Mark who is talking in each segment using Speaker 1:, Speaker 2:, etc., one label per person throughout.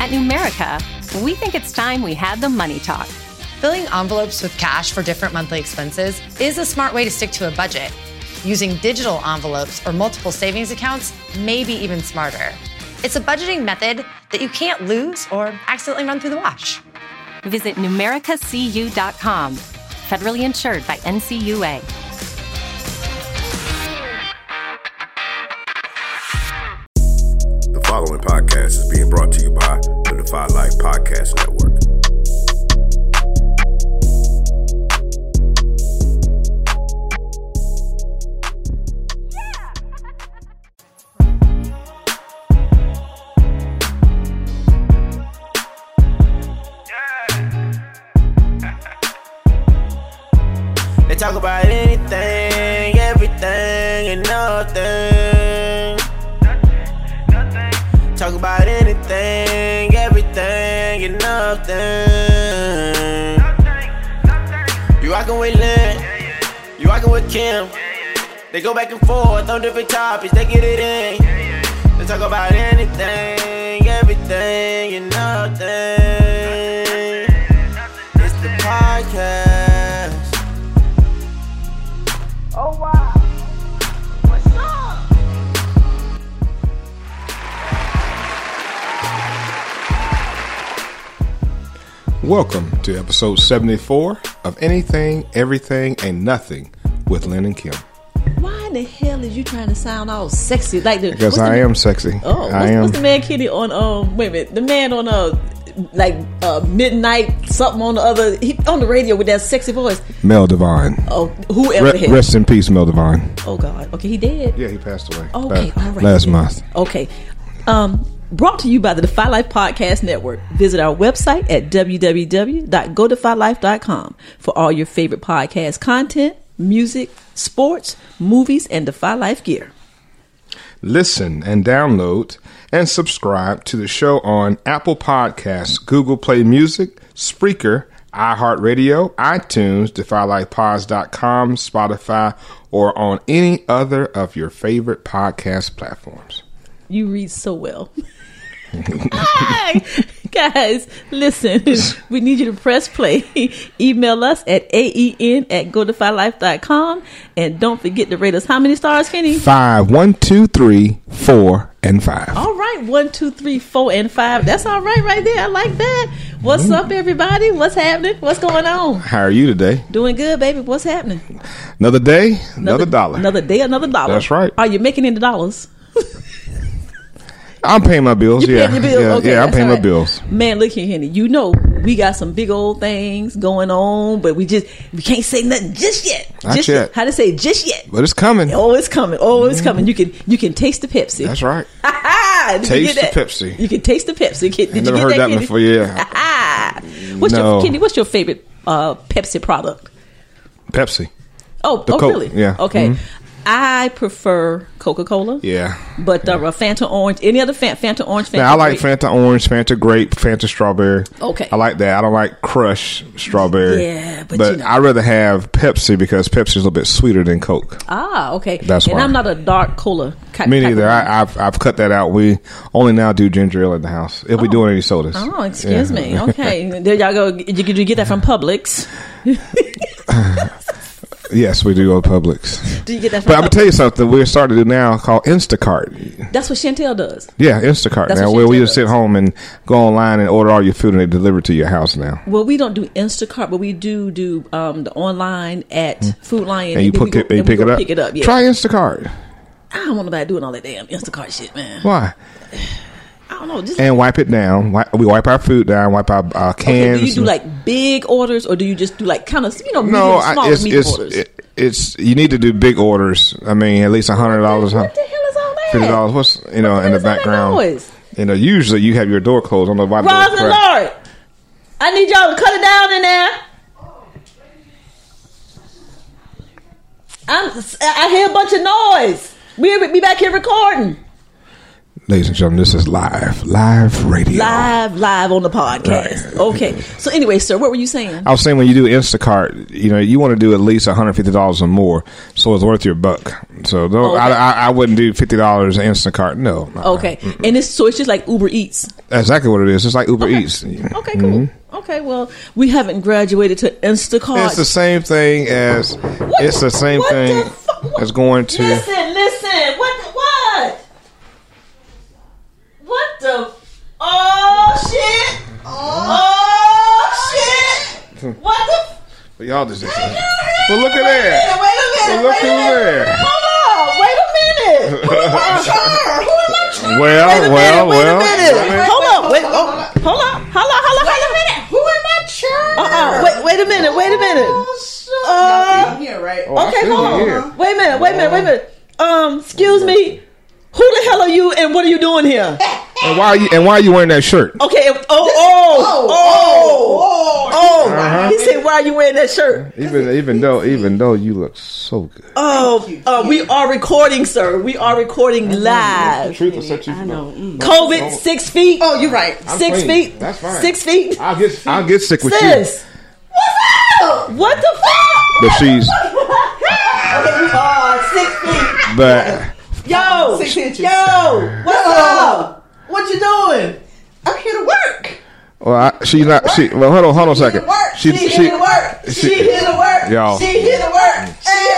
Speaker 1: At Numerica, we think it's time we had the money talk.
Speaker 2: Filling envelopes with cash for different monthly expenses is a smart way to stick to a budget. Using digital envelopes or multiple savings accounts may be even smarter. It's a budgeting method that you can't lose or accidentally run through the wash.
Speaker 1: Visit numericacu.com, federally insured by NCUA.
Speaker 3: The following podcast is being brought to you by the Defy Life Podcast Network.
Speaker 4: They talk about anything, everything, and nothing. Talk about anything, everything, and nothing. You rockin' with Lynn, you rockin' with Kim. They go back and forth on different topics, they get it in. They talk about anything, everything, and nothing. It's the podcast. Oh wow. What's up?
Speaker 3: Welcome to episode 74 of Anything, Everything, and Nothing with Lynn and Kim.
Speaker 5: Why in the hell is you trying to sound all sexy like the?
Speaker 3: Because
Speaker 5: what's the-
Speaker 3: I am sexy.
Speaker 5: Oh, what's,
Speaker 3: I am.
Speaker 5: what's the man Kitty on? Um, wait a minute, the man on uh, like uh, midnight something on the other he, on the radio with that sexy voice.
Speaker 3: Mel Devine.
Speaker 5: Oh, whoever
Speaker 3: Re-
Speaker 5: the hell.
Speaker 3: rest in peace, Mel Devine.
Speaker 5: Oh God. Okay, he dead.
Speaker 3: Yeah, he passed away.
Speaker 5: Okay,
Speaker 3: la-
Speaker 5: all right.
Speaker 3: Last month.
Speaker 5: Okay. Um, brought to you by the Defy Life Podcast Network. Visit our website at www.godefylife.com for all your favorite podcast content, music, sports, movies, and Defy Life gear.
Speaker 3: listen and download and subscribe to the show on Apple Podcasts, Google Play Music, Spreaker, iHeartRadio, iTunes, DefyLifePods.com, Spotify, or on any other of your favorite podcast platforms.
Speaker 5: You read so well. Hi! Guys, listen, we need you to press play. Email us at aen at godefylife.com. And don't forget to rate us. How many stars, Kenny?
Speaker 3: Five, one, two, three, four, and five.
Speaker 5: All right, one, two, three, four, and five. That's all right, right there. I like that. What's
Speaker 3: Mm.
Speaker 5: up, everybody? What's happening? What's going on?
Speaker 3: How are you today?
Speaker 5: Doing good, baby. What's happening?
Speaker 3: Another day, another, dollar.
Speaker 5: Another day, another dollar.
Speaker 3: That's right.
Speaker 5: Are you making any dollars?
Speaker 3: I'm paying my bills.
Speaker 5: You
Speaker 3: yeah,
Speaker 5: paying your bills?
Speaker 3: yeah,
Speaker 5: Okay,
Speaker 3: yeah. I'm
Speaker 5: that's
Speaker 3: paying
Speaker 5: all
Speaker 3: my
Speaker 5: right.
Speaker 3: bills.
Speaker 5: Man, look here, Henny. You know we got some big old things going on, but we just we can't say nothing just yet.
Speaker 3: Not
Speaker 5: just
Speaker 3: yet.
Speaker 5: How to say just yet?
Speaker 3: But it's coming.
Speaker 5: Oh, it's coming. Oh, it's coming. You can you can taste the Pepsi.
Speaker 3: That's right.
Speaker 5: right.
Speaker 3: Taste the Pepsi.
Speaker 5: You can taste the Pepsi. Did you
Speaker 3: never
Speaker 5: get
Speaker 3: heard that
Speaker 5: Kenny?
Speaker 3: before, yeah.
Speaker 5: Ah. what's
Speaker 3: No.
Speaker 5: your Kenny? What's your favorite uh, Pepsi product?
Speaker 3: Pepsi.
Speaker 5: Oh,
Speaker 3: The
Speaker 5: oh,
Speaker 3: Coke,
Speaker 5: really?
Speaker 3: yeah.
Speaker 5: Okay.
Speaker 3: Mhm.
Speaker 5: I prefer Coca Cola.
Speaker 3: Yeah.
Speaker 5: But uh, Fanta Orange, any other Fanta, Fanta Orange? Fanta
Speaker 3: Now, I like
Speaker 5: grape?
Speaker 3: Fanta orange, Fanta grape, Fanta strawberry.
Speaker 5: Okay.
Speaker 3: I like that. I don't like crush strawberry.
Speaker 5: Yeah, but you know.
Speaker 3: I rather have Pepsi because Pepsi's a little bit sweeter than Coke.
Speaker 5: Ah, okay.
Speaker 3: That's
Speaker 5: and
Speaker 3: why.
Speaker 5: I'm not a dark cola. ki-
Speaker 3: Me
Speaker 5: type
Speaker 3: neither.
Speaker 5: of-
Speaker 3: I, I've I've cut that out. We only now do ginger ale in the house if we do any sodas.
Speaker 5: Oh, excuse
Speaker 3: Yeah.
Speaker 5: me. Okay, there y'all go. Did you, did you get that from Publix?
Speaker 3: yes, we do go to Publix.
Speaker 5: Do you get that from?
Speaker 3: But I'm gonna
Speaker 5: Publix?
Speaker 3: tell you something. We're starting to do now called Instacart.
Speaker 5: That's what Chantel does.
Speaker 3: Yeah, Instacart.
Speaker 5: That's
Speaker 3: now
Speaker 5: what
Speaker 3: where
Speaker 5: she
Speaker 3: we
Speaker 5: did
Speaker 3: just sit
Speaker 5: us.
Speaker 3: home and go online and order all your food and they deliver it to your house now.
Speaker 5: Well, we don't do Instacart, but we do do um, the online at Food Lion.
Speaker 3: Mm. And you
Speaker 5: then we
Speaker 3: pick
Speaker 5: go-
Speaker 3: it. and you
Speaker 5: then we
Speaker 3: pick it
Speaker 5: go
Speaker 3: up.
Speaker 5: Pick it up. Yeah.
Speaker 3: Try Instacart.
Speaker 5: I don't want nobody doing all that damn Instacart shit, man.
Speaker 3: Why?
Speaker 5: I don't know. Just
Speaker 3: and wipe it down. Wi- We wipe our food down, wipe our uh,
Speaker 5: okay,
Speaker 3: cans.
Speaker 5: do you do like big orders, or do you just do like kind of you know medium,
Speaker 3: no? I,
Speaker 5: small
Speaker 3: it's
Speaker 5: medium
Speaker 3: it's,
Speaker 5: orders?
Speaker 3: it- it's you need to do big orders. I mean, at least a hundred dollars.
Speaker 5: What the hell is all that?
Speaker 3: Fifty dollars. What's you know
Speaker 5: What the
Speaker 3: in the
Speaker 5: hell is all that
Speaker 3: background?
Speaker 5: noise?
Speaker 3: You know, usually you have your door closed. I don't know why. the door's
Speaker 5: Rosin
Speaker 3: cracked.
Speaker 5: Lord, I need y'all to cut it down in there. I'm, I hear a bunch of noise. We'll be back here recording.
Speaker 3: Ladies and gentlemen, this is live, live radio.
Speaker 5: Live, live on the podcast.
Speaker 3: Right. Uh,
Speaker 5: Okay. So anyway, sir, what were you saying?
Speaker 3: I was saying when you do Instacart, you know you want to do at least one hundred fifty dollars or more, so it's worth your buck. So do I,
Speaker 5: Oh, Okay. Oh.
Speaker 3: I, I wouldn't do fifty dollars Instacart. No, Uh-uh.
Speaker 5: Okay. And it's so it's just like Uber Eats.
Speaker 3: That's exactly what it is. It's like Uber Eats.
Speaker 5: Okay, Oh cool. Okay, well, we haven't graduated to Instacart.
Speaker 3: Mm-hmm. It's the same thing as
Speaker 5: What-
Speaker 3: it's the same
Speaker 5: what
Speaker 3: thing
Speaker 5: the fu- what-
Speaker 3: as going to.
Speaker 5: Listen, listen. What? The, what? What the? Oh shit! Oh, shit! What the?
Speaker 3: But y'all just.
Speaker 5: Well,
Speaker 3: Well, look at that.
Speaker 5: Wait a
Speaker 3: Well,
Speaker 5: minute.
Speaker 3: look
Speaker 5: wait
Speaker 3: who
Speaker 5: a minute.
Speaker 3: there.
Speaker 5: Hold on. Wait a minute. Who am I trying? Who am I trying?
Speaker 3: Well,
Speaker 5: wait a
Speaker 3: well,
Speaker 5: minute, wait
Speaker 3: well.
Speaker 5: A minute. Hold on. Wait. Oh, hold on. Hold on. Hold on. Wait a minute. Who am I Oh, trying? Uh-uh. Wait. Wait a minute. Wait a minute. Uh,
Speaker 3: Oh, I
Speaker 5: okay,
Speaker 3: see you
Speaker 5: hold on.
Speaker 3: here.
Speaker 5: Wait a minute, wait a minute, wait a minute. Um, excuse me. Who the hell are you and what are you doing here?
Speaker 3: And why are you and why are you wearing that shirt?
Speaker 5: Okay, if- oh, oh, oh, oh.
Speaker 3: Uh-huh.
Speaker 5: He said, why are you wearing that shirt?
Speaker 3: Even even though even though you look so good.
Speaker 5: Oh, uh, we are recording, sir. We are recording live.
Speaker 3: Truth is such I
Speaker 5: COVID, six feet. Oh, you're right. Six
Speaker 3: clean.
Speaker 5: feet.
Speaker 3: That's fine.
Speaker 5: Six feet.
Speaker 3: I'll get I'll get sick with you.
Speaker 5: Sis. What's up? What the fuck?
Speaker 3: But she's
Speaker 5: Oh, six feet.
Speaker 3: but
Speaker 5: Yo,
Speaker 6: Six inches.
Speaker 5: yo, what's up? What you doing?
Speaker 6: I'm here to work.
Speaker 3: well I, she's not she well hold on hold on a second.
Speaker 6: work.
Speaker 3: She
Speaker 5: She
Speaker 3: she
Speaker 5: here to work. She,
Speaker 3: she-
Speaker 5: here to work.
Speaker 3: Y'all.
Speaker 5: She here to work. Hey,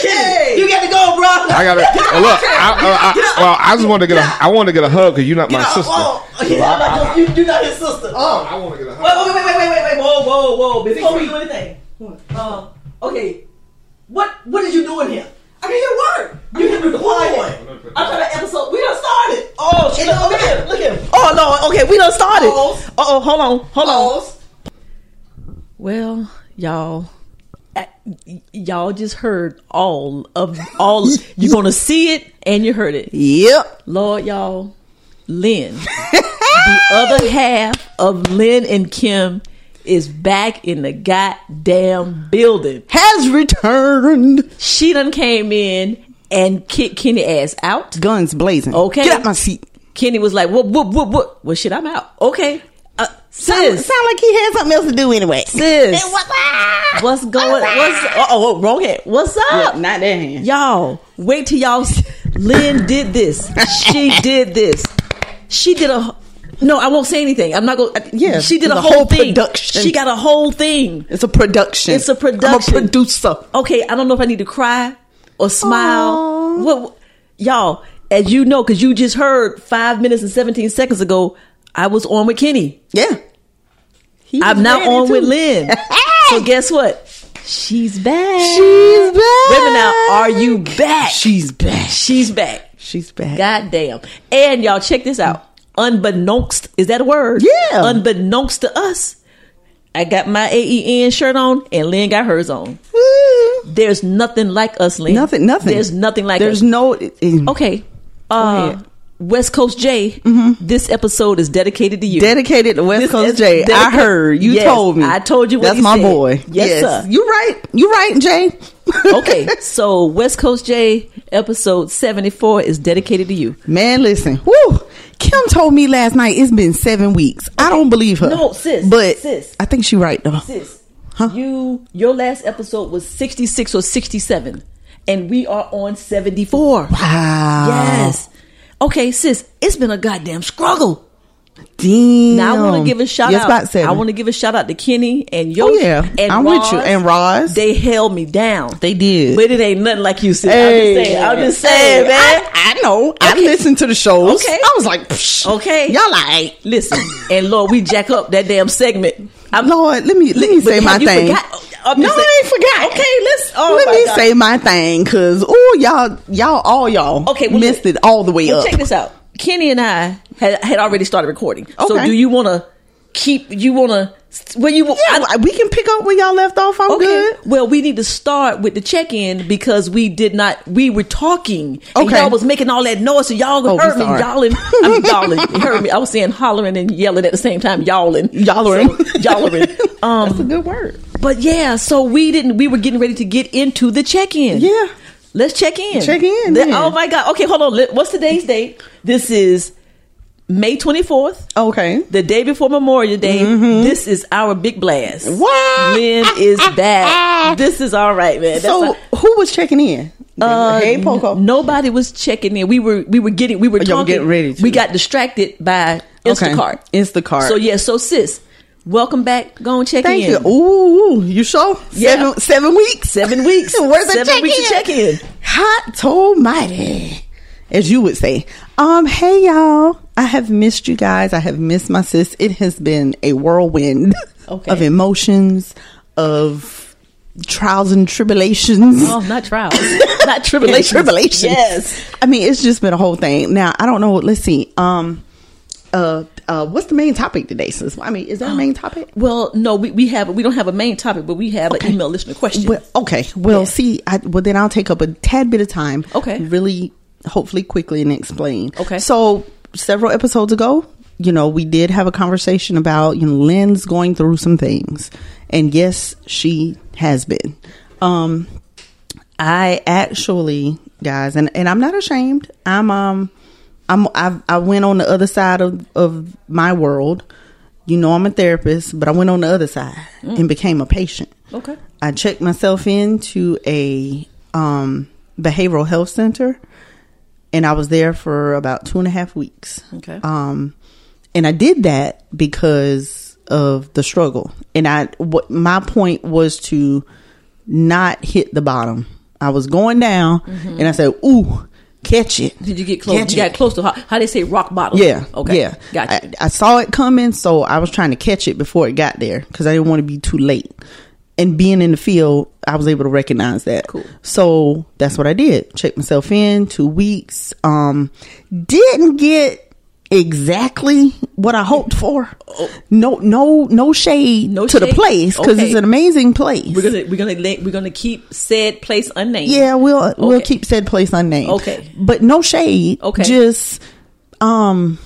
Speaker 5: hey, hey, You got to go, bro.
Speaker 3: I gotta well, look. I, I, I, well, I just wanted to get a I wanted to get a hug because you're not my sister.
Speaker 5: Oh, he's not my- you, you're not his sister. Oh.
Speaker 3: I want to get a hug.
Speaker 5: Wait, wait, wait, wait, wait, wait, wait. Whoa, whoa, whoa. Before we do anything. Um, okay. What What is you doing here? I'm here to work. You here to record. I'm trying to episode. We done started. Oh, shit. Look at him. Look at him. Oh, no. Okay, we done started.
Speaker 6: Pause.
Speaker 5: Uh-oh, hold on. Hold
Speaker 6: Pause.
Speaker 5: Well, y'all, I- y- y'all just heard all of all. You're gonna see it, and you heard it.
Speaker 6: Yep.
Speaker 5: Lord, y'all, Lynn, the other half of Lynn and Kim is back in the goddamn building.
Speaker 6: Has returned.
Speaker 5: She done came in and kicked Kenny ass out.
Speaker 6: Guns blazing.
Speaker 5: Okay.
Speaker 6: Get out my seat.
Speaker 5: Kenny was like, "Whoop whoop whoop whoop." Well, shit, I'm out. Okay, uh,
Speaker 6: Sound,
Speaker 5: sis,
Speaker 6: sound like he had something else to do anyway.
Speaker 5: sis,
Speaker 6: What's up?
Speaker 5: what's going? What's oh, oh wrong hand? What's up?
Speaker 6: Not that hand.
Speaker 5: Y'all, wait till y'all. s- Lynn did this. She did this. She did a. No, I won't say anything. I'm not going.
Speaker 6: Yeah,
Speaker 5: she did a
Speaker 6: the
Speaker 5: whole,
Speaker 6: whole
Speaker 5: thing.
Speaker 6: production.
Speaker 5: She got a whole thing.
Speaker 6: It's a production.
Speaker 5: It's a production.
Speaker 6: I'm a producer.
Speaker 5: Okay, I don't know if I need to cry or smile. What, y'all? As you know, because you just heard five minutes and seventeen seconds ago, I was on with Kenny.
Speaker 6: Yeah. He
Speaker 5: I'm
Speaker 6: was
Speaker 5: now
Speaker 6: ready
Speaker 5: on
Speaker 6: too.
Speaker 5: with Lynn. so guess what? She's back.
Speaker 6: She's back.
Speaker 5: Women now, are you back?
Speaker 6: She's back.
Speaker 5: She's back.
Speaker 6: She's back.
Speaker 5: God damn. And y'all check this out. Unbeknownst, is that a word?
Speaker 6: Yeah.
Speaker 5: Unbeknownst to us, I got my AEN shirt on and Lynn got hers on.
Speaker 6: Woo.
Speaker 5: There's nothing like us, Lynn.
Speaker 6: Nothing. Nothing.
Speaker 5: There's nothing like
Speaker 6: There's
Speaker 5: us.
Speaker 6: no.
Speaker 5: okay. Uh,
Speaker 6: ahead. Mm-hmm.
Speaker 5: West Coast J, this episode is dedicated to you.
Speaker 6: Dedicated to West
Speaker 5: This
Speaker 6: Coast
Speaker 5: is
Speaker 6: Jay. I
Speaker 5: dedicated-
Speaker 6: heard. You
Speaker 5: Yes,
Speaker 6: told me.
Speaker 5: I told you what
Speaker 6: That's
Speaker 5: he
Speaker 6: my
Speaker 5: said.
Speaker 6: boy.
Speaker 5: Yes, sir.
Speaker 6: You right. You right, Jay.
Speaker 5: okay, so West Coast J episode 74 is dedicated to you.
Speaker 6: Man, listen. Woo. Kim told me last night it's been seven weeks. I don't believe her.
Speaker 5: No, sis,
Speaker 6: But
Speaker 5: sis.
Speaker 6: I think she right though.
Speaker 5: Sis, you your last episode was 66 or 67 and we are on 74.
Speaker 6: Wow.
Speaker 5: Yes. Okay, sis, it's been a goddamn struggle.
Speaker 6: Damn.
Speaker 5: Now I want to give a shout
Speaker 6: yes, About
Speaker 5: out.
Speaker 6: seven.
Speaker 5: I want to give a shout out to Kenny and Yo.
Speaker 6: Oh, yeah.
Speaker 5: and
Speaker 6: I'm with you. And Roz.
Speaker 5: They held me down.
Speaker 6: They did.
Speaker 5: but it ain't nothing like you, sis. I'm just saying. I'm just
Speaker 6: Hey,
Speaker 5: saying, man.
Speaker 6: I, I know. I listened to the shows.
Speaker 5: Okay.
Speaker 6: I was like, Psh,
Speaker 5: Okay.
Speaker 6: y'all like.
Speaker 5: Listen, and Lord, we jack up that damn segment. I'm
Speaker 6: Lord, let me let me
Speaker 5: But
Speaker 6: say
Speaker 5: have
Speaker 6: my
Speaker 5: you
Speaker 6: thing.
Speaker 5: forgot? Oh, I'm
Speaker 6: No,
Speaker 5: just
Speaker 6: I ain't forgot.
Speaker 5: Okay, let's. Oh
Speaker 6: let
Speaker 5: my
Speaker 6: me
Speaker 5: God.
Speaker 6: say my thing, cause oh y'all, y'all, all y'all,
Speaker 5: Okay, well,
Speaker 6: missed
Speaker 5: look-
Speaker 6: it all the way
Speaker 5: Well,
Speaker 6: up.
Speaker 5: check this out. Kenny and I had, had already started recording. So
Speaker 6: Okay.
Speaker 5: do you want to keep? You want to? Well, you.
Speaker 6: Yeah, well, we can pick up where y'all left off. I'm good.
Speaker 5: Well, we need to start with the check in because we did not. We were talking. And
Speaker 6: Okay.
Speaker 5: Y'all was making all that noise, so y'all
Speaker 6: Oh, we
Speaker 5: heard me
Speaker 6: sorry.
Speaker 5: yelling. I mean, yelling. You heard me. I was saying hollering and yelling at the same time. Yelling.
Speaker 6: Yallering.
Speaker 5: So, yallering. Um,
Speaker 6: That's a good word.
Speaker 5: but yeah, so we didn't. We were getting ready to get into the check in.
Speaker 6: Yeah.
Speaker 5: Let's check in.
Speaker 6: Check in,
Speaker 5: Let-
Speaker 6: yeah.
Speaker 5: oh my God. Okay, hold on. Let- What's today's date? This is May 24th,
Speaker 6: Okay.
Speaker 5: the day before Memorial Day. This is our big blast.
Speaker 6: Mm-hmm. What? Ah,
Speaker 5: Lynn is back. this is all right, man. That's Uh,
Speaker 6: So
Speaker 5: not-
Speaker 6: who was checking in? hey, Poco.
Speaker 5: nobody was checking in. We were we were getting we were
Speaker 6: Oh, Y'all
Speaker 5: talking.
Speaker 6: getting ready to.
Speaker 5: We got distracted by
Speaker 6: Okay.
Speaker 5: Instacart.
Speaker 6: Instacart.
Speaker 5: So yeah. So sis, welcome back. Go and check
Speaker 6: Thank
Speaker 5: in.
Speaker 6: you. Ooh, ooh, you sure?
Speaker 5: Yeah.
Speaker 6: Seven, seven weeks.
Speaker 5: Seven weeks.
Speaker 6: Where's the
Speaker 5: Seven
Speaker 6: check
Speaker 5: weeks
Speaker 6: in?
Speaker 5: of check-in.
Speaker 6: Hot tomato, as you would say. Um, hey y'all. I have missed you guys. I have missed my sis. It has been a whirlwind
Speaker 5: Okay.
Speaker 6: of emotions, of trials and tribulations.
Speaker 5: Oh, not trials, not tribulations.
Speaker 6: Tribulations.
Speaker 5: Yes.
Speaker 6: I mean, it's just been a whole thing. Now, I don't know. Let's see. Um, uh, uh, what's the main topic today, sis? I mean, is
Speaker 5: Oh.
Speaker 6: that a main topic?
Speaker 5: Well, no, we, we have we don't have a main topic, but we have an email listener question.
Speaker 6: Well, okay. Well,
Speaker 5: Yeah.
Speaker 6: see, I, well then I'll take up a tad bit of time.
Speaker 5: Okay.
Speaker 6: Really, hopefully, quickly and explain.
Speaker 5: Okay.
Speaker 6: So several episodes ago, you know, we did have a conversation about you know Lynn's going through some things, and yes, she has been. Um, I actually, guys, and and I'm not ashamed. I'm um, I'm I I went on the other side of of my world. You know, I'm a therapist, but I went on the other side and became a patient.
Speaker 5: Mm. okay.
Speaker 6: I checked myself into a um, behavioral health center, and I was there for about two and a half weeks.
Speaker 5: Okay.
Speaker 6: Um, and I did that because of the struggle. And I, what my point was to not hit the bottom. I was going down, and I said, "Ooh, catch it."
Speaker 5: Mm-hmm. Did you get close?
Speaker 6: Catch
Speaker 5: you got
Speaker 6: it.
Speaker 5: close to how, how they say rock bottom.
Speaker 6: Yeah.
Speaker 5: Okay.
Speaker 6: Yeah.
Speaker 5: Gotcha.
Speaker 6: I, I saw it coming, so I was trying to catch it before it got there because I didn't want to be too late. And being in the field, I was able to recognize that.
Speaker 5: Cool.
Speaker 6: So that's what I did. Checked myself in two weeks. Um, didn't get exactly what I hoped for.
Speaker 5: Oh,
Speaker 6: No, no, no shade
Speaker 5: No
Speaker 6: to the
Speaker 5: shade?
Speaker 6: place because
Speaker 5: Okay.
Speaker 6: it's an amazing place.
Speaker 5: we're gonna we're gonna la- we're gonna keep said place unnamed.
Speaker 6: Yeah, we'll we'll
Speaker 5: Okay.
Speaker 6: keep said place unnamed.
Speaker 5: Okay.
Speaker 6: but no shade.
Speaker 5: Okay.
Speaker 6: just um,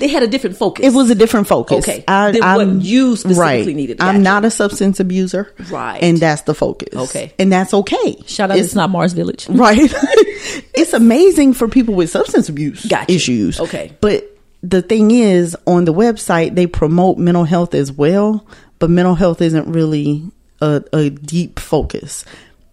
Speaker 5: They had a different focus.
Speaker 6: it was a different focus.
Speaker 5: Okay. Then
Speaker 6: I'm-
Speaker 5: what you specifically needed.
Speaker 6: I'm
Speaker 5: Gotcha.
Speaker 6: not a substance abuser.
Speaker 5: Right.
Speaker 6: And that's the focus.
Speaker 5: Okay.
Speaker 6: And that's okay.
Speaker 5: shout out. It's,
Speaker 6: It's-
Speaker 5: not Mars Village.
Speaker 6: Right. it's amazing for people with substance abuse
Speaker 5: Gotcha.
Speaker 6: issues.
Speaker 5: Okay.
Speaker 6: But the thing is, on the website, they promote mental health as well, but mental health isn't really a, a deep focus.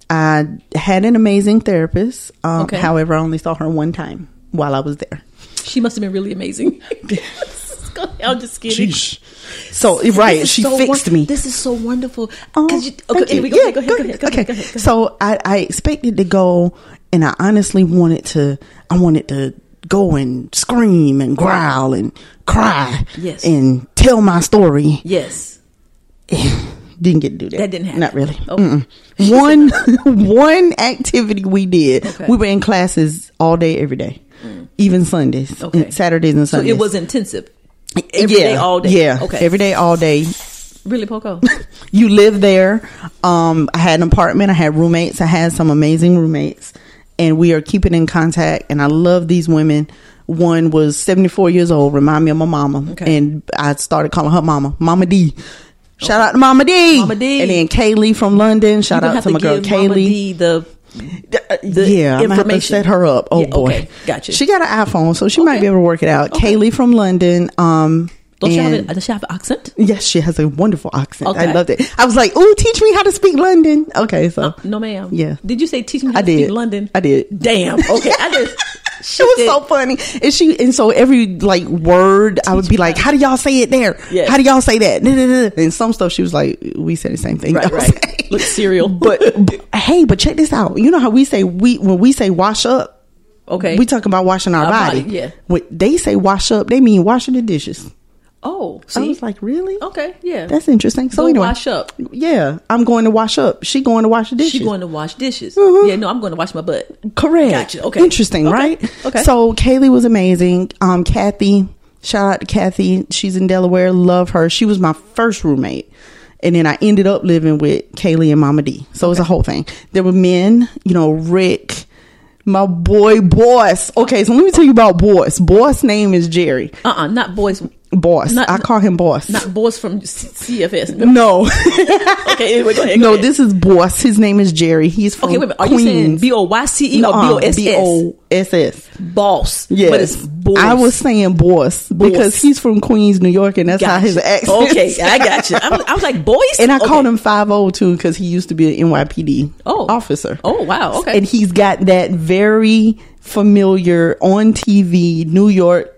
Speaker 6: I had an amazing therapist. Um,
Speaker 5: Okay.
Speaker 6: However, I only saw her one time while I was there.
Speaker 5: She must have been really amazing. I'm just kidding.
Speaker 6: So,
Speaker 5: This
Speaker 6: right.
Speaker 5: is
Speaker 6: She
Speaker 5: so
Speaker 6: fixed
Speaker 5: won-
Speaker 6: me.
Speaker 5: This is so wonderful.
Speaker 6: Oh,
Speaker 5: 'Cause you- okay,
Speaker 6: thank you.
Speaker 5: anyway, go
Speaker 6: Yeah,
Speaker 5: ahead, go ahead, go ahead, go ahead,
Speaker 6: okay.
Speaker 5: go ahead, go ahead.
Speaker 6: So I, I expected to go, and I honestly wanted to. I wanted to go and scream and growl and cry,
Speaker 5: Yes.
Speaker 6: and tell my story.
Speaker 5: Yes.
Speaker 6: Didn't get to do that.
Speaker 5: That didn't happen. Oh.
Speaker 6: Not really.
Speaker 5: Okay.
Speaker 6: Mm-mm. One one activity we did.
Speaker 5: Okay. Mm.
Speaker 6: We were in classes all day, every day, even Sundays,
Speaker 5: Okay.
Speaker 6: and Saturdays and
Speaker 5: So
Speaker 6: Sundays.
Speaker 5: it was intensive. every day, all day.
Speaker 6: Yeah,
Speaker 5: Okay.
Speaker 6: every day, all day,
Speaker 5: Really, Poco.
Speaker 6: you live there. Um, I had an apartment. I had roommates. I had some amazing roommates, and we are keeping in contact. And I love these women. One was seventy four years old. Remind me of my mama,
Speaker 5: Okay.
Speaker 6: and I started calling her mama, Mama D. Shout out to Mama D.
Speaker 5: Mama D.
Speaker 6: And then Kaylee from London.
Speaker 5: You're
Speaker 6: Shout
Speaker 5: gonna
Speaker 6: out
Speaker 5: have
Speaker 6: to, my girl
Speaker 5: give Mama
Speaker 6: Kaylee. uh,
Speaker 5: D the the
Speaker 6: yeah, I'm gonna have to
Speaker 5: information.
Speaker 6: set her up. Oh
Speaker 5: Yeah,
Speaker 6: boy,
Speaker 5: okay. Gotcha.
Speaker 6: She got an iPhone, so she might
Speaker 5: Okay.
Speaker 6: be able to work it out.
Speaker 5: Okay.
Speaker 6: Kaylee from London. Um,
Speaker 5: don't you have
Speaker 6: and-
Speaker 5: a, does she have an accent?
Speaker 6: Yes, she has a wonderful accent. I
Speaker 5: Okay.
Speaker 6: loved it. I was like, "Ooh, teach me how to speak London." Okay, so
Speaker 5: No, ma'am.
Speaker 6: Yeah.
Speaker 5: Did you say teach me how
Speaker 6: I
Speaker 5: to
Speaker 6: did.
Speaker 5: speak London?
Speaker 6: I did.
Speaker 5: Damn. Okay. I just.
Speaker 6: She was so funny, and she and so every like word, I would be like, "How do y'all say it there?
Speaker 5: Yes.
Speaker 6: How do y'all say that?" Nah, nah, nah. And some stuff she was like, "We say the same thing."
Speaker 5: Right,
Speaker 6: I was
Speaker 5: right.
Speaker 6: like-
Speaker 5: Look cereal.
Speaker 6: but, but hey, but check this out. You know how we say we when we say wash up,
Speaker 5: Okay.
Speaker 6: we talking about washing our,
Speaker 5: Our
Speaker 6: body.
Speaker 5: body, yeah.
Speaker 6: When they say wash up, they mean washing the dishes.
Speaker 5: Oh,
Speaker 6: I
Speaker 5: see.
Speaker 6: was like, really?
Speaker 5: okay. Yeah.
Speaker 6: That's interesting. So
Speaker 5: Go
Speaker 6: anyway,
Speaker 5: wash up.
Speaker 6: Yeah, I'm going to wash up. She going to wash the dishes.
Speaker 5: She going to wash dishes.
Speaker 6: Mhm.
Speaker 5: Yeah. No, I'm going to wash my butt.
Speaker 6: Correct.
Speaker 5: Gotcha. Okay.
Speaker 6: Interesting,
Speaker 5: Okay.
Speaker 6: right?
Speaker 5: Okay.
Speaker 6: So Kaylee was amazing. Um, Kathy, shout out to Kathy. She's in Delaware. Love her. She was my first roommate. And then I ended up living with Kaylee and Mama D. So it was a whole thing. There were men, you know, Rick, my boy, Boss. Okay, so let me tell you about Boss. Boss' name is Jerry.
Speaker 5: Uh uh Not boys.
Speaker 6: boss.
Speaker 5: Not-
Speaker 6: I call him boss.
Speaker 5: Not boys from C- CFS. No.
Speaker 6: no,
Speaker 5: Okay, anyway, go ahead. go
Speaker 6: no,
Speaker 5: ahead.
Speaker 6: this is boss. His name is Jerry. He's from
Speaker 5: Okay, wait a minute. Are you saying
Speaker 6: Queens.
Speaker 5: B O Y C E or B O S S?
Speaker 6: B-O-S-S.
Speaker 5: Boss.
Speaker 6: Yes.
Speaker 5: But it's boys.
Speaker 6: I was saying boss, because
Speaker 5: Boss.
Speaker 6: he's from Queens, New York, and that's how
Speaker 5: Gotcha.
Speaker 6: his accent.
Speaker 5: Okay, I got you. I was, I was like, boys?
Speaker 6: And I
Speaker 5: okay.
Speaker 6: called him 502 because he used to be an NYPD
Speaker 5: Oh.
Speaker 6: officer.
Speaker 5: Oh, wow. Okay.
Speaker 6: And he's got that very familiar on TV New York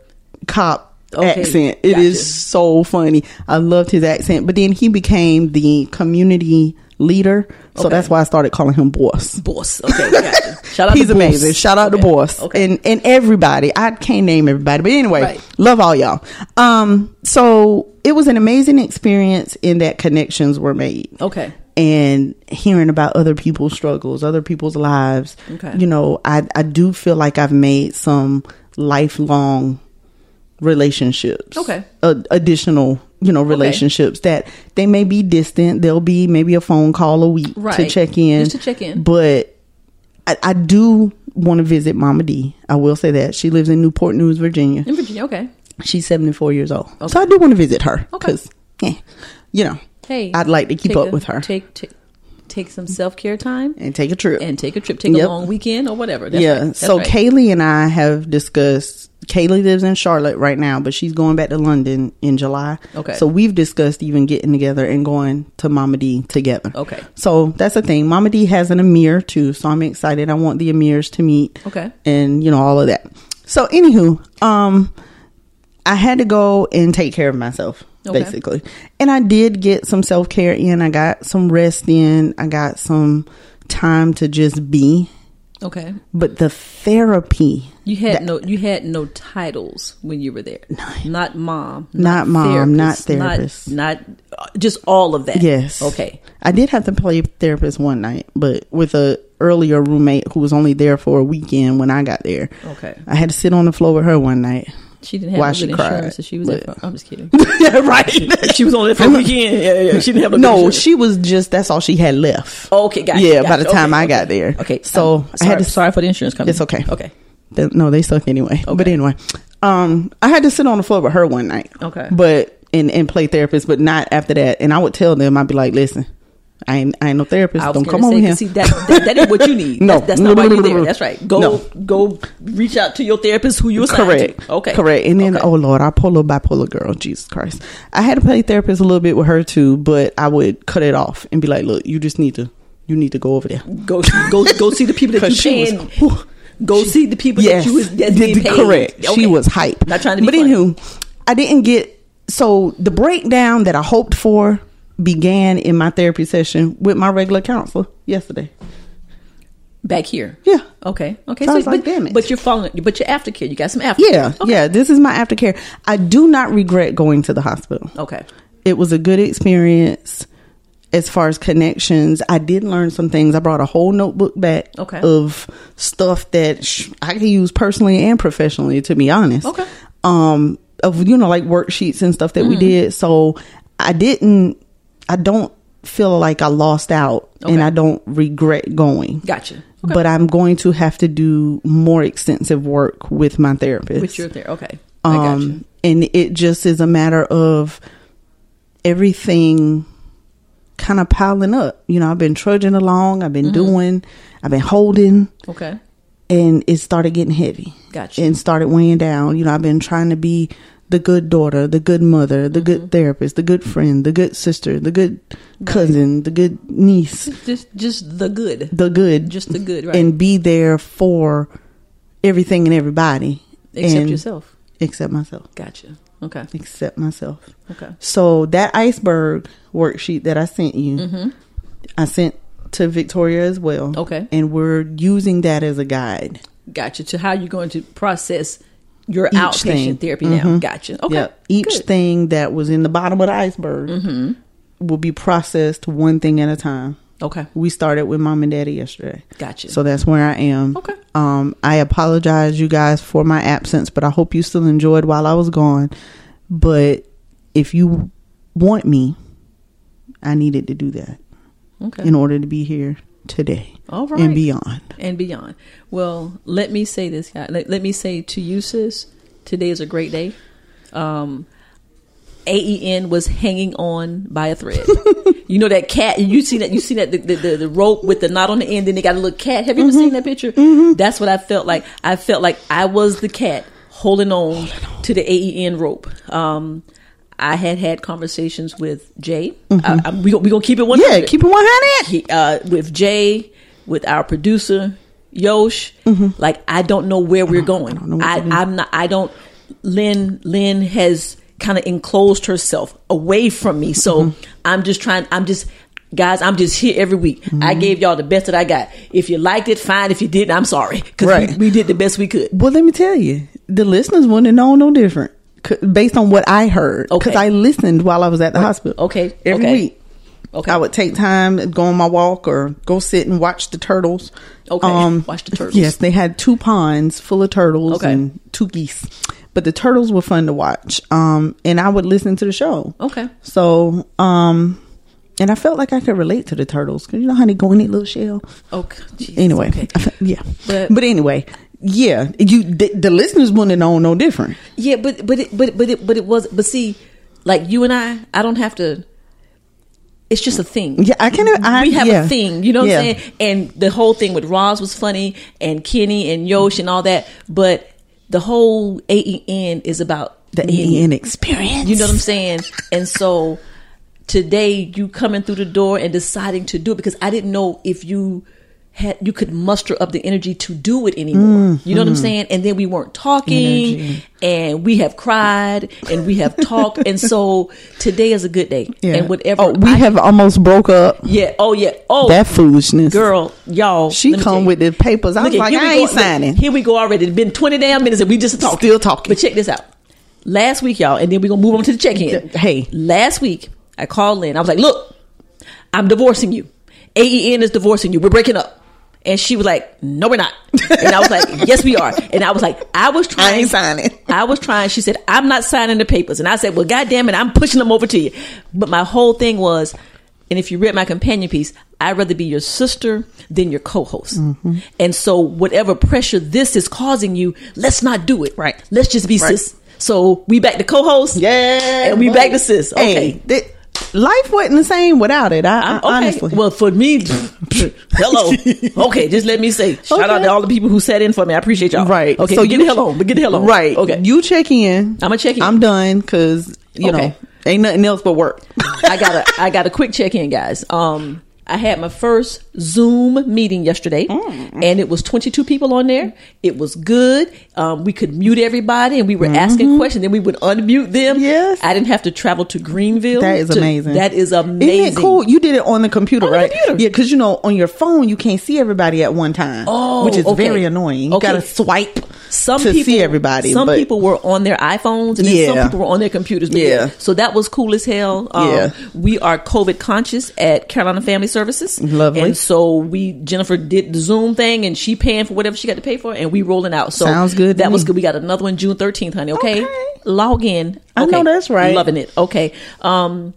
Speaker 6: cop
Speaker 5: Okay,
Speaker 6: accent. It is
Speaker 5: gotcha.
Speaker 6: so funny. I loved his accent. But then he became the community leader. So that's why I started calling him boss.
Speaker 5: boss. Okay, gotcha. Shout out
Speaker 6: He's
Speaker 5: to boss.
Speaker 6: amazing. Shout out
Speaker 5: Okay,
Speaker 6: to boss
Speaker 5: Okay.
Speaker 6: and and everybody. I can't name everybody, but anyway,
Speaker 5: Right.
Speaker 6: love all y'all. Um, so it was an amazing experience in that connections were made
Speaker 5: okay.
Speaker 6: and hearing about other people's struggles, other people's lives.
Speaker 5: Okay.
Speaker 6: You know, I, I do feel like I've made some lifelong relationships.
Speaker 5: Okay.
Speaker 6: A- additional, you know, relationships that they may be distant. There'll be maybe a phone call a week to
Speaker 5: Right.
Speaker 6: check in.
Speaker 5: Just to check in.
Speaker 6: But I, I do want to visit Mama D. I will say that. She lives in Newport News, Virginia.
Speaker 5: In Virginia. Okay.
Speaker 6: She's 74 years old. So I do want to visit her.
Speaker 5: Okay.
Speaker 6: Because, yeah, you know,
Speaker 5: Hey.
Speaker 6: I'd like to keep
Speaker 5: take
Speaker 6: up
Speaker 5: a-
Speaker 6: with her.
Speaker 5: Take, take, take some self care time
Speaker 6: and take a trip.
Speaker 5: and take a trip. Take
Speaker 6: Yep.
Speaker 5: a long weekend or whatever. That's
Speaker 6: yeah.
Speaker 5: right. That's
Speaker 6: so
Speaker 5: right.
Speaker 6: Kaylee and I have discussed. Kaylee lives in Charlotte right now, but she's going back to London in July.
Speaker 5: Okay.
Speaker 6: So we've discussed even getting together and going to Mama D together.
Speaker 5: Okay.
Speaker 6: So that's the thing. Mama D has an Amir too, so I'm excited. I want the Amirs to meet.
Speaker 5: Okay.
Speaker 6: And you know all of that. So anywho, um, I had to go and take care of myself
Speaker 5: Okay.
Speaker 6: basically, and I did get some self care in. I got some rest in. I got some time to just be
Speaker 5: Okay.
Speaker 6: but the therapy
Speaker 5: You had no you had no titles when you were there. Not mom.
Speaker 6: Not mom, not therapist.
Speaker 5: Not, not uh, just all of that.
Speaker 6: yes
Speaker 5: Okay.
Speaker 6: i did have to play therapist one night but with a earlier roommate who was only there for a weekend when i got there
Speaker 5: Okay.
Speaker 6: i had to sit on the floor with her one night
Speaker 5: She didn't have
Speaker 6: Why
Speaker 5: no
Speaker 6: she
Speaker 5: good
Speaker 6: cried,
Speaker 5: insurance, so she was.
Speaker 6: but-
Speaker 5: at- I'm just kidding.
Speaker 6: yeah right
Speaker 5: she was on it for a weekend. Yeah, yeah. She didn't have no.
Speaker 6: no
Speaker 5: insurance.
Speaker 6: she was just that's all she had left
Speaker 5: Okay, got
Speaker 6: yeah by the time i got there
Speaker 5: Okay,
Speaker 6: so
Speaker 5: um,
Speaker 6: i
Speaker 5: sorry,
Speaker 6: had to
Speaker 5: sorry for the insurance company.
Speaker 6: It's okay.
Speaker 5: Um, Okay,
Speaker 6: Th- no, they suck anyway. But anyway, um, I had to sit on the floor with her one night.
Speaker 5: Okay.
Speaker 6: But and and play therapist, but not after that. And I would tell them, I'd be like, listen, I ain't I ain't no therapist.
Speaker 5: I was
Speaker 6: Don't
Speaker 5: gonna
Speaker 6: come over
Speaker 5: say, 'cause
Speaker 6: here.
Speaker 5: See, that, that, that is what you need.
Speaker 6: No.
Speaker 5: that's, that's not why you're there. That's right. Go,
Speaker 6: No.
Speaker 5: go, reach out to your therapist who you assigned
Speaker 6: Correct.
Speaker 5: to. Okay,
Speaker 6: Correct. And then,
Speaker 5: Okay.
Speaker 6: oh Lord, our polo bipolar girl, Jesus Christ. I had to play therapist a little bit with her too, but I would cut it off and be like, look, you just need to, you need to go over there.
Speaker 5: go, go, go see the people that
Speaker 6: 'Cause
Speaker 5: you
Speaker 6: she was-
Speaker 5: paying.
Speaker 6: whew.
Speaker 5: go see the people that you was that's
Speaker 6: Did-
Speaker 5: being
Speaker 6: did-
Speaker 5: paid.
Speaker 6: Correct.
Speaker 5: Okay.
Speaker 6: She was hype.
Speaker 5: Not trying to be.
Speaker 6: But
Speaker 5: funny.
Speaker 6: anywho, I didn't get so the breakdown that I hoped for began in my therapy session with my regular counselor yesterday.
Speaker 5: back here.
Speaker 6: Yeah.
Speaker 5: Okay. Okay.
Speaker 6: So I was
Speaker 5: but,
Speaker 6: like, damn it.
Speaker 5: but you're following. But you're aftercare. You got some aftercare.
Speaker 6: Yeah,
Speaker 5: Okay.
Speaker 6: yeah. This is my aftercare. I do not regret going to the hospital.
Speaker 5: Okay.
Speaker 6: It was a good experience as far as connections. I did learn some things. I brought a whole notebook back
Speaker 5: Okay.
Speaker 6: of stuff that sh- I can use personally and professionally. To be honest,
Speaker 5: Okay. Mm.
Speaker 6: um of you know like worksheets and stuff that we did so i didn't i don't feel like i lost out and
Speaker 5: Okay.
Speaker 6: i don't regret going
Speaker 5: Gotcha. Okay.
Speaker 6: but i'm going to have to do more extensive work with my therapist
Speaker 5: with your there. Okay. I got you.
Speaker 6: um and it just is a matter of everything kind of piling up you know i've been trudging along i've been
Speaker 5: Mm-hmm.
Speaker 6: doing i've been holding
Speaker 5: Okay.
Speaker 6: and it started getting heavy.
Speaker 5: Gotcha.
Speaker 6: And started weighing down. You know, I've been trying to be the good daughter, the good mother, the
Speaker 5: Mm-hmm.
Speaker 6: good therapist, the good friend, the good sister, the good cousin, the good niece,
Speaker 5: Just, just the good.
Speaker 6: the good,
Speaker 5: Just the good, right?
Speaker 6: and be there for everything and everybody,
Speaker 5: Except
Speaker 6: And-
Speaker 5: yourself.
Speaker 6: except myself,
Speaker 5: Gotcha. Okay.
Speaker 6: except myself.
Speaker 5: Okay.
Speaker 6: So that iceberg worksheet that I sent you, I sent to Victoria as well.
Speaker 5: Mm-hmm. Okay.
Speaker 6: and we're using that as a guide.
Speaker 5: Gotcha. To how you're going to process your
Speaker 6: Each
Speaker 5: outpatient
Speaker 6: thing. Mm-hmm.
Speaker 5: therapy now. Gotcha. Okay.
Speaker 6: Yep. Each
Speaker 5: Good. Mm-hmm.
Speaker 6: thing that was in the bottom of the iceberg will be processed one thing at a time.
Speaker 5: Okay.
Speaker 6: We started with mom and daddy yesterday.
Speaker 5: Gotcha.
Speaker 6: So that's where I am.
Speaker 5: Okay.
Speaker 6: Um, I apologize, you guys, for my absence, but I hope you still enjoyed while I was gone. But if you want me, I needed to do that
Speaker 5: Okay.
Speaker 6: in order to be here today
Speaker 5: All right.
Speaker 6: and beyond.
Speaker 5: and beyond. Well, let me say this, guy. Let, let me say to you, sis, today is a great day. Um, AEN was hanging on by a thread. you know that cat, and you seen that you seen that the, the, the, the rope with the knot on the end, and they got a little cat. Have you ever seen that picture? That's what I felt like. I felt like I was the cat holding on, to the AEN rope. Um, I had had conversations with Jay. I, I, we gon- we gonna keep it one.
Speaker 6: Yeah, keep it 100.
Speaker 5: He, uh, with Jay, with our producer Yosh. Like I don't know where we're going.
Speaker 6: know what
Speaker 5: I,
Speaker 6: to do.
Speaker 5: I'm not. I don't. Lynn Lynn has kind of enclosed herself away from me. So I'm just trying. I'm just. Guys, I'm just here every week. I gave y'all the best that I got. If you liked it, fine. If you didn't, I'm sorry. Because
Speaker 6: Right.
Speaker 5: we, we did the best we could.
Speaker 6: Well, let me tell you, the listeners wouldn't have known no different c- based on what I heard. Because
Speaker 5: Okay.
Speaker 6: I listened while I was at the hospital.
Speaker 5: Okay.
Speaker 6: Every
Speaker 5: Okay.
Speaker 6: week.
Speaker 5: Okay.
Speaker 6: I would take time, go on my walk, or go sit and watch the turtles. Um,
Speaker 5: Okay. Watch the turtles.
Speaker 6: Yes, they had two ponds full of turtles
Speaker 5: Okay.
Speaker 6: and two geese. But the turtles were fun to watch. Um, and I would listen to the show.
Speaker 5: Okay.
Speaker 6: So, um, and I felt like I could relate to the turtles because you know how they go in that little shell
Speaker 5: Okay. Jesus,
Speaker 6: anyway,
Speaker 5: okay.
Speaker 6: I fe- yeah.
Speaker 5: But-
Speaker 6: But, anyway, yeah, you the, the listeners wouldn't have known no different.
Speaker 5: Yeah, but but it, but but it, but it was but see, like you and I, I don't have to. It's just a thing.
Speaker 6: Yeah, I can. I,
Speaker 5: we have
Speaker 6: Uh-huh. yeah.
Speaker 5: a thing, you know what
Speaker 6: Yeah.
Speaker 5: I'm saying? And the whole thing with Roz was funny, and Kenny and Yosh and all that, but the whole AEN is about
Speaker 6: The E
Speaker 5: me and you.
Speaker 6: alien experience.
Speaker 5: You know what I'm saying? And so today you coming through the door and deciding to do it because I didn't know if you had you could muster up the energy to do it anymore. You know what I'm saying? And then we weren't talking
Speaker 6: Mm, Energy.
Speaker 5: and we have cried and we have talked and so today is a good day.
Speaker 6: Yeah.
Speaker 5: And whatever
Speaker 6: Oh, we
Speaker 5: I-
Speaker 6: have almost broke up.
Speaker 5: Yeah, oh yeah. Oh
Speaker 6: That foolishness,
Speaker 5: girl, y'all
Speaker 6: She
Speaker 5: let me tell
Speaker 6: come
Speaker 5: you.
Speaker 6: with the papers. I
Speaker 5: Look
Speaker 6: was
Speaker 5: at-
Speaker 6: like,
Speaker 5: here we
Speaker 6: I
Speaker 5: go.
Speaker 6: ain't
Speaker 5: Look,
Speaker 6: signing.
Speaker 5: Here we go already. It's been 20 damn minutes and we just talking.
Speaker 6: Still talking.
Speaker 5: But check this out. Last week, y'all, and then we're going to move on to the check in.
Speaker 6: Hey.
Speaker 5: Last week, I called in. I was like, look, I'm divorcing you. AEN is divorcing you. We're breaking up. And she was like, no, we're not. And I was like, yes, we are. And I was like, I was trying.
Speaker 6: I ain't signing.
Speaker 5: I was trying. She said, I'm not signing the papers. And I said, well, God damn it, I'm pushing them over to you. But my whole thing was, and if you read my companion piece, I'd rather be your sister than your co host.
Speaker 6: Mm-hmm.
Speaker 5: And so, whatever pressure this is causing you, let's not do it.
Speaker 6: Right.
Speaker 5: Let's just be
Speaker 6: Right.
Speaker 5: sis. So, we back to co host.
Speaker 6: Yeah,
Speaker 5: And we
Speaker 6: boy.
Speaker 5: back to sis. Okay.
Speaker 6: Hey, th- life wasn't the same without it. I, I
Speaker 5: I'm okay.
Speaker 6: honestly.
Speaker 5: Well, for me, hello. Okay, just let me say shout out
Speaker 6: Okay.
Speaker 5: to all the people who sat in for me. I appreciate y'all.
Speaker 6: right.
Speaker 5: Okay. So get the
Speaker 6: you-
Speaker 5: hell on, but get the hell on.
Speaker 6: Right.
Speaker 5: Okay.
Speaker 6: You check in.
Speaker 5: I'ma check in.
Speaker 6: I'm done because you
Speaker 5: Okay.
Speaker 6: know ain't nothing else but work.
Speaker 5: I got a I got a quick check in, guys. Um, I had my first Zoom meeting yesterday,
Speaker 6: Mm.
Speaker 5: and it was 22 people on there. It was good. Um, we could mute everybody, and we were asking questions. Then we would unmute them.
Speaker 6: Mm-hmm. Yes.
Speaker 5: I didn't have to travel to Greenville.
Speaker 6: That is
Speaker 5: to-
Speaker 6: amazing.
Speaker 5: That is amazing.
Speaker 6: Isn't it cool? You did it on the computer,
Speaker 5: On the
Speaker 6: right?
Speaker 5: computer.
Speaker 6: Yeah, because you know, on your phone you can't see everybody at one time,
Speaker 5: Oh,
Speaker 6: which is
Speaker 5: okay.
Speaker 6: very annoying. You
Speaker 5: Okay.
Speaker 6: gotta swipe
Speaker 5: some
Speaker 6: to
Speaker 5: people
Speaker 6: see everybody.
Speaker 5: Some
Speaker 6: but-
Speaker 5: people were on their iPhones, and then some
Speaker 6: Yeah.
Speaker 5: people were on their computers. But
Speaker 6: Yeah.
Speaker 5: so that was cool as hell. Um,
Speaker 6: Yeah.
Speaker 5: we are COVID conscious at Carolina Family Services.
Speaker 6: Lovely.
Speaker 5: And so we Jennifer did the Zoom thing, and she paying for whatever she got to pay for, and we rolling out. So
Speaker 6: Sounds good to
Speaker 5: That was
Speaker 6: me.
Speaker 5: good. We got another one June thirteenth, honey. Okay?
Speaker 6: Okay.
Speaker 5: log in.
Speaker 6: I know
Speaker 5: Okay.
Speaker 6: that's right.
Speaker 5: Loving it. Okay, um,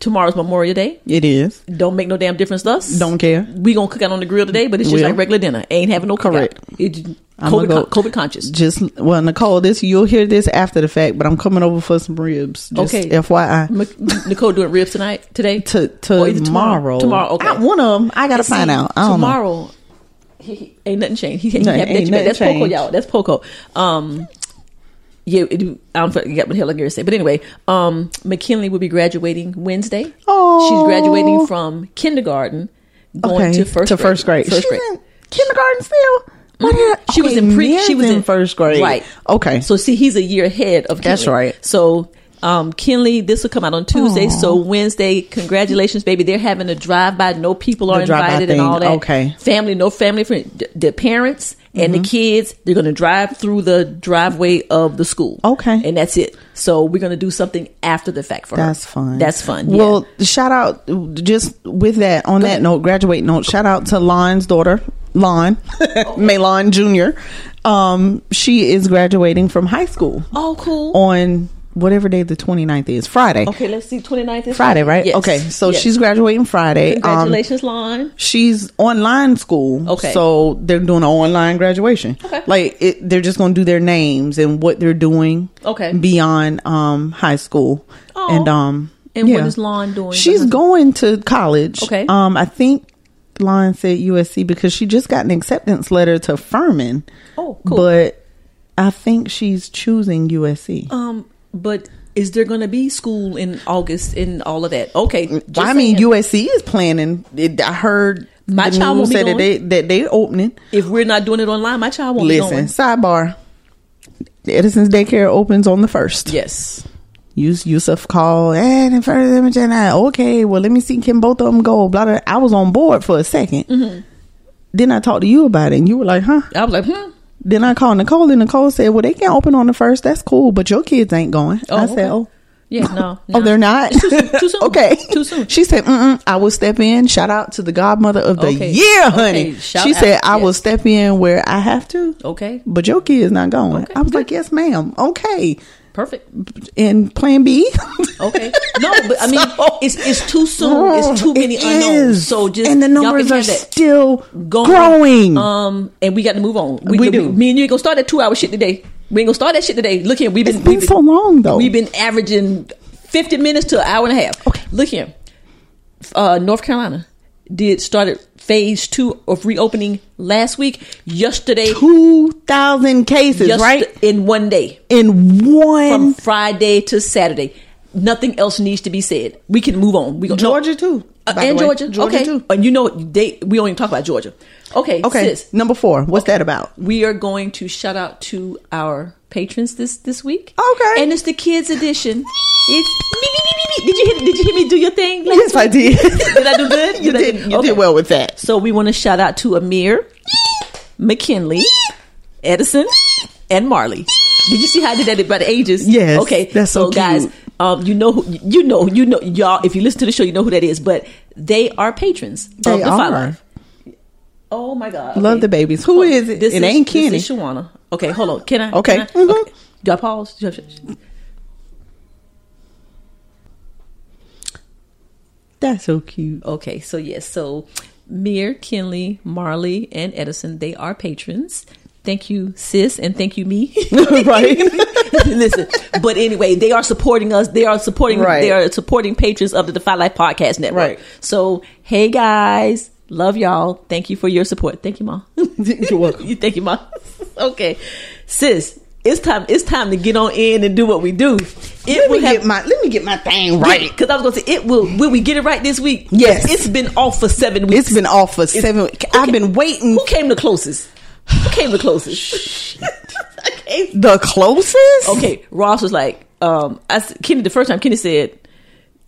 Speaker 5: tomorrow's Memorial Day.
Speaker 6: It is.
Speaker 5: Don't make no damn difference to us.
Speaker 6: Don't care.
Speaker 5: We gonna cook out on the grill today, but it's just
Speaker 6: Will.
Speaker 5: like regular dinner. Ain't having no cookout.
Speaker 6: Correct.
Speaker 5: It,
Speaker 6: I'ma
Speaker 5: COVID,
Speaker 6: go-
Speaker 5: con- COVID conscious.
Speaker 6: Just well, Nicole, this you'll hear this after the fact, but I'm coming over for some ribs. Just
Speaker 5: Okay.
Speaker 6: FYI.
Speaker 5: M- Nicole doing ribs tonight, today,
Speaker 6: To,
Speaker 5: Or either
Speaker 6: to tomorrow.
Speaker 5: tomorrow. Tomorrow, okay.
Speaker 6: I, one of them. I gotta
Speaker 5: See,
Speaker 6: find out. I don't know.
Speaker 5: tomorrow, He, he- ain't nothing changed. He, he
Speaker 6: No,
Speaker 5: have that
Speaker 6: ain't
Speaker 5: you back.
Speaker 6: nothing
Speaker 5: That's Poco,
Speaker 6: changed.
Speaker 5: y'all. That's Poco. Um, yeah, it, I don't forget what Helen Gary said, but anyway, um, McKinley will be graduating Wednesday.
Speaker 6: Aw.
Speaker 5: she's graduating from kindergarten, going to first
Speaker 6: to
Speaker 5: grade.
Speaker 6: first grade.
Speaker 5: First
Speaker 6: She's
Speaker 5: grade.
Speaker 6: in kindergarten still. What
Speaker 5: Mhm.
Speaker 6: the-
Speaker 5: She was
Speaker 6: okay,
Speaker 5: in pre.
Speaker 6: Mia's
Speaker 5: She was in,
Speaker 6: first grade.
Speaker 5: Right.
Speaker 6: Okay.
Speaker 5: So see, he's a year ahead of. Kinley.
Speaker 6: That's right.
Speaker 5: So. Um, Kinley, this will come out on Tuesday. So Wednesday, congratulations, baby. They're having a drive by. No people are
Speaker 6: The drive-by
Speaker 5: invited and
Speaker 6: thing.
Speaker 5: all that.
Speaker 6: Okay. Mm-hmm.
Speaker 5: Family, no family friend. D- the parents and the kids, they're going to drive through the driveway of the school.
Speaker 6: Okay.
Speaker 5: And that's it. So we're going to do something after the fact for her.
Speaker 6: That's fun.
Speaker 5: That's fun. yeah.
Speaker 6: Well, shout out just with that on that
Speaker 5: ahead.
Speaker 6: note, graduate note. Shout out to Lon's daughter, Lon, Malon Jr. Um, she is graduating from high school
Speaker 5: Oh, cool.
Speaker 6: on whatever day the 29th is, Friday.
Speaker 5: Okay, let's see. 29th is
Speaker 6: Friday, right?
Speaker 5: Yes.
Speaker 6: Okay, so
Speaker 5: Yes.
Speaker 6: she's graduating Friday. Um,
Speaker 5: Congratulations, Lon.
Speaker 6: she's online school.
Speaker 5: Okay.
Speaker 6: So they're doing an online graduation.
Speaker 5: Okay.
Speaker 6: Like it, they're just going to do their names and what they're doing.
Speaker 5: Okay.
Speaker 6: Beyond um high school.
Speaker 5: Oh.
Speaker 6: And um.
Speaker 5: And what is Lon doing?
Speaker 6: She's
Speaker 5: Because-
Speaker 6: going to college.
Speaker 5: Okay.
Speaker 6: Um, I think Lon said USC because she just got an acceptance letter to Furman.
Speaker 5: Oh, cool.
Speaker 6: But I think she's choosing USC.
Speaker 5: Um, but is there going to be school in August and all of that? Okay. just
Speaker 6: Well, Mm, I mean,
Speaker 5: saying.
Speaker 6: USC is planning. It, I heard
Speaker 5: My
Speaker 6: the
Speaker 5: child
Speaker 6: news
Speaker 5: won't be
Speaker 6: said that
Speaker 5: going.
Speaker 6: they that they opening.
Speaker 5: If we're not doing it online, my child won't be
Speaker 6: Listen,
Speaker 5: going.
Speaker 6: sidebar. Edison's daycare opens on the first.
Speaker 5: Yes.
Speaker 6: Yus- Yusuf called and in front of them and I okay, well let me see can both of them go. Blah, blah. I was on board for a 2nd
Speaker 5: Mm-hmm.
Speaker 6: Then I talked to you about it and you were like, huh?
Speaker 5: I was like, hmm.
Speaker 6: Then I called Nicole and Nicole said, Well, they can open on the first, that's cool, but your kids ain't going.
Speaker 5: Oh,
Speaker 6: I said,
Speaker 5: okay.
Speaker 6: Oh,
Speaker 5: Yeah, no.
Speaker 6: Oh,
Speaker 5: no.
Speaker 6: they're not.
Speaker 5: It's too soon. Too soon.
Speaker 6: okay,
Speaker 5: Too soon.
Speaker 6: She said, Mm-mm, "I will step in." Shout out to the godmother of the
Speaker 5: Okay.
Speaker 6: year,
Speaker 5: Okay,
Speaker 6: honey. She
Speaker 5: shout out.
Speaker 6: said, "I will
Speaker 5: Yes.
Speaker 6: step in where I have to."
Speaker 5: Okay.
Speaker 6: But your kid is not going.
Speaker 5: Okay,
Speaker 6: I was
Speaker 5: good.
Speaker 6: like, "Yes, ma'am." Okay,
Speaker 5: Perfect.
Speaker 6: and Plan B.
Speaker 5: Okay. No, but I mean,
Speaker 6: So-
Speaker 5: it's it's too soon. Oh, It's too many
Speaker 6: It
Speaker 5: unknowns.
Speaker 6: is.
Speaker 5: So just
Speaker 6: and the
Speaker 5: y'all can
Speaker 6: numbers are
Speaker 5: have that.
Speaker 6: still growing.
Speaker 5: Um, and we got to move on.
Speaker 6: We do.
Speaker 5: me and you ain't gonna start that two hour shit today. We ain't gonna start that shit today. Look here, we've been,
Speaker 6: It's been
Speaker 5: we've
Speaker 6: so long, though.
Speaker 5: We've been averaging fifty minutes to an hour and a half.
Speaker 6: Okay.
Speaker 5: look here. Uh, North Carolina did started phase two of reopening last week. Yesterday,
Speaker 6: Two thousand cases,
Speaker 5: just
Speaker 6: right?
Speaker 5: in one day
Speaker 6: In
Speaker 5: from
Speaker 6: one
Speaker 5: Friday to Saturday. Nothing else needs to be said. We can move on. We go, no.
Speaker 6: Georgia too.
Speaker 5: Uh,
Speaker 6: by the
Speaker 5: and
Speaker 6: way.
Speaker 5: Georgia.
Speaker 6: Georgia
Speaker 5: okay.
Speaker 6: too.
Speaker 5: And you know what? They we don't even talk about Georgia. Okay.
Speaker 6: Okay,
Speaker 5: sis,
Speaker 6: number four. What's that about?
Speaker 5: we are going to shout out to our patrons this this week.
Speaker 6: Okay.
Speaker 5: And it's the kids edition. It's me, me, me, me, me. Did you hear, did you hear me do your thing? last
Speaker 6: Yes, I
Speaker 5: week?
Speaker 6: did.
Speaker 5: Did I do good?
Speaker 6: you
Speaker 5: I-
Speaker 6: did. You
Speaker 5: okay.
Speaker 6: did well with that.
Speaker 5: So we want to shout out to Amir, McKinley, Edison, and Marley. Did you see how I did that by the ages?
Speaker 6: Yes,
Speaker 5: Okay.
Speaker 6: that's so cute.
Speaker 5: guys, um, you know, who, you know, you know, y'all. If you listen to the show, you know who that is. But they are patrons.
Speaker 6: They
Speaker 5: of the Five
Speaker 6: are.
Speaker 5: Live. Oh my God!
Speaker 6: Love the babies. Who
Speaker 5: Hold on.
Speaker 6: is it?
Speaker 5: This
Speaker 6: It ain't Kenny.
Speaker 5: This is Shawana. Okay, hold on. Can I?
Speaker 6: Okay.
Speaker 5: Can I?
Speaker 6: Mhm.
Speaker 5: okay. Do I pause? Do I-
Speaker 6: That's so cute.
Speaker 5: Okay, so yes, so Mir, Kinley, Marley, and Edison, they are patrons. Thank you, sis, and thank you, me.
Speaker 6: right?
Speaker 5: Listen, but anyway, they are supporting us. They are supporting.
Speaker 6: Right.
Speaker 5: They are supporting patrons of the Defy Life Podcast Network.
Speaker 6: Right.
Speaker 5: So, hey guys, love y'all. Thank you for your support. Thank you, mom.
Speaker 6: You're welcome.
Speaker 5: you thank you, mom. okay, sis, it's time. It's time to get on in and do what we do. It
Speaker 6: Let
Speaker 5: will
Speaker 6: me
Speaker 5: have
Speaker 6: get my let me get my thing right.
Speaker 5: because I was going to say it will. Will we get it right this week?
Speaker 6: Yes.
Speaker 5: it's been off for seven weeks.
Speaker 6: It's been off for seven. I've been waiting.
Speaker 5: Who came the closest? Who came the closest? okay.
Speaker 6: The closest.
Speaker 5: Okay. Ross was like, um, I s- Kenny. The first time Kenny said,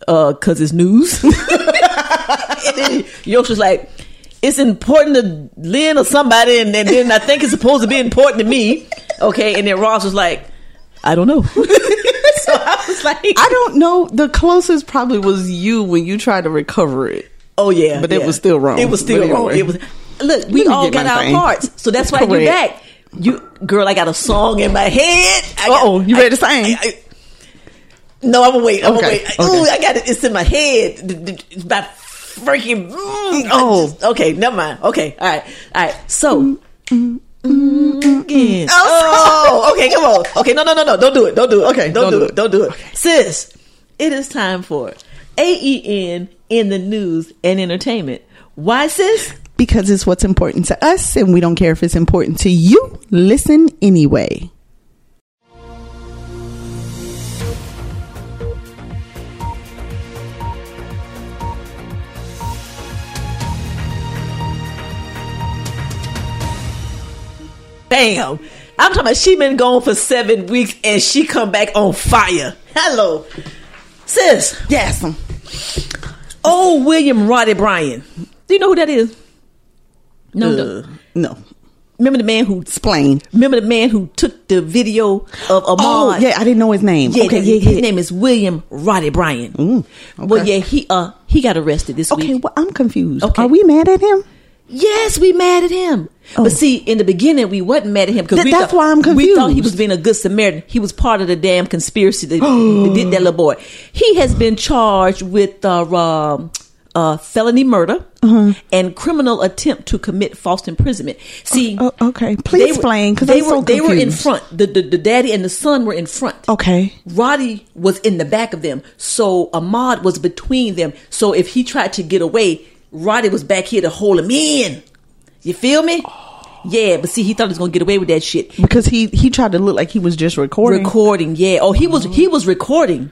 Speaker 5: uh, "Cause it's news." and then Yosh was like, "It's important to Lynn or somebody," and then, then I think it's supposed to be important to me. Okay. And then Ross was like, "I don't know." so I was like,
Speaker 6: I don't know. The closest probably was you when you tried to recover it.
Speaker 5: Oh yeah,
Speaker 6: But it
Speaker 5: yeah.
Speaker 6: was still wrong.
Speaker 5: It was still
Speaker 6: But
Speaker 5: wrong.
Speaker 6: anyway.
Speaker 5: It was. Look, we
Speaker 6: me
Speaker 5: all
Speaker 6: get
Speaker 5: got
Speaker 6: my
Speaker 5: our
Speaker 6: thing.
Speaker 5: parts, so that's why you're
Speaker 6: Correct.
Speaker 5: back. You girl, I got a song in my head. I got-
Speaker 6: Uh-oh, you ready to
Speaker 5: I-
Speaker 6: sing?
Speaker 5: I- I- no, I'm gonna wait. I'm
Speaker 6: Okay,
Speaker 5: gonna wait.
Speaker 6: okay.
Speaker 5: Ooh, I got it. It's in my head. D- d- It's my freaking. mm, I
Speaker 6: Oh. Mm-hmm.
Speaker 5: just- okay. Never mind. Okay, all right, all right. So. Again. Oh, okay, come on. Okay, no, no, no, no. Don't do it. Don't do it. Okay, don't, do, it. Don't do it. Sis, it is time for AEN in the news and entertainment. Why, sis?
Speaker 6: Because it's what's important to us, and we don't care if it's important to you. Listen anyway.
Speaker 5: Bam. I'm talking about she been gone for seven weeks and she come back on fire. Hello. Sis,
Speaker 6: Yes.
Speaker 5: old William Roddy Bryan. Do you know who that is? No, no.
Speaker 6: No.
Speaker 5: Remember the man who
Speaker 6: Explain.
Speaker 5: remember the man who took the video of Ahmad?
Speaker 6: Oh, yeah. I didn't know his name.
Speaker 5: Yeah,
Speaker 6: okay.
Speaker 5: yeah,
Speaker 6: Yeah.
Speaker 5: his name is William Roddy Bryan. Well, yeah, he uh he got arrested this
Speaker 6: Okay.
Speaker 5: week.
Speaker 6: Well, I'm confused.
Speaker 5: Okay.
Speaker 6: Are we mad at him?
Speaker 5: Yes, we mad at him. But see, in the beginning, we wasn't mad at him because
Speaker 6: Oh. Th- that's why I'm
Speaker 5: We thought he
Speaker 6: confused.
Speaker 5: was being a good Samaritan. He was part of the damn conspiracy that, that did that little boy. He has been charged with uh, um, uh, felony murder
Speaker 6: Uh-huh.
Speaker 5: and criminal attempt to commit false imprisonment. See,
Speaker 6: Oh, okay. Please
Speaker 5: they were-
Speaker 6: explain, 'cause
Speaker 5: they
Speaker 6: I'm
Speaker 5: were
Speaker 6: so
Speaker 5: they were in
Speaker 6: confused.
Speaker 5: front. The, the the daddy and the son were in front.
Speaker 6: Okay.
Speaker 5: Roddy was in the back of them. So Ahmad was between them. So if he tried to get away, Roddy was back here to hold him in. You feel me? Yeah, but see, he thought he was gonna get away with that shit.
Speaker 6: Because he he tried to look like he was just recording.
Speaker 5: Recording, yeah. Oh, he was he was recording,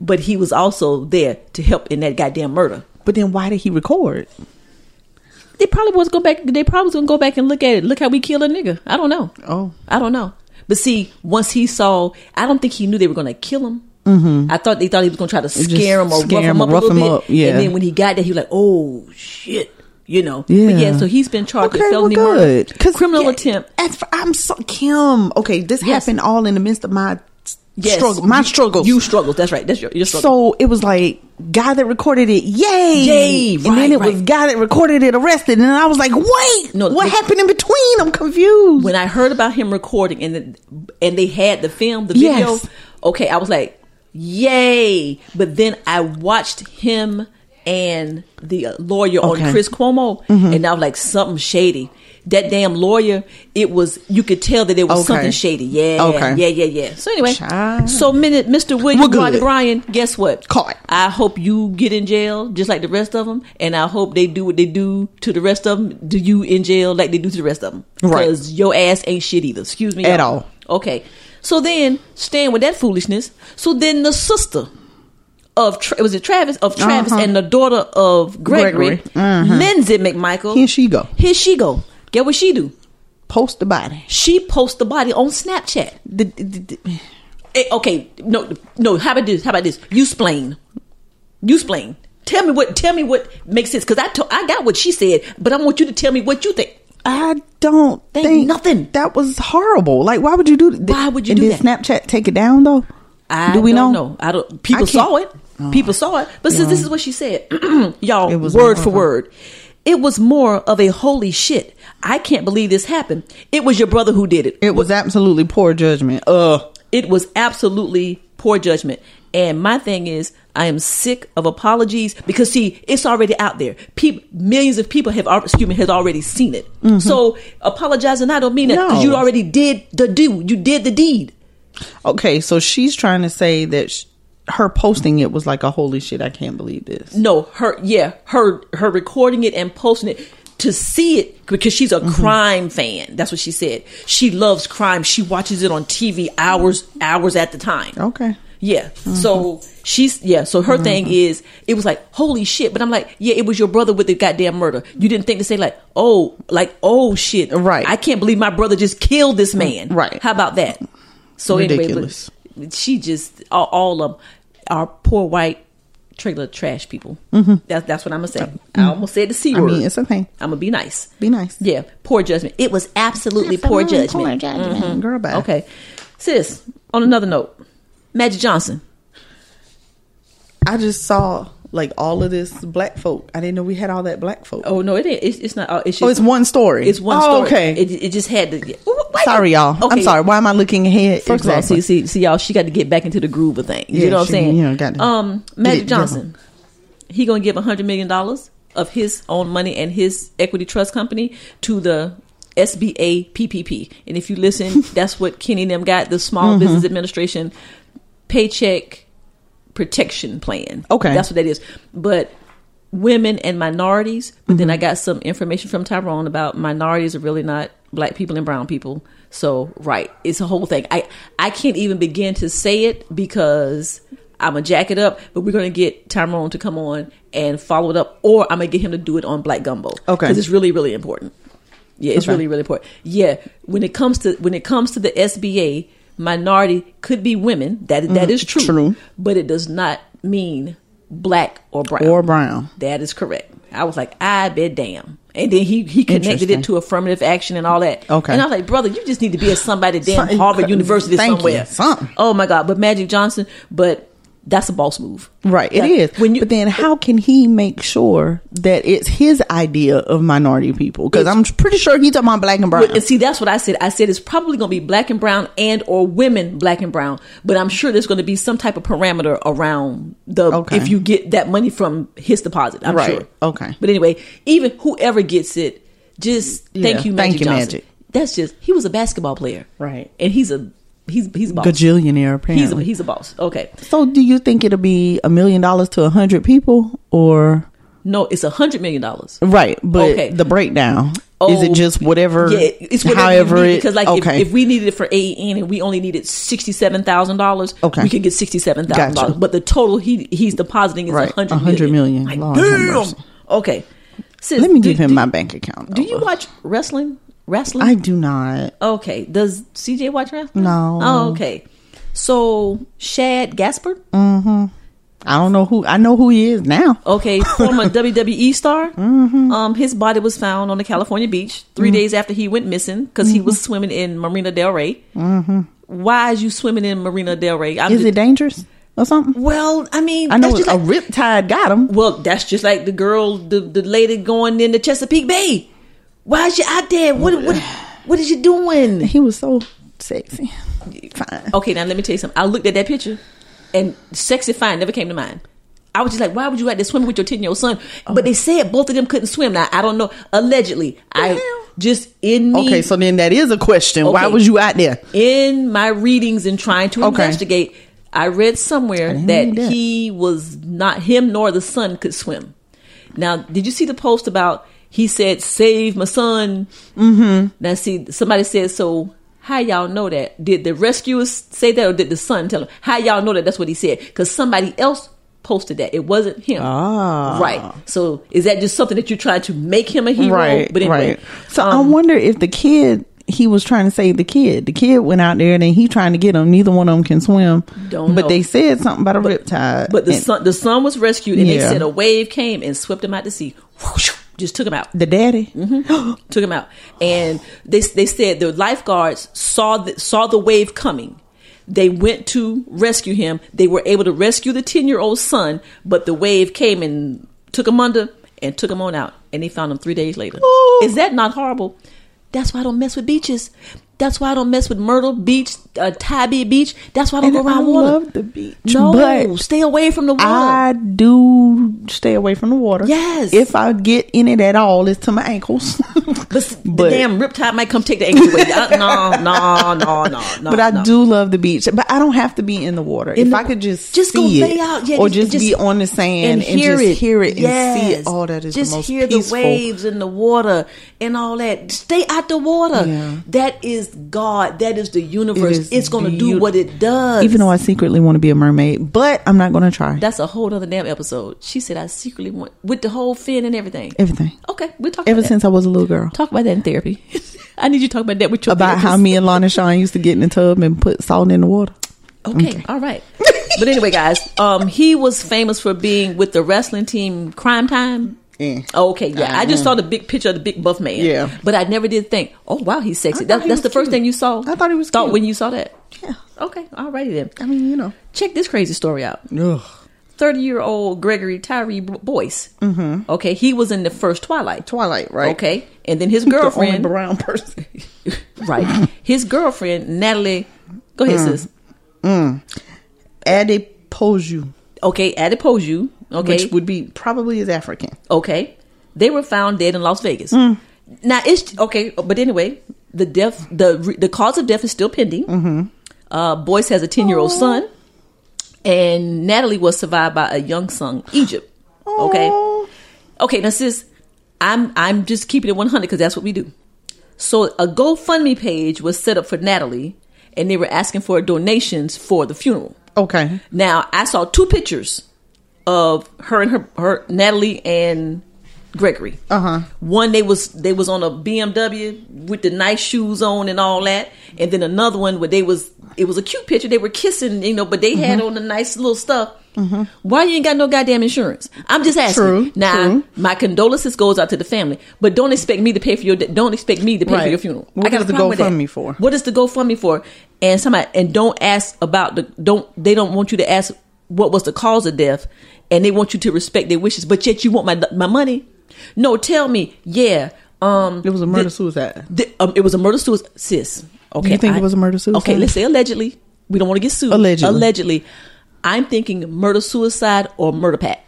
Speaker 5: but he was also there to help in that goddamn murder.
Speaker 6: but then why did he record?
Speaker 5: They probably was go back. They probably was gonna go back and look at it. Look how we kill a nigga. I don't know.
Speaker 6: Oh.
Speaker 5: I don't know. But see, once he saw, I don't think he knew they were gonna kill him. Mm-hmm. I thought they thought he was gonna try to scare him or
Speaker 6: scare
Speaker 5: rough him,
Speaker 6: him,
Speaker 5: up
Speaker 6: rough
Speaker 5: a little
Speaker 6: him
Speaker 5: bit.
Speaker 6: up, yeah.
Speaker 5: And then when he got there, he was like, "Oh shit," you know.
Speaker 6: Yeah.
Speaker 5: But yeah. So he's been charged with felony murder, criminal attempt.
Speaker 6: As for, I'm so Kim. Okay, this
Speaker 5: Yes.
Speaker 6: happened all in the midst of my s-
Speaker 5: Yes.
Speaker 6: struggle. My
Speaker 5: You-
Speaker 6: struggles.
Speaker 5: You struggled. That's right. That's your, your struggle.
Speaker 6: so it was like guy that recorded it, yay,
Speaker 5: Yay,
Speaker 6: and
Speaker 5: right,
Speaker 6: then it was
Speaker 5: right.
Speaker 6: guy that recorded it arrested, and I was like, wait,
Speaker 5: No,
Speaker 6: what
Speaker 5: the-
Speaker 6: happened in between? I'm confused.
Speaker 5: when I heard about him recording and the, and they had the film, the
Speaker 6: Yes.
Speaker 5: video, okay, I was like, "Yay!" But then I watched him and the uh, lawyer
Speaker 6: Okay. Mm-hmm.
Speaker 5: on Chris Cuomo, and I was like, "Something shady." That damn lawyer, it was you could tell that there was
Speaker 6: Okay.
Speaker 5: something shady. Yeah,
Speaker 6: Okay.
Speaker 5: yeah, yeah, yeah. So anyway,
Speaker 6: Child.
Speaker 5: so minute, Mr.
Speaker 6: We're
Speaker 5: William
Speaker 6: good.
Speaker 5: Rodney Bryan, guess what?
Speaker 6: Caught.
Speaker 5: I hope you get in jail just like the rest of them, and I hope they do what they do to the rest of them. Do you in jail like they do to the rest of them?
Speaker 6: Right.
Speaker 5: Because your ass ain't shit either. Excuse me.
Speaker 6: At
Speaker 5: y'all. Okay. So then, staying with that foolishness. So then, the sister of Tra- was it Travis of Travis
Speaker 6: Uh-huh.
Speaker 5: and the daughter of Gregory,
Speaker 6: Gregory. Mhm.
Speaker 5: Lindsay McMichael.
Speaker 6: Here she go.
Speaker 5: Here she go. Get what she do?
Speaker 6: Post the body.
Speaker 5: She posts the body on Snapchat.
Speaker 6: The- the- the- the-
Speaker 5: Eh, okay, no, no. How about this? How about this? You explain. You explain. Tell me what. Tell me what makes sense. Because I to, I got what she said, but I want you to tell me what you think.
Speaker 6: I don't
Speaker 5: They
Speaker 6: think
Speaker 5: nothing.
Speaker 6: That was horrible. Like, why would you do? that?
Speaker 5: Why would you
Speaker 6: and
Speaker 5: do
Speaker 6: did
Speaker 5: that?
Speaker 6: Snapchat take it down though?
Speaker 5: I
Speaker 6: do we
Speaker 5: don't
Speaker 6: know?
Speaker 5: I don't. People
Speaker 6: I can't-
Speaker 5: saw it. People saw it. But since this is what she said, y'all,
Speaker 6: It was
Speaker 5: word for
Speaker 6: horrible.
Speaker 5: word, it was more of a holy shit. I can't believe this happened. It was your brother who did it.
Speaker 6: It was absolutely poor judgment. Uh,
Speaker 5: it was absolutely poor judgment. And my thing is, I am sick of apologies because see, it's already out there. Peop millions of people have, al- excuse me, has already seen it. So apologizing, I don't mean that because
Speaker 6: Mm-hmm. No.
Speaker 5: you already did the do, you did the deed.
Speaker 6: okay, so she's trying to say that sh- her posting it was like a holy shit. I can't believe this.
Speaker 5: No, her, yeah, her, her recording it and posting it to see it because she's
Speaker 6: Mm-hmm.
Speaker 5: a crime fan. That's what she said. She loves crime. She watches it on TV hours, hours at the time.
Speaker 6: Okay,
Speaker 5: Yeah.
Speaker 6: Mm-hmm.
Speaker 5: So she's yeah. So her thing is it was like holy shit, but I'm like yeah, it was your brother with the goddamn murder. You didn't think to say like oh like oh shit
Speaker 6: Right.
Speaker 5: I can't believe my brother just killed this man.
Speaker 6: Right.
Speaker 5: How about that? So
Speaker 6: Ridiculous.
Speaker 5: anyway, but she just all, all of our poor white trailer trash people. That's that's what I'm gonna say. I almost said the c
Speaker 6: Mm-hmm. I
Speaker 5: word.
Speaker 6: mean it's okay.
Speaker 5: I'm gonna be nice.
Speaker 6: Be nice.
Speaker 5: Yeah. Poor judgment. It was absolutely poor judgment. Mm-hmm.
Speaker 6: Poor judgment, Mm-hmm. girl. Bye.
Speaker 5: Okay. Sis, on another note, Magic Johnson.
Speaker 6: I just saw like all of this black folk. I didn't know we had all that black folk.
Speaker 5: Oh no, it ain't. It's, it's not. uh, It's just,
Speaker 6: Oh, it's one story.
Speaker 5: It's one
Speaker 6: Oh,
Speaker 5: story.
Speaker 6: okay.
Speaker 5: It, it just had to. Get, Ooh, why
Speaker 6: sorry,
Speaker 5: you-
Speaker 6: y'all. I'm
Speaker 5: Okay.
Speaker 6: sorry. Why am I looking ahead?
Speaker 5: First of all, see,
Speaker 6: Exactly.
Speaker 5: see, see, y'all. She got to get back into the groove of things. you
Speaker 6: Yeah,
Speaker 5: know what
Speaker 6: she,
Speaker 5: I'm saying?
Speaker 6: you know, got to
Speaker 5: um,
Speaker 6: get
Speaker 5: Magic
Speaker 6: it
Speaker 5: Johnson. He gonna give hundred million dollars of his own money and his equity trust company to the SBA PPP. And if you listen, that's what Kenny and them got the Small
Speaker 6: Mm-hmm.
Speaker 5: Business Administration Paycheck Protection Plan.
Speaker 6: Okay.
Speaker 5: that's what that is. But women and minorities. But then
Speaker 6: Mm-hmm.
Speaker 5: I got some information from Tyrone about minorities are really not black people and brown people. So right, it's a whole thing. I I can't even begin to say it because I'm gonna jack it up. But we're gonna get Tyrone to come on and follow it up, or I'm gonna get him to do it on Black Gumbo.
Speaker 6: Okay.
Speaker 5: because it's really really important. Yeah, it's
Speaker 6: Okay.
Speaker 5: really really important. Yeah, when it comes to when it comes to the SBA, minority could be women. That that is true.
Speaker 6: Mm-hmm. true.
Speaker 5: but it does not mean black or brown.
Speaker 6: or brown.
Speaker 5: That is correct. I was like, I bet damn. And then he, he connected
Speaker 6: Interesting.
Speaker 5: it to affirmative action and all that.
Speaker 6: Okay.
Speaker 5: And I was like, brother, you just need to be at somebody damn
Speaker 6: Something-
Speaker 5: Harvard University
Speaker 6: Thank you.
Speaker 5: somewhere.
Speaker 6: Something.
Speaker 5: Oh my God. But Magic Johnson, but that's a boss move.
Speaker 6: Right, it
Speaker 5: That-
Speaker 6: is.
Speaker 5: When you
Speaker 6: but then, how can he make sure that it's his idea of minority people? Because I'm pretty sure he's talking about black and brown.
Speaker 5: Well, and see, that's what I said. I said it's probably going to be black and brown and or women black and brown, but I'm sure there's going to be some type of parameter around the
Speaker 6: Okay.
Speaker 5: if you get that money from his deposit. I'm
Speaker 6: Right.
Speaker 5: sure.
Speaker 6: Okay.
Speaker 5: But anyway, even whoever gets it, just thank you, Magic
Speaker 6: Thank you,
Speaker 5: Johnson.
Speaker 6: Magic.
Speaker 5: That's just he was a basketball player,
Speaker 6: Right.
Speaker 5: And he's a he's he's a boss.
Speaker 6: Gajillionaire, apparently.
Speaker 5: He's a, he's a boss. Okay.
Speaker 6: so, do you think it'll be a million dollars to a hundred people, or
Speaker 5: No, it's a hundred million dollars.
Speaker 6: right? But
Speaker 5: Okay.
Speaker 6: the breakdown is it
Speaker 5: Oh,
Speaker 6: just whatever?
Speaker 5: Yeah, it's whatever
Speaker 6: however
Speaker 5: you need,
Speaker 6: it-
Speaker 5: because like
Speaker 6: okay.
Speaker 5: if, if we needed it for AEN and we only needed sixty seven thousand dollars,
Speaker 6: Okay.
Speaker 5: we could get sixty seven thousand
Speaker 6: Gotcha.
Speaker 5: dollars. But the total he he's depositing is
Speaker 6: Right,
Speaker 5: a hundred
Speaker 6: 100 million.
Speaker 5: Like,
Speaker 6: Lord have
Speaker 5: damn.
Speaker 6: mercy.
Speaker 5: Okay. Sis,
Speaker 6: let me
Speaker 5: do-
Speaker 6: give him
Speaker 5: do-
Speaker 6: my bank account.
Speaker 5: Do you
Speaker 6: number.
Speaker 5: watch wrestling? Wrestling?
Speaker 6: I do not.
Speaker 5: Okay. Does CJ watch wrestling?
Speaker 6: No.
Speaker 5: Oh, okay. So Shad Gaspard,
Speaker 6: I don't know who. I know who he is now.
Speaker 5: okay, former WWE star.
Speaker 6: Mm-hmm.
Speaker 5: Um, his body was found on the California beach
Speaker 6: Mm.
Speaker 5: 3 days after he went missing because he
Speaker 6: Mm-hmm.
Speaker 5: was swimming in Marina Del Rey. Why is you swimming in Marina Del Rey? I'm
Speaker 6: Is
Speaker 5: ju-
Speaker 6: it dangerous or something?
Speaker 5: well, I mean,
Speaker 6: I know
Speaker 5: that's just
Speaker 6: a
Speaker 5: like-
Speaker 6: rip tide got him.
Speaker 5: well, that's just like the girl, the, the lady going in the Chesapeake Bay. Why is you out there? What what what is you doing?
Speaker 6: He was so sexy. Fine.
Speaker 5: Okay, now let me tell you something. I looked at that picture, and sexy fine never came to mind. I was just like, why would you out there swimming with your ten year old son?
Speaker 6: Oh.
Speaker 5: But they said both of them couldn't swim. Now I don't know. Allegedly, I
Speaker 6: hell?
Speaker 5: just in me.
Speaker 6: Okay, so then that is a question. Why
Speaker 5: Okay.
Speaker 6: was you out there?
Speaker 5: in my readings and trying to
Speaker 6: Okay.
Speaker 5: investigate, I read somewhere
Speaker 6: didn't
Speaker 5: that,
Speaker 6: read that.
Speaker 5: he was not him nor the son could swim. Now, did you see the post about he said save my son? Mm-hmm. Now, see, somebody said so. How y'all know that? Did the rescuers say that, or did the son tell him? How y'all know that? That's what he said because somebody else posted that. It wasn't him. Ah. Right. So is that just something that you try to make him a hero?
Speaker 6: Right,
Speaker 5: But anyway, um,
Speaker 6: right. So I wonder if the kid he was trying to save the kid. The kid went out there and then he trying to get him. Neither one of them can swim.
Speaker 5: Don't
Speaker 6: but
Speaker 5: know.
Speaker 6: they said something about a riptide.
Speaker 5: But the
Speaker 6: And
Speaker 5: son, the son was rescued, and they
Speaker 6: Yeah.
Speaker 5: said a wave came and swept him out to sea. Whoosh, just took him out.
Speaker 6: the daddy.
Speaker 5: Mm-hmm. Took him out, and they they said the lifeguards saw the, saw the wave coming. They went to rescue him. They were able to rescue the ten year old son, but the wave came and took him under and took him on out. And they found him three days later. Is that not horrible? That's why I don't mess with beaches. That's why I don't mess with Myrtle Beach, uh, Tybee Beach. That's why I don't
Speaker 6: And
Speaker 5: go around
Speaker 6: I
Speaker 5: water.
Speaker 6: love the beach,
Speaker 5: No,
Speaker 6: but
Speaker 5: stay away from the water.
Speaker 6: I do stay away from the water.
Speaker 5: Yes.
Speaker 6: If I get in it at all, it's to my ankles.
Speaker 5: But, s- the
Speaker 6: But-
Speaker 5: damn riptide might come take the ankle away. Uh, No, no, no, no, no.
Speaker 6: but I
Speaker 5: no.
Speaker 6: do love the beach. But I don't have to be in the water. if
Speaker 5: the-
Speaker 6: I could just
Speaker 5: just go
Speaker 6: see
Speaker 5: lay
Speaker 6: it,
Speaker 5: out, yeah,
Speaker 6: or
Speaker 5: just-
Speaker 6: just,
Speaker 5: just-
Speaker 6: be on the sand and, just hear it and see it. Oh, that is
Speaker 5: just
Speaker 6: the most
Speaker 5: hear
Speaker 6: peaceful.
Speaker 5: the waves and the water and all that. Stay out the water.
Speaker 6: Yeah.
Speaker 5: That is God. That is the universe.
Speaker 6: is
Speaker 5: it's going to do
Speaker 6: beaut-
Speaker 5: what it does.
Speaker 6: Even though I secretly want to be a mermaid, but I'm not going to try
Speaker 5: that's a whole other damn episode. She said I secretly want with the whole fin and everything.
Speaker 6: everything.
Speaker 5: Okay, we'll talk.
Speaker 6: Ever
Speaker 5: about
Speaker 6: since I was a little girl,
Speaker 5: that. talk about that in therapy. I need you to talk about that with your
Speaker 6: about how
Speaker 5: therapist.
Speaker 6: me and Lana Sean used to get in the tub and put salt in the water.
Speaker 5: Okay, all right. but anyway, guys, um, he was famous for being with the wrestling team Crime Time. Oh, Okay, yeah. I just saw the big picture of the big buff man.
Speaker 6: Uh-huh. Yeah.
Speaker 5: but I never did think, oh wow, he's sexy.
Speaker 6: I
Speaker 5: That,
Speaker 6: thought he
Speaker 5: that's
Speaker 6: was
Speaker 5: the first
Speaker 6: cute.
Speaker 5: thing you saw.
Speaker 6: I thought he was
Speaker 5: Thought
Speaker 6: cute.
Speaker 5: when you saw that.
Speaker 6: Yeah,
Speaker 5: Okay, all righty then.
Speaker 6: I mean, you know,
Speaker 5: Check this crazy story out.
Speaker 6: ugh,
Speaker 5: Thirty-year-old Gregory Tyree B- Boyce. Mm-hmm. Okay, he was in the first Twilight.
Speaker 6: Twilight, right?
Speaker 5: Okay, and then his
Speaker 6: the only
Speaker 5: girlfriend,
Speaker 6: brown person.
Speaker 5: right? His girlfriend Natalie. Go ahead,
Speaker 6: Mm.
Speaker 5: sis.
Speaker 6: Adiposu,
Speaker 5: Okay, Adiposu. Okay,
Speaker 6: which would be probably is African.
Speaker 5: Okay. They were found dead in Las Vegas. Now it's okay, but anyway, the death, the the cause of death is still pending. Mm-hmm. Uh, Boyce has a ten year old son, and Natalie was survived by a young son, Egypt. Okay, okay. Now, sis, I'm I'm just keeping it one hundred because that's what we do. So a GoFundMe page was set up for Natalie, and they were asking for donations for the funeral.
Speaker 6: Okay,
Speaker 5: Now I saw two pictures of her and her, her Natalie and Gregory. Uh
Speaker 6: Uh-huh.
Speaker 5: huh. One they was they was on a BMW with the nice shoes on and all that, and then another one where they was it was a cute picture. They were kissing, you know, but
Speaker 6: Mm-hmm.
Speaker 5: they had on the nice little stuff. Why you ain't got no goddamn insurance? I'm just asking.
Speaker 6: True,
Speaker 5: Now
Speaker 6: true.
Speaker 5: my condolences goes out to the family, but don't expect me to pay for your don't expect me to pay for
Speaker 6: Right.
Speaker 5: your funeral.
Speaker 6: What
Speaker 5: I got
Speaker 6: is
Speaker 5: a
Speaker 6: the
Speaker 5: problem with that.
Speaker 6: GoFundMe for?
Speaker 5: What is the GoFundMe for? And somebody and don't ask about the don't they don't want you to ask what was the cause of death and they want you to respect their wishes, but yet you want my my money. No, tell me, yeah. Um,
Speaker 6: It was a murder suicide.
Speaker 5: the- um, it was a murder suicide, sis. Okay,
Speaker 6: You think it was a murder suicide?
Speaker 5: Okay, let's say allegedly. We don't want to get sued.
Speaker 6: Allegedly.
Speaker 5: allegedly. I'm thinking murder suicide or murder pact.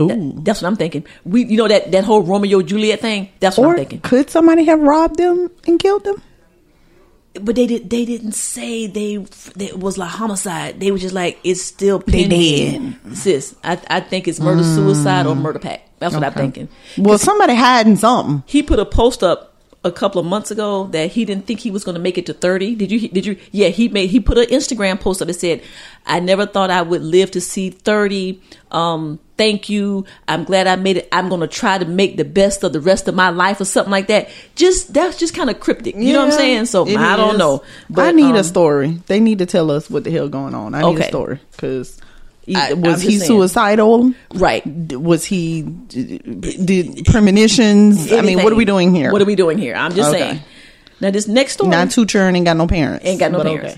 Speaker 6: Ooh.
Speaker 5: That's what I'm thinking. We, you know that that whole Romeo Juliet thing. That's what I'm
Speaker 6: Or
Speaker 5: thinking.
Speaker 6: could somebody have robbed them and killed them?
Speaker 5: But they did. They didn't say they, they it was like homicide. They were just like it's still pending. Sis, I, I think it's murder suicide
Speaker 6: Mm.
Speaker 5: or murder pact. That's what I'm thinking.
Speaker 6: Well, somebody hiding something.
Speaker 5: He put a post up a couple of months ago that he didn't think he was going to make it to 30. Did you did you Yeah, he made he put an Instagram post up that said, "I never thought I would live to see 30. Um thank you. I'm glad I made it. I'm going to try to make the best of the rest of my life or something like that." Just that's just kind of cryptic. You know what I'm
Speaker 6: Yeah,
Speaker 5: saying? So
Speaker 6: it
Speaker 5: I don't
Speaker 6: is.
Speaker 5: know.
Speaker 6: I need a
Speaker 5: um,
Speaker 6: story. They need to tell us what the hell going on. I need
Speaker 5: Okay.
Speaker 6: a story because
Speaker 5: I- I'm
Speaker 6: was
Speaker 5: just
Speaker 6: he
Speaker 5: saying.
Speaker 6: suicidal?
Speaker 5: Right.
Speaker 6: D- Was he d- did premonitions? I mean, what are
Speaker 5: Anything.
Speaker 6: we doing here?
Speaker 5: What are we doing here? I'm just
Speaker 6: Okay.
Speaker 5: saying. Now this next story
Speaker 6: Not two children ain't got no parents.
Speaker 5: Ain't got no
Speaker 6: but
Speaker 5: parents.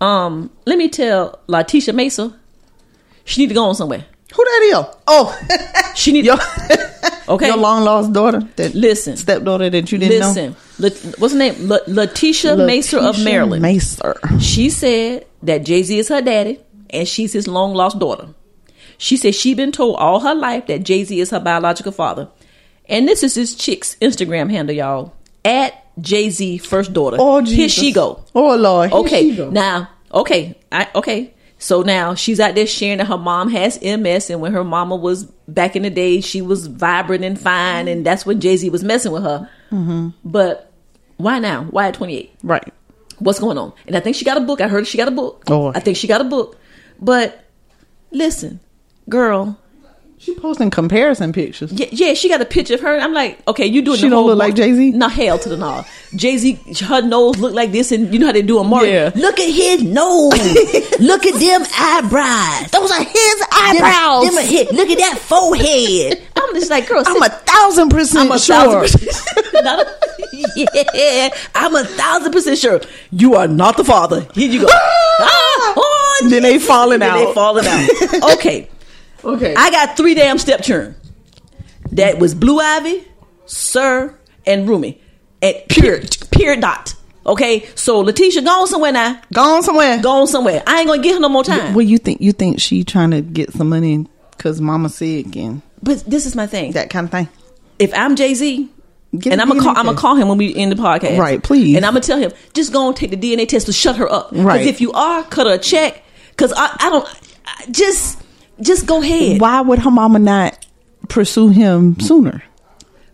Speaker 5: Um, let me tell Latisha Mesa, she need to go on somewhere.
Speaker 6: Who that is? Oh,
Speaker 5: She need
Speaker 6: your,
Speaker 5: okay.
Speaker 6: your long lost daughter. That
Speaker 5: Listen.
Speaker 6: stepdaughter that you didn't
Speaker 5: Listen, La- what's her name? La- Latisha
Speaker 6: know.
Speaker 5: Mesa of
Speaker 6: Lakeisha
Speaker 5: Maryland.
Speaker 6: Macer.
Speaker 5: She said that Jay Z is her daddy and she's his long lost daughter. She said she been told all her life that Jay Z is her biological father, and this is his chick's Instagram handle, y'all. At Jay Z first daughter.
Speaker 6: Oh, Jesus.
Speaker 5: Here she go.
Speaker 6: Oh Lord. Here
Speaker 5: okay
Speaker 6: she go.
Speaker 5: now okay i okay so now she's out there sharing that her mom has ms and when her mama was back in the day she was vibrant and fine and that's when jay-z was messing with her but why now why at 28
Speaker 6: Mm-hmm. right.
Speaker 5: what's going on and i think she got a book i heard she got a book
Speaker 6: Oh.
Speaker 5: i think she got a book but listen girl
Speaker 6: She posting comparison pictures.
Speaker 5: yeah, yeah, she got a picture of her. and I'm like, okay, you doing?
Speaker 6: She
Speaker 5: the
Speaker 6: don't
Speaker 5: whole
Speaker 6: look like
Speaker 5: Mar-
Speaker 6: Jay-Z?
Speaker 5: No hell to the no. Jay Z, her nose look like this, and you know how they do a Mario.
Speaker 6: Yeah.
Speaker 5: Look at his nose. look at them eyebrows. Those are his eyebrows. Them, are his, look at that forehead. I'm just like, girl,
Speaker 6: I'm a thousand percent sure.
Speaker 5: not a, yeah, I'm a thousand percent sure you are not the father. Here you go. Ah, oh,
Speaker 6: Then they
Speaker 5: Jesus.
Speaker 6: falling
Speaker 5: Then They
Speaker 6: out.
Speaker 5: falling out. Okay.
Speaker 6: Okay.
Speaker 5: I got three damn stepchildren. That was Blue Ivy, Sir, and Rumi. At pure, pure dot. Okay, so Letitia gone somewhere now.
Speaker 6: Gone somewhere.
Speaker 5: Gone somewhere. I ain't gonna get her no more time.
Speaker 6: Well, you think you think she trying to get some money because Mama sick and
Speaker 5: but this is my thing.
Speaker 6: that kind of thing.
Speaker 5: If I'm Jay Z,
Speaker 6: Get
Speaker 5: and
Speaker 6: a
Speaker 5: I'm gonna
Speaker 6: DNA
Speaker 5: call, I'm gonna
Speaker 6: test.
Speaker 5: call him when we end the podcast,
Speaker 6: Right, please.
Speaker 5: And I'm gonna tell him just go and take the DNA test to shut her up. 'Cause
Speaker 6: Right.
Speaker 5: if you are, cut her a check. Because I, I don't I, just just go ahead.
Speaker 6: Why would her mama not pursue him sooner?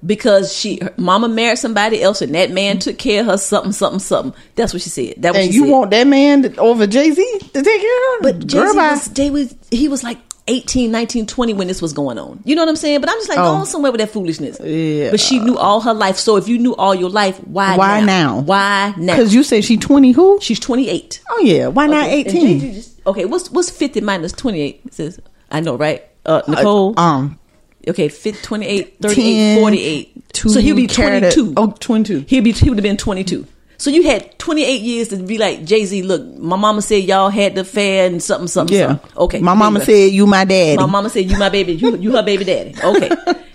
Speaker 5: because she her mama married somebody else and that man took care of her something something something. That's what she said. That what
Speaker 6: And
Speaker 5: she
Speaker 6: you
Speaker 5: said.
Speaker 6: want that man to- over Jay Z to take care of?
Speaker 5: but
Speaker 6: him?
Speaker 5: Jay-Z
Speaker 6: Girl, bye.
Speaker 5: was, Jay was he was like 18, 19, 20 when this was going on. You know what I'm saying? But I'm just like
Speaker 6: Oh.
Speaker 5: going somewhere with that foolishness.
Speaker 6: Yeah.
Speaker 5: But she knew all her life. So if you knew all your life, why
Speaker 6: Why now?
Speaker 5: Why now?
Speaker 6: because you say she twenty who?
Speaker 5: she's 28.
Speaker 6: Oh yeah, why not
Speaker 5: Okay, and
Speaker 6: eighteen?
Speaker 5: Jay-Z just- Okay, what's what's 50 minus 28? Says I know, right? Uh, Nicole.
Speaker 6: Um,
Speaker 5: okay, 50, 28, 38,
Speaker 6: 10,
Speaker 5: 48.
Speaker 6: two
Speaker 5: so he'll be
Speaker 6: carat-
Speaker 5: 22.
Speaker 6: oh, 22.
Speaker 5: He'll be, he would have been 22. So you had 28 years to be like, Jay Z, look, my mama said y'all had the affair and something, something,
Speaker 6: yeah.
Speaker 5: something. Okay.
Speaker 6: My mama
Speaker 5: Anyway.
Speaker 6: said you my daddy.
Speaker 5: My mama said, "You my baby. You you her baby daddy." Okay.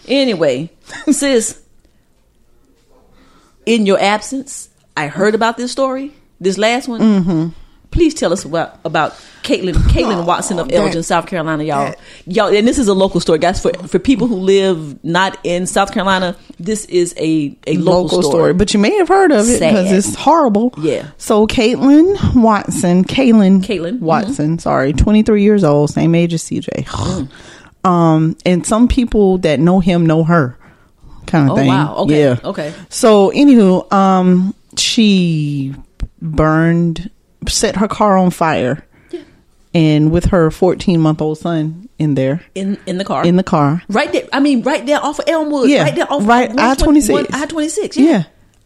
Speaker 5: anyway, sis, in your absence, I heard about this story. This last one.
Speaker 6: Mm-hmm.
Speaker 5: Please tell us about about Caitlin
Speaker 6: Oh,
Speaker 5: Caitlin Watson of Elgin, South Carolina, y'all. Y'all, and this is a local story, guys. For for people who live not in South Carolina, this is a a local, story.
Speaker 6: but you may have heard of it because
Speaker 5: Sad.
Speaker 6: it's horrible.
Speaker 5: Yeah.
Speaker 6: So Caitlin Watson, Caitlin,
Speaker 5: Caitlin, Mm-hmm.
Speaker 6: Watson, sorry, twenty three years old, same age as CJ.
Speaker 5: Mm.
Speaker 6: Um, and some people that know him know her, kind of
Speaker 5: Oh,
Speaker 6: thing.
Speaker 5: wow. Okay.
Speaker 6: Yeah.
Speaker 5: Okay.
Speaker 6: So anywho, um, she burned, set her car on fire, and with her fourteen month old son in there,
Speaker 5: in in the car.
Speaker 6: in the car.
Speaker 5: Right there, I mean, right there off of Elmwood.
Speaker 6: Yeah,
Speaker 5: right there oh, off
Speaker 6: right, I-26.
Speaker 5: I twenty six.
Speaker 6: Yeah.
Speaker 5: Yeah,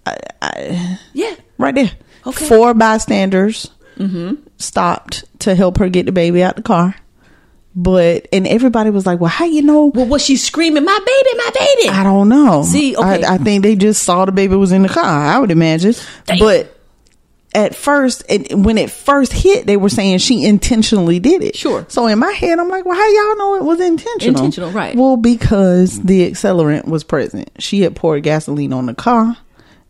Speaker 6: I, I,
Speaker 5: yeah.
Speaker 6: right there.
Speaker 5: Okay. Mm-hmm.
Speaker 6: Four bystanders stopped to help her get the baby out the car. But and everybody was like, "Well, how you know?"
Speaker 5: Well, was she screaming, "My baby, my baby"?
Speaker 6: I don't know.
Speaker 5: See, okay.
Speaker 6: I, I think they just saw the baby was in the car. I would imagine,
Speaker 5: Damn.
Speaker 6: but at first, and when it first hit, they were saying she intentionally did it.
Speaker 5: Sure.
Speaker 6: So in my head, I'm like, well, how y'all know it was intentional?
Speaker 5: Intentional, right.
Speaker 6: Well, because the accelerant was present. She had poured gasoline on the car.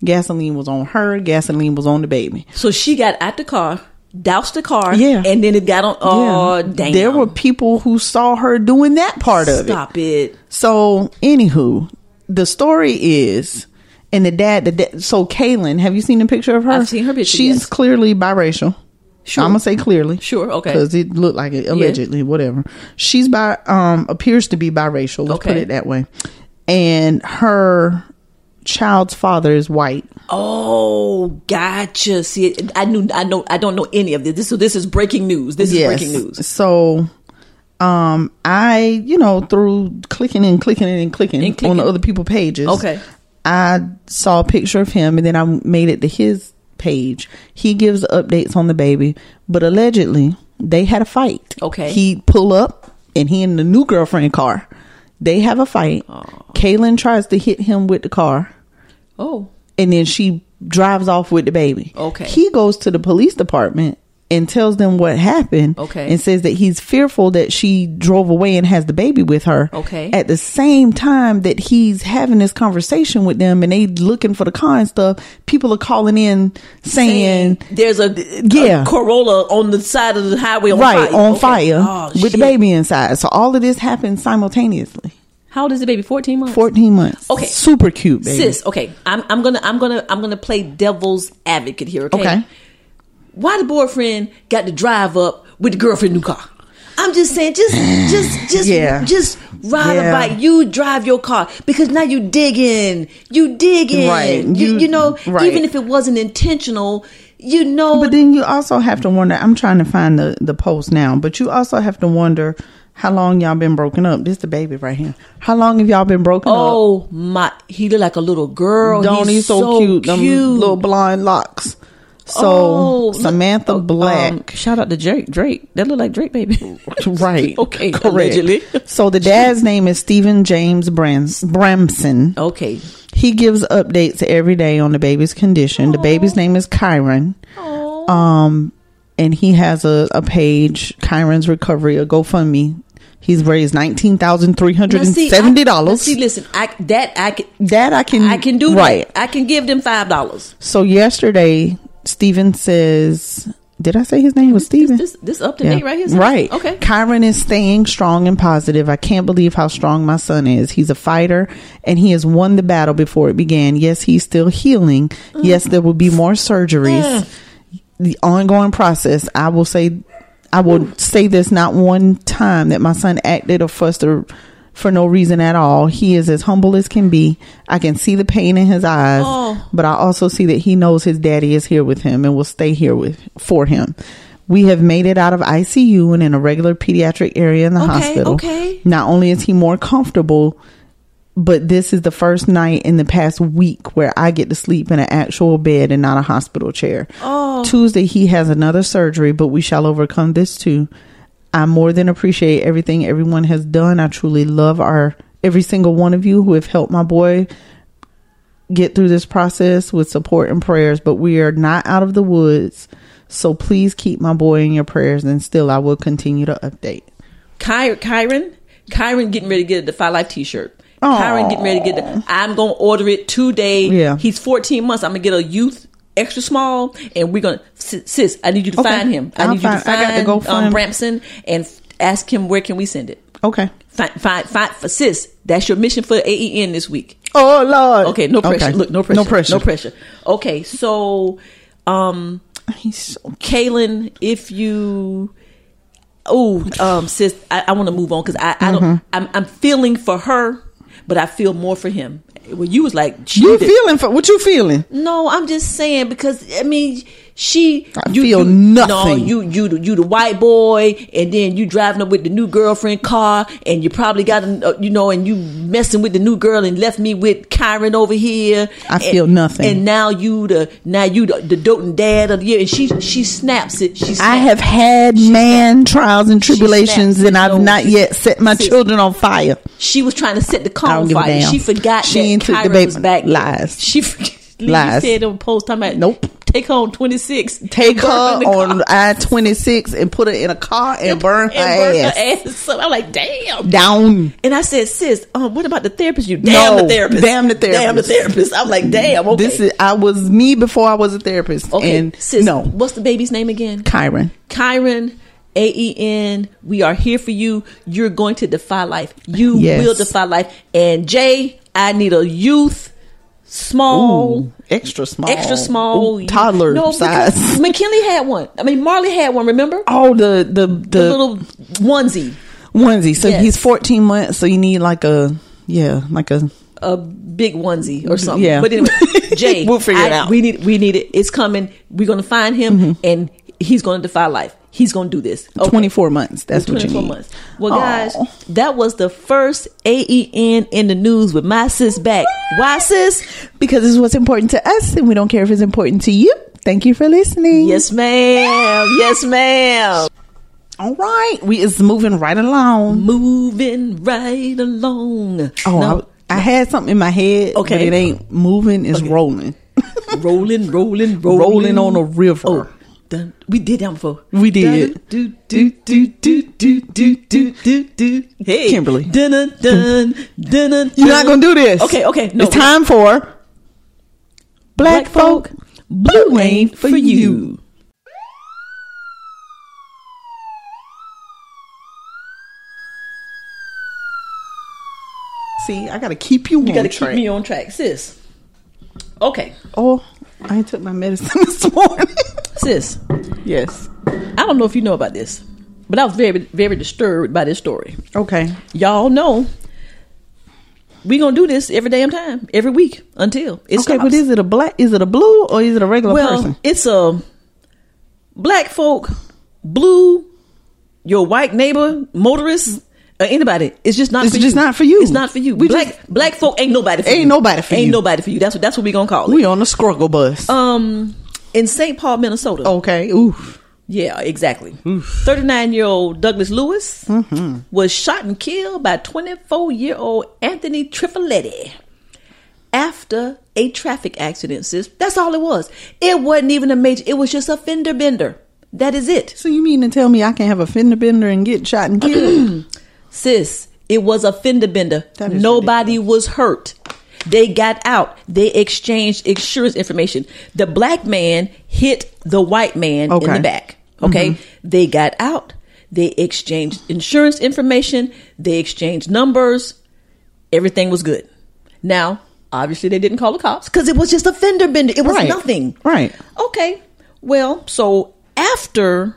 Speaker 6: Gasoline was on her. Gasoline was on the baby.
Speaker 5: So she got out the car, doused the car,
Speaker 6: Yeah.
Speaker 5: and then it got on. Oh, damn!
Speaker 6: There were people who saw her doing that part of it.
Speaker 5: Stop it.
Speaker 6: So, anywho, the story is, and the dad, the dad, so Kaylin, have you seen a picture of her?
Speaker 5: I've seen her picture,
Speaker 6: She's
Speaker 5: yes.
Speaker 6: clearly biracial.
Speaker 5: Sure.
Speaker 6: I'm gonna say clearly.
Speaker 5: Sure, okay.
Speaker 6: Because it looked like it allegedly, whatever. She's bi, um, appears to be biracial. Let's put
Speaker 5: Okay.
Speaker 6: it that way. And her child's father is white.
Speaker 5: Oh, gotcha. See, I knew. I know. I don't know any of this. this so this is breaking news. This is breaking news.
Speaker 6: So, um, I you know through clicking and clicking and clicking,
Speaker 5: And clicking.
Speaker 6: on the other people pages.
Speaker 5: Okay.
Speaker 6: I saw a picture of him, and then I made it to his page. He gives updates on the baby, but allegedly they had a fight.
Speaker 5: Okay.
Speaker 6: he pull up, and he in the new girlfriend car. They have a fight. Kaylin tries to hit him with the car
Speaker 5: Oh,
Speaker 6: and then she drives off with the baby.
Speaker 5: Okay.
Speaker 6: He goes to the police department and tells them what happened.
Speaker 5: Okay.
Speaker 6: And says that he's fearful that she drove away and has the baby with her.
Speaker 5: Okay.
Speaker 6: At the same time that he's having this conversation with them and they looking for the car and stuff, people are calling in saying,
Speaker 5: there's a,
Speaker 6: Yeah.
Speaker 5: a Corolla on the side of the highway. On
Speaker 6: right,
Speaker 5: fire.
Speaker 6: on
Speaker 5: Okay.
Speaker 6: fire
Speaker 5: Oh,
Speaker 6: with the
Speaker 5: shit.
Speaker 6: baby inside. So all of this happened simultaneously.
Speaker 5: How old is the baby? Fourteen months.
Speaker 6: 14 months.
Speaker 5: Okay.
Speaker 6: Super cute, baby.
Speaker 5: Sis, okay, I'm, I'm gonna I'm gonna I'm gonna play devil's advocate here. Okay?
Speaker 6: Okay.
Speaker 5: why the boyfriend got to drive up with the girlfriend new car? I'm just saying, just just just
Speaker 6: Yeah.
Speaker 5: just ride
Speaker 6: Yeah.
Speaker 5: a bike. You drive your car because now you dig in, you dig in.
Speaker 6: Right.
Speaker 5: You,
Speaker 6: You-
Speaker 5: you know,
Speaker 6: right.
Speaker 5: even if it wasn't intentional, you know.
Speaker 6: But then you also have to wonder. I'm trying to find the the post now, but you also have to wonder how long y'all been broken up. This the baby right here. How long have y'all been broken up?
Speaker 5: oh my, he looked like a little girl.
Speaker 6: don't
Speaker 5: He's
Speaker 6: he so, cute? Them little blonde locks. So
Speaker 5: Oh, look-
Speaker 6: Samantha
Speaker 5: oh, um,
Speaker 6: Black,
Speaker 5: shout out to Drake. Drake. That look like Drake, baby.
Speaker 6: right?
Speaker 5: okay, allegedly.
Speaker 6: So the dad's name is Stephen James Brans- Bramson.
Speaker 5: okay.
Speaker 6: He gives updates every day on the baby's condition. The baby's name is Kyron. Um, and he has a, a page, Kyron's Recovery, a GoFundMe. He's raised nineteen thousand three hundred
Speaker 5: Now,
Speaker 6: and
Speaker 5: see, I-
Speaker 6: seventy
Speaker 5: now,
Speaker 6: dollars.
Speaker 5: See, listen, I that I can
Speaker 6: That I can
Speaker 5: I can do
Speaker 6: right.
Speaker 5: that. I can give them five dollars.
Speaker 6: So yesterday, Steven says, "Did I say his name was Steven?
Speaker 5: This this up to date right here. sis?
Speaker 6: Right.
Speaker 5: Okay.
Speaker 6: Kyron is staying strong and positive. I can't believe how strong my son is. He's a fighter and he has won the battle before it began. Yes, he's still healing. Yes, there will be more surgeries.
Speaker 5: Mm.
Speaker 6: The ongoing process. I will say I will say this not one time that my son acted or fussed or for no reason at all. He is as humble as can be. I can see the pain in his eyes,
Speaker 5: Oh.
Speaker 6: but I also see that he knows his daddy is here with him and will stay here with for him. We have made it out of ICU and in a regular pediatric area in the
Speaker 5: Okay,
Speaker 6: hospital.
Speaker 5: okay.
Speaker 6: Not only is he more comfortable, but this is the first night in the past week where I get to sleep in an actual bed and not a hospital chair. Oh. Tuesday he has another surgery, but we shall overcome this too. I more than appreciate everything everyone has done. I truly love our every single one of you who have helped my boy get through this process with support and prayers, but we are not out of the woods. So please keep my boy in your prayers and still I will continue to update.
Speaker 5: Ky- Kyron, Kyron getting ready to get a Defy Life T-shirt.
Speaker 6: Aw.
Speaker 5: Kyron getting ready to get. The, I'm gonna order it today.
Speaker 6: Yeah.
Speaker 5: He's 14 months. I'm gonna get a youth extra small, and we're gonna sis. sis, I need you to
Speaker 6: Okay.
Speaker 5: find him. I
Speaker 6: I'll
Speaker 5: need you to
Speaker 6: find- I got to
Speaker 5: find
Speaker 6: go
Speaker 5: um,
Speaker 6: find-
Speaker 5: Bramson and f- ask him where can we send it.
Speaker 6: Okay.
Speaker 5: Find, find, find, for sis. That's your mission for AEN this week.
Speaker 6: Oh Lord.
Speaker 5: Okay, no pressure. Look, no pressure.
Speaker 6: No pressure.
Speaker 5: No pressure. Okay, so um
Speaker 6: He's so
Speaker 5: Kaylin, if you oh um sis, I, I want to move on because I, I don't I'm, I'm feeling for her, but I feel more for him. Well, you was like she
Speaker 6: You
Speaker 5: did-
Speaker 6: feeling for what you feeling?
Speaker 5: No, I'm just saying because I mean she.
Speaker 6: I feel nothing.
Speaker 5: No, you you the- you the white boy, and then you driving up with the new girlfriend car, and you probably got an- uh, you know, and you messing with the new girl, and left me with Kyron over here.
Speaker 6: I
Speaker 5: And-
Speaker 6: feel nothing.
Speaker 5: And now you the now you the, the doting dad of the year, and she she snaps it. She snaps.
Speaker 6: I have had man trials and tribulations,
Speaker 5: snapped.
Speaker 6: and I've
Speaker 5: No.
Speaker 6: not yet set my
Speaker 5: Sis.
Speaker 6: children on fire.
Speaker 5: She was trying to set the
Speaker 6: I don't
Speaker 5: calm
Speaker 6: give a
Speaker 5: fire.
Speaker 6: damn.
Speaker 5: She forgot
Speaker 6: She
Speaker 5: she
Speaker 6: ain't
Speaker 5: that
Speaker 6: took the
Speaker 5: Kyron
Speaker 6: baby.
Speaker 5: was back.
Speaker 6: Lies.
Speaker 5: She forg- You
Speaker 6: Lies.
Speaker 5: said on post talking about
Speaker 6: Nope.
Speaker 5: Take home twenty six.
Speaker 6: Take her on I twenty six and put her in a car and burn her ass
Speaker 5: So I'm like, damn.
Speaker 6: down.
Speaker 5: And I said, sis,
Speaker 6: uh,
Speaker 5: um, what about the therapist? You damn
Speaker 6: No,
Speaker 5: the therapist.
Speaker 6: damn the
Speaker 5: Damn the
Speaker 6: therapist.
Speaker 5: therapist. I'm like, damn. Okay.
Speaker 6: This is I was me before I was a therapist.
Speaker 5: okay.
Speaker 6: And
Speaker 5: sis,
Speaker 6: no,
Speaker 5: What's the baby's name again?
Speaker 6: Kyron.
Speaker 5: Kyron, A E N, we are here for you. You're going to defy life. You
Speaker 6: Yes.
Speaker 5: will defy life. And Jay, I need a youth, small,
Speaker 6: Extra small,
Speaker 5: extra small,
Speaker 6: Ooh,
Speaker 5: youth-
Speaker 6: toddler
Speaker 5: No, because
Speaker 6: size.
Speaker 5: McKinley had one. I mean, Marley had one. Remember
Speaker 6: Oh, the the the,
Speaker 5: the little onesie,
Speaker 6: onesie. So
Speaker 5: Yes.
Speaker 6: he's fourteen months. So you need like a yeah, like a
Speaker 5: a big onesie or something.
Speaker 6: Yeah.
Speaker 5: But anyway, Jay,
Speaker 6: We'll figure it out. Mm-hmm.
Speaker 5: We need, we need it. It's coming. We're going to find him, and he's going to defy life. He's going to do this. Okay.
Speaker 6: twenty four months. That's what you
Speaker 5: 24
Speaker 6: need.
Speaker 5: months. Well, guys,
Speaker 6: Aw.
Speaker 5: that was the first AEN in the news with my sis back. Why, sis?
Speaker 6: because this is what's important to us, and we don't care if it's important to you. Thank you for listening.
Speaker 5: Yes, ma'am. Yes, ma'am.
Speaker 6: All right. We is moving right along.
Speaker 5: Moving right along.
Speaker 6: Oh,
Speaker 5: Now,
Speaker 6: I, I had something in my head.
Speaker 5: Okay.
Speaker 6: but it ain't moving. It's rolling,
Speaker 5: rolling, rolling, rolling,
Speaker 6: rolling on a river.
Speaker 5: Oh, dun, we did that before.
Speaker 6: We did.
Speaker 5: Do do do do do do do do do. Hey,
Speaker 6: Kimberly.
Speaker 5: Dun dun dun dun. dun.
Speaker 6: You're not gonna do this.
Speaker 5: Okay, okay. No,
Speaker 6: it's time for black, folk. Blue ain't for you. See, I gotta keep you.
Speaker 5: You got to keep me on track, sis. Okay,
Speaker 6: Oh, I took my medicine this morning.
Speaker 5: sis.
Speaker 6: yes.
Speaker 5: I don't know if you know about this, but I was very, very disturbed by this story.
Speaker 6: Okay.
Speaker 5: Y'all know we gonna do this every damn time, every week until it
Speaker 6: Okay,
Speaker 5: stops.
Speaker 6: but is it a black? Is it a blue or is it a regular
Speaker 5: well,
Speaker 6: person?
Speaker 5: it's a black folk, blue, your white neighbor, motorists, or anybody. It's just not.
Speaker 6: It's
Speaker 5: for
Speaker 6: just
Speaker 5: you.
Speaker 6: not for you.
Speaker 5: It's not for you.
Speaker 6: We
Speaker 5: black black folk ain't nobody. For
Speaker 6: Ain't
Speaker 5: you.
Speaker 6: nobody for
Speaker 5: ain't
Speaker 6: you.
Speaker 5: nobody for you. That's what that's what we gonna call it.
Speaker 6: We on the struggle bus.
Speaker 5: um, in St. Paul, Minnesota.
Speaker 6: okay. Oof.
Speaker 5: Yeah, exactly. 39 year old Douglas Lewis was shot and killed by 24 year old Anthony Trifoletti after a traffic accident, sis. That's all it was. It wasn't even a major, it was just a fender bender. That is it.
Speaker 6: So you mean to tell me I can have a fender bender and get shot and killed?
Speaker 5: Sis, it was a fender bender.
Speaker 6: That is
Speaker 5: Nobody was hurt. They got out. They exchanged insurance information. The black man hit the white man in
Speaker 6: Okay. Mm-hmm.
Speaker 5: the back. Okay. They got out. They exchanged insurance information. They exchanged numbers. Everything was good. Now, obviously, they didn't call the cops because it was just a fender bender. It was
Speaker 6: Right.
Speaker 5: nothing.
Speaker 6: Right.
Speaker 5: Okay. Well, so after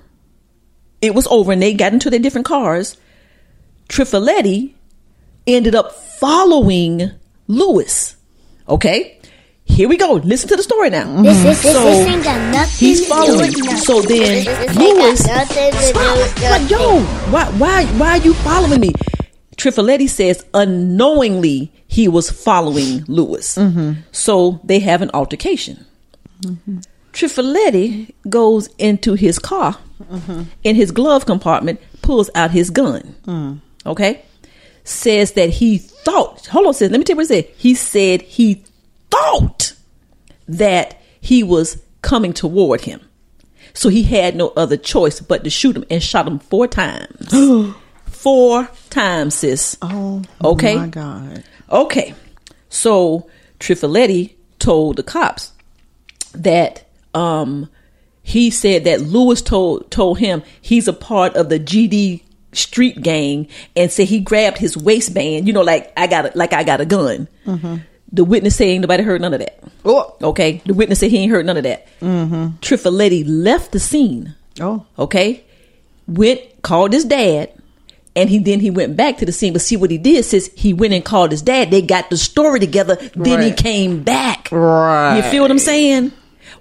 Speaker 5: it was over and they got into their different cars, Trifoletti ended up following Lewis. Okay? Here we go. Listen to the story now.
Speaker 7: This, this, this,
Speaker 5: So,
Speaker 7: this ain't got nothing
Speaker 5: he's
Speaker 7: to do
Speaker 5: following.
Speaker 7: with nothing.
Speaker 5: So then,
Speaker 7: This- this ain't got
Speaker 5: Lewis,
Speaker 7: nothing to do
Speaker 5: stop.
Speaker 7: with
Speaker 5: Like,
Speaker 7: nothing.
Speaker 5: yo, why, why, why are you following me? Trifoletti says unknowingly he was following Lewis. So they have an altercation. Mm-hmm. Trifoletti goes into his car, in his glove compartment, pulls out his gun. Okay, says that he thought. Hold on, says. Let me tell you what he said. He said he thought that he was coming toward him, so he had no other choice but to shoot him and shot him four times. four times, sis.
Speaker 6: Oh.
Speaker 5: Okay.
Speaker 6: My God.
Speaker 5: Okay. So Trifoletti told the cops that um he said that Lewis told told him he's a part of the GD street gang and said he grabbed his waistband, you know, like I got a, like I got a gun. The witness saying nobody heard none of that.
Speaker 6: Oh.
Speaker 5: Okay. The witness said he ain't heard none of that. Trifoletti left the scene
Speaker 6: Oh.
Speaker 5: okay went called his dad and he then he went back to the scene but see what he did says he went and called his dad they got the story together then he
Speaker 6: Right.
Speaker 5: came back
Speaker 6: Right. Mm-hmm.
Speaker 5: you feel what i'm saying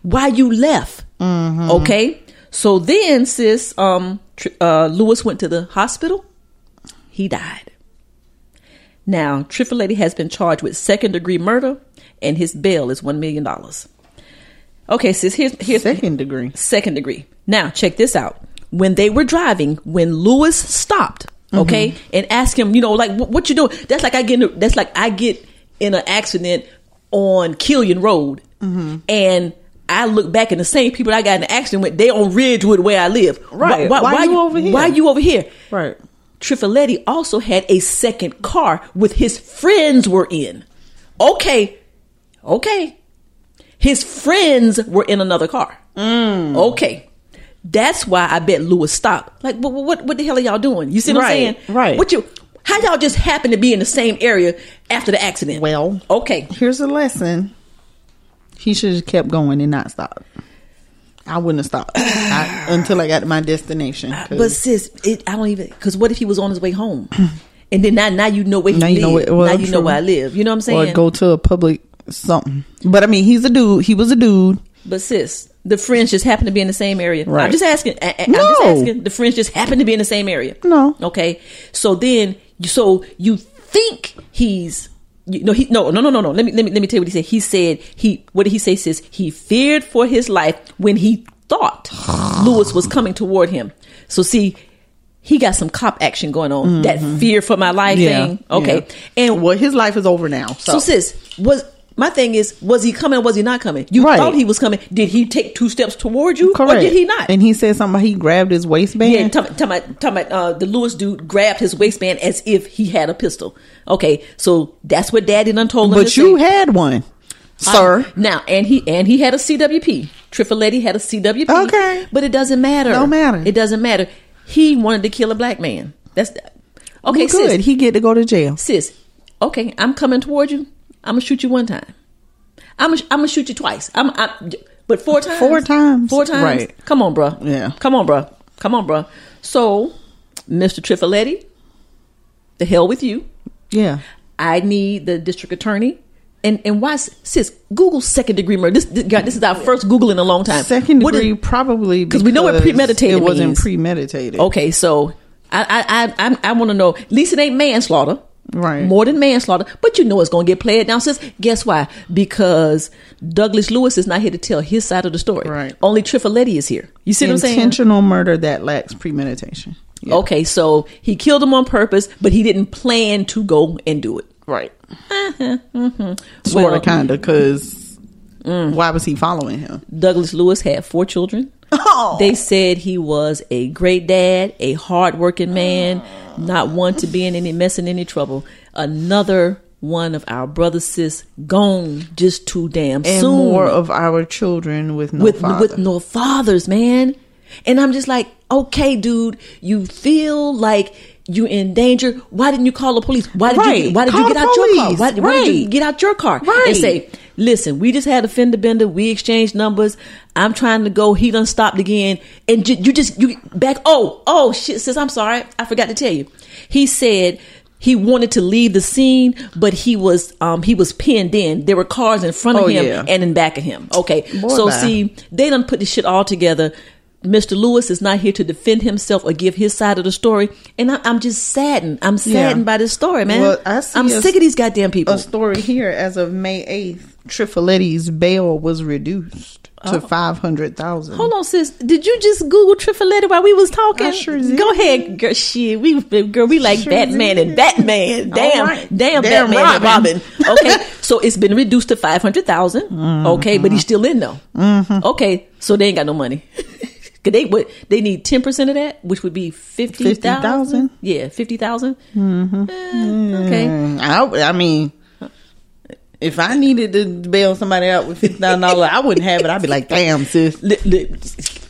Speaker 5: why you left okay so then sis um tr- uh lewis went to the hospital he died now trifoletti has been charged with second degree murder and his bail is one million dollars okay sis here's here's
Speaker 6: Second degree.
Speaker 5: second degree. Now, check this out. When they were driving, when Lewis stopped,
Speaker 6: Mm-hmm.
Speaker 5: okay, and asked him, you know, like, "Wh- what you doing? That's like I get. In a, that's like I get in an accident on Killian Road,
Speaker 6: Mm-hmm.
Speaker 5: and I look back and the same people I got in an accident with, they on Ridgewood where I live.
Speaker 6: Right. Why you over here?
Speaker 5: Why you over here?
Speaker 6: Right.
Speaker 5: Trifoletti also had a second car with his friends were in. Okay, okay. His friends were in another car.
Speaker 6: Mm.
Speaker 5: Okay. That's why I bet Lewis stopped. Like, what, what, what the hell are y'all doing? You see what
Speaker 6: Right,
Speaker 5: I'm saying?
Speaker 6: right.
Speaker 5: What you? How y'all just happen to be in the same area after the accident?
Speaker 6: Well.
Speaker 5: okay.
Speaker 6: Here's a lesson. He should have kept going and not stopped. I wouldn't have stopped I, until I got to my destination. 'cause
Speaker 5: Uh, But sis, it, I don't even because what if he was on his way home, and then now now you know where he
Speaker 6: now you know
Speaker 5: live.
Speaker 6: where, well,
Speaker 5: now you know
Speaker 6: true.
Speaker 5: where I live. You know what I'm saying?
Speaker 6: Or go to a public something. But I mean, he's a dude. He was a dude.
Speaker 5: But sis, the friends just happen to be in the same area.
Speaker 6: Right.
Speaker 5: I'm just asking. I, I,
Speaker 6: No.
Speaker 5: I'm just asking. The friends just happen to be in the same area.
Speaker 6: No.
Speaker 5: Okay. So then, so you think he's. You, no, he no no no no no. Let me let me let me tell you what he said. He said he what did he say? Sis, he feared for his life when he thought Lewis was coming toward him. So see, he got some cop action going on. That fear for my life thing. Okay,
Speaker 6: Mm-hmm. yeah.
Speaker 5: and
Speaker 6: well, his life is over now. So,
Speaker 5: so, sis, was my thing is, was he coming or was he not coming? You
Speaker 6: Right.
Speaker 5: thought he was coming. Did he take two steps toward you
Speaker 6: correct.
Speaker 5: or did he not?
Speaker 6: And he said something. about He grabbed his waistband.
Speaker 5: yeah, talking about- talking about- talking about, uh, the Lewis dude grabbed his waistband as if he had a pistol. Okay, so that's what Daddy done told him.
Speaker 6: but
Speaker 5: to
Speaker 6: you
Speaker 5: say. Uh,
Speaker 6: had one, sir.
Speaker 5: now, and he and he had a CWP. Trifoletti had a CWP.
Speaker 6: Okay.
Speaker 5: but it doesn't matter.
Speaker 6: Don't matter.
Speaker 5: It doesn't matter. He wanted to kill a black man. That's okay.
Speaker 6: Well, Oh, good.
Speaker 5: sis,
Speaker 6: he get to go to jail.
Speaker 5: sis, okay, I'm coming toward you. I'm gonna shoot you one time. I'm gonna, I'm gonna shoot you twice. I'm, I, but four times.
Speaker 6: Four times.
Speaker 5: Four times.
Speaker 6: Right.
Speaker 5: Come on, bruh.
Speaker 6: Yeah.
Speaker 5: Come on, bruh. Come on, bruh. So, Mr. Trifoletti, the hell with you.
Speaker 6: Yeah.
Speaker 5: I need the district attorney. And and why, sis? Google second degree murder. This this, God, this is our first Google in a long time.
Speaker 6: Second
Speaker 5: What is-
Speaker 6: degree, probably because
Speaker 5: we know what premeditated
Speaker 6: It wasn't
Speaker 5: means.
Speaker 6: premeditated.
Speaker 5: Okay, so I I I, I, I want to know. At least it ain't manslaughter,
Speaker 6: Right.
Speaker 5: More than manslaughter, but you know it's gonna get played down. Since guess why? Because Douglas Lewis is not here to tell his side of the story.
Speaker 6: Right.
Speaker 5: Only Trifoletti is here. You see what I'm saying?
Speaker 6: Intentional murder that lacks premeditation. Yeah.
Speaker 5: Okay, so he killed him on purpose, but he didn't plan to go and do it.
Speaker 6: Right. Sort of, kind of, because
Speaker 5: mm.
Speaker 6: why was he following him?
Speaker 5: Douglas Lewis had four children.
Speaker 6: Oh.
Speaker 5: They said he was a great dad, a hardworking man,
Speaker 6: Ah.
Speaker 5: not one to be in any mess and any trouble. Another one of our brother sis gone just too damn
Speaker 6: and
Speaker 5: soon
Speaker 6: more of our children with no
Speaker 5: with
Speaker 6: father.
Speaker 5: with no fathers, man. And I'm just like, okay, dude, you feel like you're in danger. Why didn't you call the police? Why did you
Speaker 6: Right.
Speaker 5: why did
Speaker 6: Call
Speaker 5: you get
Speaker 6: the
Speaker 5: out your car?
Speaker 6: police.
Speaker 5: Why, why did you
Speaker 6: Right.
Speaker 5: get out your car?
Speaker 6: Right.
Speaker 5: And say, listen, we just had a fender bender. We exchanged numbers. I'm trying to go. He done stopped again, and ju- you just you back. Oh, oh shit, sis, I'm sorry, I forgot to tell you. He said. He wanted to leave the scene, but he was um, he was pinned in. There were cars in front of
Speaker 6: Oh,
Speaker 5: him
Speaker 6: yeah.
Speaker 5: and in back of him. Okay,
Speaker 6: Boy,
Speaker 5: so
Speaker 6: bye.
Speaker 5: see, they done put this shit all together. Mr. Lewis is not here to defend himself or give his side of the story, and I, I'm just saddened. I'm saddened by this story, man.
Speaker 6: Well, I see
Speaker 5: I'm
Speaker 6: a-
Speaker 5: sick of these goddamn people.
Speaker 6: a story here as of May 8th, Trifoletti's bail was reduced
Speaker 5: Oh.
Speaker 6: to 500,000.
Speaker 5: Hold on, sis. Did you just Google Trifoletti while we was talking?
Speaker 6: I sure did.
Speaker 5: Go ahead, girl. Shit, we girl, we like
Speaker 6: Sure
Speaker 5: Batman
Speaker 6: did.
Speaker 5: and Batman. Damn,
Speaker 6: All right.
Speaker 5: damn,
Speaker 6: Damn
Speaker 5: Batman and
Speaker 6: Robin.
Speaker 5: Robin. okay, so it's been reduced to five
Speaker 6: Mm-hmm.
Speaker 5: Okay, but he's still in though. Okay, so they ain't got no money. Cause they would they need ten percent of that, which would be fifty
Speaker 6: 50,000?
Speaker 5: thousand. Yeah, fifty Mm-hmm.
Speaker 6: Mm.
Speaker 5: okay,
Speaker 6: I, I mean, if I needed to bail somebody out with $50,000, I wouldn't have it. I'd be like, damn, sis.
Speaker 5: Li- li-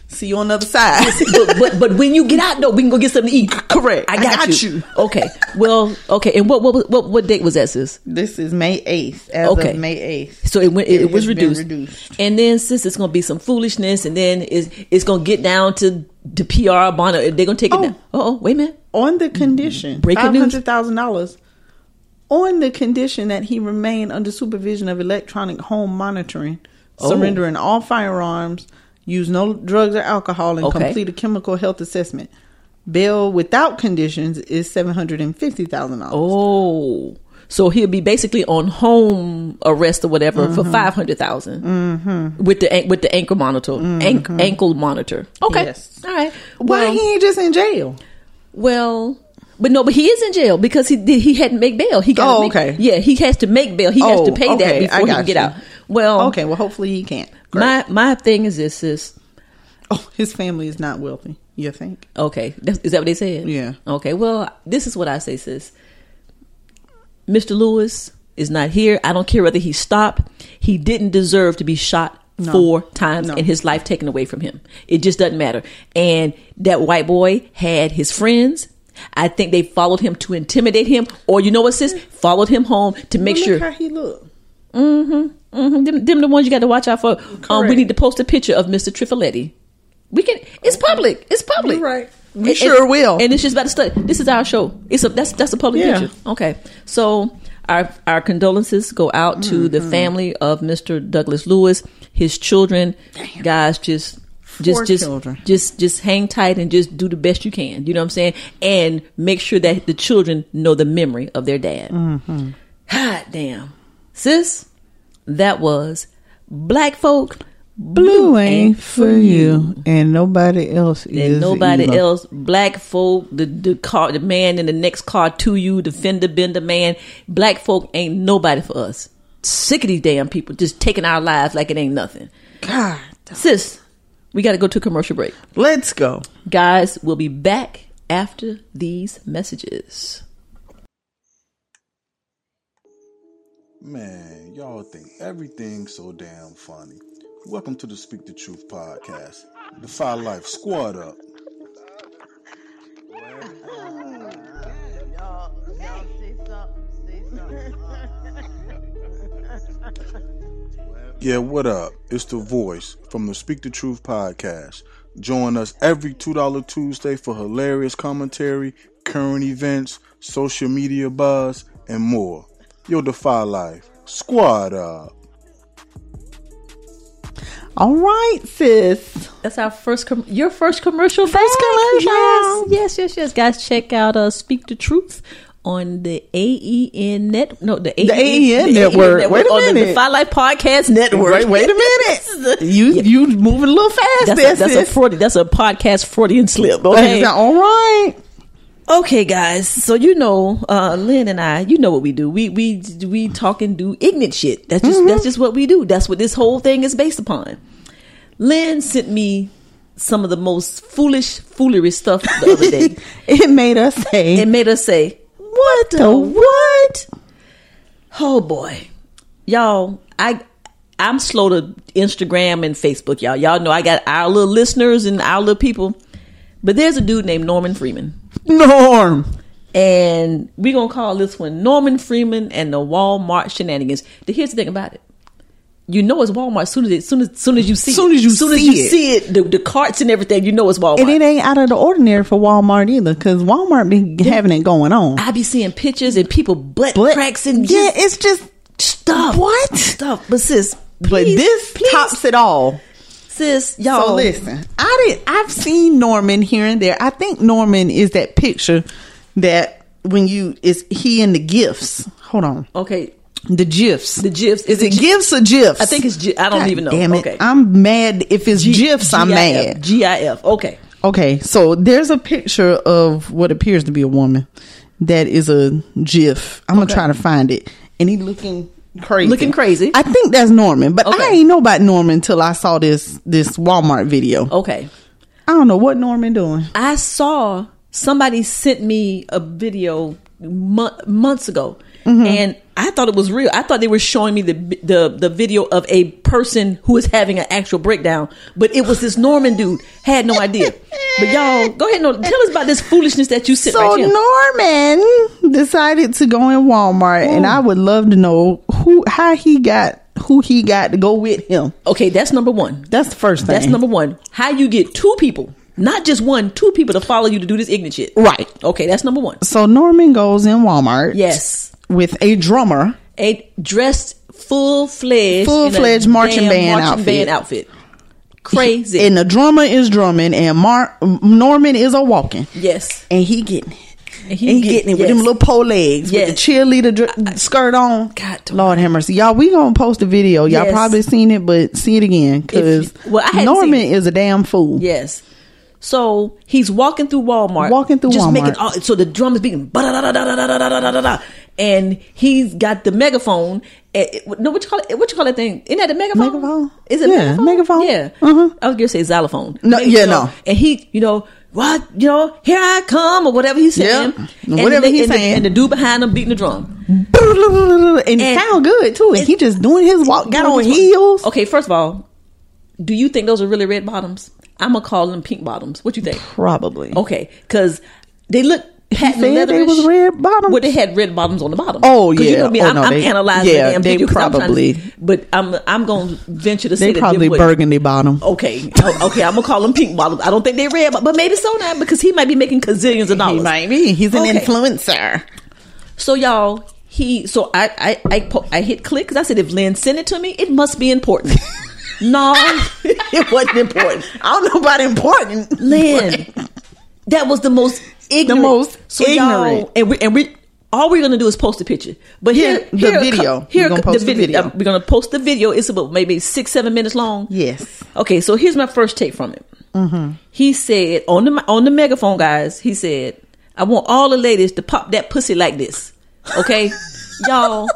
Speaker 6: See you on the other side.
Speaker 5: but, but but when you get out though, we can go get something to eat.
Speaker 6: Correct.
Speaker 5: I got, you. Okay. Well, okay. And what what was- what what date was that, sis?
Speaker 6: This is May 8th, as
Speaker 5: Okay.
Speaker 6: of May 8th.
Speaker 5: So it went. It,
Speaker 6: It
Speaker 5: was
Speaker 6: has been
Speaker 5: reduced.
Speaker 6: reduced.
Speaker 5: And then since it's going to be some foolishness, and then it's it's going to get down to the PR bond. They're going to take it
Speaker 6: Oh.
Speaker 5: down. Oh, wait a minute.
Speaker 6: On the condition,
Speaker 5: Mm-hmm. Breaking news.
Speaker 6: $500,000. On the condition that he remain under supervision of electronic home monitoring,
Speaker 5: Oh.
Speaker 6: surrendering all firearms, use no drugs or alcohol, and
Speaker 5: Okay.
Speaker 6: complete a chemical health assessment. Bail without conditions is seven hundred and fifty thousand dollars.
Speaker 5: Oh, so he'll be basically on home arrest or whatever for five mm-hmm. with the an- with the ankle monitor, ank- ankle monitor. Okay,
Speaker 6: Yes.
Speaker 5: all right.
Speaker 6: Why
Speaker 5: Oh. Well,
Speaker 6: he ain't just in jail?
Speaker 5: well, But no, but he is in jail because he did, he hadn't make bail. He got
Speaker 6: Oh,
Speaker 5: make,
Speaker 6: okay.
Speaker 5: Yeah, he has to make bail. He has
Speaker 6: Oh,
Speaker 5: to pay
Speaker 6: okay,
Speaker 5: that
Speaker 6: I
Speaker 5: before he
Speaker 6: got
Speaker 5: can get
Speaker 6: you.
Speaker 5: out. Well,
Speaker 6: okay, well, hopefully he can't. Great.
Speaker 5: My my thing is this is
Speaker 6: oh, his family is not wealthy. You think?
Speaker 5: okay. that's- Is that what they said?
Speaker 6: Yeah.
Speaker 5: Okay. Well, this is what I say, sis. Mr. Lewis is not here. I don't care whether he stopped. He didn't deserve to be shot
Speaker 6: No.
Speaker 5: four times
Speaker 6: No.
Speaker 5: and his life taken away from him. It just doesn't matter. And that white boy had his friends. I think they followed him to intimidate him, or you know what, sis? Followed him home to make
Speaker 6: Well,
Speaker 5: sure.
Speaker 6: Look how he look.
Speaker 5: hmm Them, them the ones you got to watch out for. Um, we
Speaker 6: Correct.
Speaker 5: need to post a picture of Mr. Trifoletti. We can. It's public. It's public.
Speaker 6: You're right. We
Speaker 5: And-
Speaker 6: sure
Speaker 5: and-
Speaker 6: will.
Speaker 5: And it's just about to start. This is our show. It's a that's that's a public
Speaker 6: Yeah.
Speaker 5: picture. Okay. So our our condolences go out to
Speaker 6: Mm-hmm.
Speaker 5: the family of Mr. Douglas Lewis, his children, guys. Just just
Speaker 6: Four
Speaker 5: just
Speaker 6: children.
Speaker 5: just just hang tight and just do the best you can. You know what I'm saying? And make sure that the children know the memory of their dad.
Speaker 6: Mm-hmm.
Speaker 5: God damn, sis. That was Black Folk Blue,
Speaker 6: Blue ain't for you, and nobody else is.
Speaker 5: And nobody
Speaker 6: either.
Speaker 5: else, Black Folk, the, the car, the man in the next car to you, the fender bender man. Black Folk ain't nobody for us. Sick of these damn people just taking our lives like it ain't nothing.
Speaker 6: God,
Speaker 5: Sis, we got to go to a commercial break.
Speaker 6: let's go.
Speaker 5: Guys, we'll be back after these messages.
Speaker 8: Man, y'all think everything's so damn funny. Welcome to the Speak the Truth podcast. The Five Life Squad up. Yeah, what up? It's the voice from the Speak the Truth podcast. Join us every $2 Tuesday for hilarious commentary, current events, social media buzz, and more. Yo, Defy Life. Squad up.
Speaker 6: All right, sis.
Speaker 5: That's our first com- your first commercial.
Speaker 6: First
Speaker 5: break. Yes,
Speaker 6: commercial.
Speaker 5: yes, yes, yes. Guys, check out uh, Speak the Truth on the AEN net. No, the E AEN,
Speaker 6: AEN network. Wait a
Speaker 5: or the
Speaker 6: minute.
Speaker 5: Defy Life Podcast Network.
Speaker 6: Wait, wait a
Speaker 5: This is
Speaker 6: minute.
Speaker 5: a-
Speaker 6: you
Speaker 5: Yeah.
Speaker 6: you moving a little fast,
Speaker 5: That's,
Speaker 6: there,
Speaker 5: a, that's a
Speaker 6: sis.
Speaker 5: Freudian, that's a podcast Freudian slip.
Speaker 6: Okay,
Speaker 5: Okay,
Speaker 6: now, all right.
Speaker 5: okay, guys. So you know, uh, Lynn and I, you know what we do. We we we talk and do ignorant shit. That's just that's just what we do. That's what this whole thing is based upon. Lynn sent me some of the most foolish, foolery stuff the other day.
Speaker 6: It made us say
Speaker 5: it made us say, "What the what?" Oh boy, y'all! I I'm slow to Instagram and Facebook, y'all. Y'all know I got our little listeners and our little people, but there's a dude named Norman Freeman,
Speaker 6: Norm.
Speaker 5: and we're gonna call this one Norman Freeman and the Walmart shenanigans. But Here's the thing about it. You know it's Walmart soon as it, soon as soon as you see
Speaker 6: Soon as you
Speaker 5: soon as
Speaker 6: see
Speaker 5: you
Speaker 6: it.
Speaker 5: see it the, the carts and everything you know it's Walmart
Speaker 6: And it ain't out of the ordinary for Walmart either, because Walmart been having it going on.
Speaker 5: I be seeing pictures and people butt,
Speaker 6: But-
Speaker 5: cracks and
Speaker 6: yeah,
Speaker 5: just
Speaker 6: it's just
Speaker 5: stuff.
Speaker 6: What?
Speaker 5: stuff? But sis,
Speaker 6: but
Speaker 5: please,
Speaker 6: this
Speaker 5: please,
Speaker 6: tops it all.
Speaker 5: sis, y'all.
Speaker 6: So listen, I did. I've seen Norman here and there. I think Norman is that picture that when you is he in the gifts. Hold on,
Speaker 5: Okay,
Speaker 6: the gifs.
Speaker 5: the gifs.
Speaker 6: Is it gifs or gifs?
Speaker 5: I think it's gi- I don't even know.
Speaker 6: Damn it!
Speaker 5: Okay.
Speaker 6: I'm mad if it's gifs. I'm
Speaker 5: GIF,
Speaker 6: mad.
Speaker 5: GIF. Okay.
Speaker 6: Okay, so there's a picture of what appears to be a woman that is a GIF. I'm gonna try to find it, and he looking crazy,
Speaker 5: Looking crazy.
Speaker 6: I think that's Norman, but I
Speaker 5: Okay.
Speaker 6: ain't know about Norman until I saw this this Walmart video.
Speaker 5: Okay.
Speaker 6: I don't know what Norman doing.
Speaker 5: I saw somebody sent me a video mon- months ago,
Speaker 6: Mm-hmm.
Speaker 5: and I thought it was real. I thought they were showing me the the the video of a person who is having an actual breakdown, but it was this Norman dude. Had no idea. But y'all, go ahead and tell us about this foolishness that you sent
Speaker 6: So
Speaker 5: right here.
Speaker 6: Norman decided to go in Walmart, and I would love to know who how he got who he got to go with him.
Speaker 5: okay, that's number one.
Speaker 6: That's the first thing.
Speaker 5: That's number one. How you get two people, not just one, two people to follow you to do this ignorant shit.
Speaker 6: Right.
Speaker 5: Okay, that's number one.
Speaker 6: So Norman goes in Walmart.
Speaker 5: Yes.
Speaker 6: with a drummer.
Speaker 5: A dressed full fledged,
Speaker 6: Full-fledged marching band outfit.
Speaker 5: Crazy.
Speaker 6: and the drummer is drumming and Mar- Norman is a walking
Speaker 5: yes.
Speaker 6: and he getting it. And
Speaker 5: he
Speaker 6: he,
Speaker 5: get-
Speaker 6: getting it with
Speaker 5: yes.
Speaker 6: them little pole legs with
Speaker 5: Yes.
Speaker 6: the cheerleader dr- skirt on.
Speaker 5: God, don't-
Speaker 6: Lord have mercy, y'all. We gonna post a video. Y'all
Speaker 5: Yes.
Speaker 6: probably seen it, but see it again because
Speaker 5: If you- well, I hadn't
Speaker 6: Norman
Speaker 5: seen it.
Speaker 6: is a damn fool.
Speaker 5: Yes. So he's walking through Walmart,
Speaker 6: Walking through
Speaker 5: just
Speaker 6: Walmart.
Speaker 5: making all. So the drum is beating, ba-da-da-da-da-da-da-da-da-da-da. and he's got the megaphone. eh, eh, No, what you call it? What you call that thing? Isn't that a megaphone?
Speaker 6: Megaphone?
Speaker 5: Is it?
Speaker 6: Yeah,
Speaker 5: megaphone?
Speaker 6: megaphone.
Speaker 5: Yeah.
Speaker 6: Uh-huh.
Speaker 5: I was gonna say xylophone.
Speaker 6: No,
Speaker 5: Maybe,
Speaker 6: yeah,
Speaker 5: you know,
Speaker 6: no.
Speaker 5: And he, you know. What you know? Here I come, or whatever he's saying.
Speaker 6: Yep.
Speaker 5: And
Speaker 6: Whatever
Speaker 5: the-
Speaker 6: he's
Speaker 5: and the-
Speaker 6: saying.
Speaker 5: and the dude behind him beating the drum.
Speaker 6: and it
Speaker 5: And-
Speaker 6: sound good too. And he just doing his walk, got on heels.
Speaker 5: Okay, first of all, do you think those are really red bottoms? I'm gonna call them pink bottoms. What you think?
Speaker 6: Probably.
Speaker 5: Okay, because they look patent
Speaker 6: said they
Speaker 5: leatherish.
Speaker 6: was red bottoms?
Speaker 5: Well, they had red bottoms on the bottom.
Speaker 6: Oh,
Speaker 5: 'Cause You
Speaker 6: yeah.
Speaker 5: know me,
Speaker 6: Oh,
Speaker 5: I'm,
Speaker 6: no,
Speaker 5: I'm
Speaker 6: they-
Speaker 5: analyzing
Speaker 6: yeah,
Speaker 5: the damn
Speaker 6: they
Speaker 5: video 'cause I'm trying to-
Speaker 6: probably-
Speaker 5: but I'm I'm gonna venture to say
Speaker 6: They
Speaker 5: that
Speaker 6: probably
Speaker 5: them would-
Speaker 6: burgundy bottom.
Speaker 5: Okay, oh, okay, I'm gonna call them pink bottoms. I don't think they red, but, but maybe so now because he might be making gazillions of dollars.
Speaker 6: He might be. He's an
Speaker 5: Okay.
Speaker 6: influencer.
Speaker 5: So y'all, he so I I I, po- I hit click because I said if Lynn sent it to me, it must be important. no,
Speaker 6: It wasn't important. I don't know about important.
Speaker 5: Lynn, that was the most ignorant,
Speaker 6: most
Speaker 5: y'all-
Speaker 6: ignorant.
Speaker 5: and we and we. All we're gonna do is post a picture, but here,
Speaker 6: Yeah, the
Speaker 5: here co-
Speaker 6: video.
Speaker 5: Here
Speaker 6: We're gonna
Speaker 5: co-
Speaker 6: post the video.
Speaker 5: uh, we're gonna post the video. It's about maybe six, seven minutes long.
Speaker 6: Yes.
Speaker 5: Okay, so here's my first take from it. He said on the mi- on the megaphone, guys. He said, "I want all the ladies to pop that pussy like this." Okay, y'all.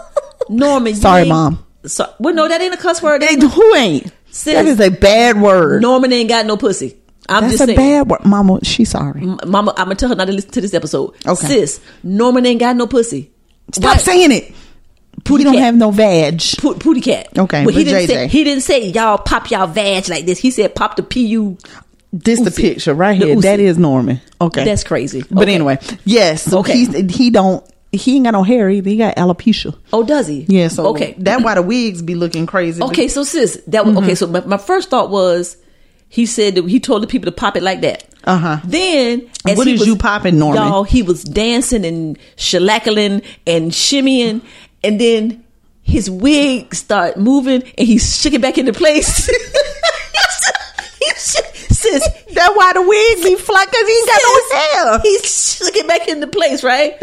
Speaker 5: Norman, you
Speaker 6: Sorry,
Speaker 5: ain't-
Speaker 6: Mom.
Speaker 5: So, well, no, that ain't a cuss word.
Speaker 6: They,
Speaker 5: That
Speaker 6: who ain't?
Speaker 5: Sis.
Speaker 6: that is a bad word.
Speaker 5: Norman ain't got no pussy. I'm
Speaker 6: That's
Speaker 5: just
Speaker 6: a
Speaker 5: saying.
Speaker 6: bad word. Mama, she's sorry.
Speaker 5: M- Mama, I'm gonna tell her not to listen to this episode.
Speaker 6: Okay.
Speaker 5: Sis, Norman ain't got no pussy.
Speaker 6: Stop
Speaker 5: Right.
Speaker 6: saying it. You don't
Speaker 5: cat.
Speaker 6: have no vag.
Speaker 5: Po- Pooty cat.
Speaker 6: Okay,
Speaker 5: but he
Speaker 6: but
Speaker 5: didn't say
Speaker 6: JJ.
Speaker 5: he didn't say y'all pop y'all vag like this. He said pop the pu.
Speaker 6: This the
Speaker 5: Uzi.
Speaker 6: picture right
Speaker 5: The
Speaker 6: here. That
Speaker 5: Uzi.
Speaker 6: is Norman. Okay,
Speaker 5: That's crazy.
Speaker 6: But
Speaker 5: Okay.
Speaker 6: anyway, yes. So
Speaker 5: Okay.
Speaker 6: he's, he don't. He ain't got no hair either. He got alopecia.
Speaker 5: Oh, does he?
Speaker 6: Yeah. So
Speaker 5: okay,
Speaker 6: That why the wigs be looking crazy. Mm-hmm.
Speaker 5: Okay, so sis, that was okay. So my, my first thought was, he said that he told the people to pop it like that. Uh
Speaker 6: Uh-huh.
Speaker 5: Then
Speaker 6: And what
Speaker 5: he
Speaker 6: is you popping, Norman?
Speaker 5: Y'all, he was dancing and shellacking and shimmying, and then his wig start moving, and he shook it back into place. He shook- Sis,
Speaker 6: That why the wig be fly because he ain't got
Speaker 5: Yes.
Speaker 6: no hair.
Speaker 5: He shook it back into place, right?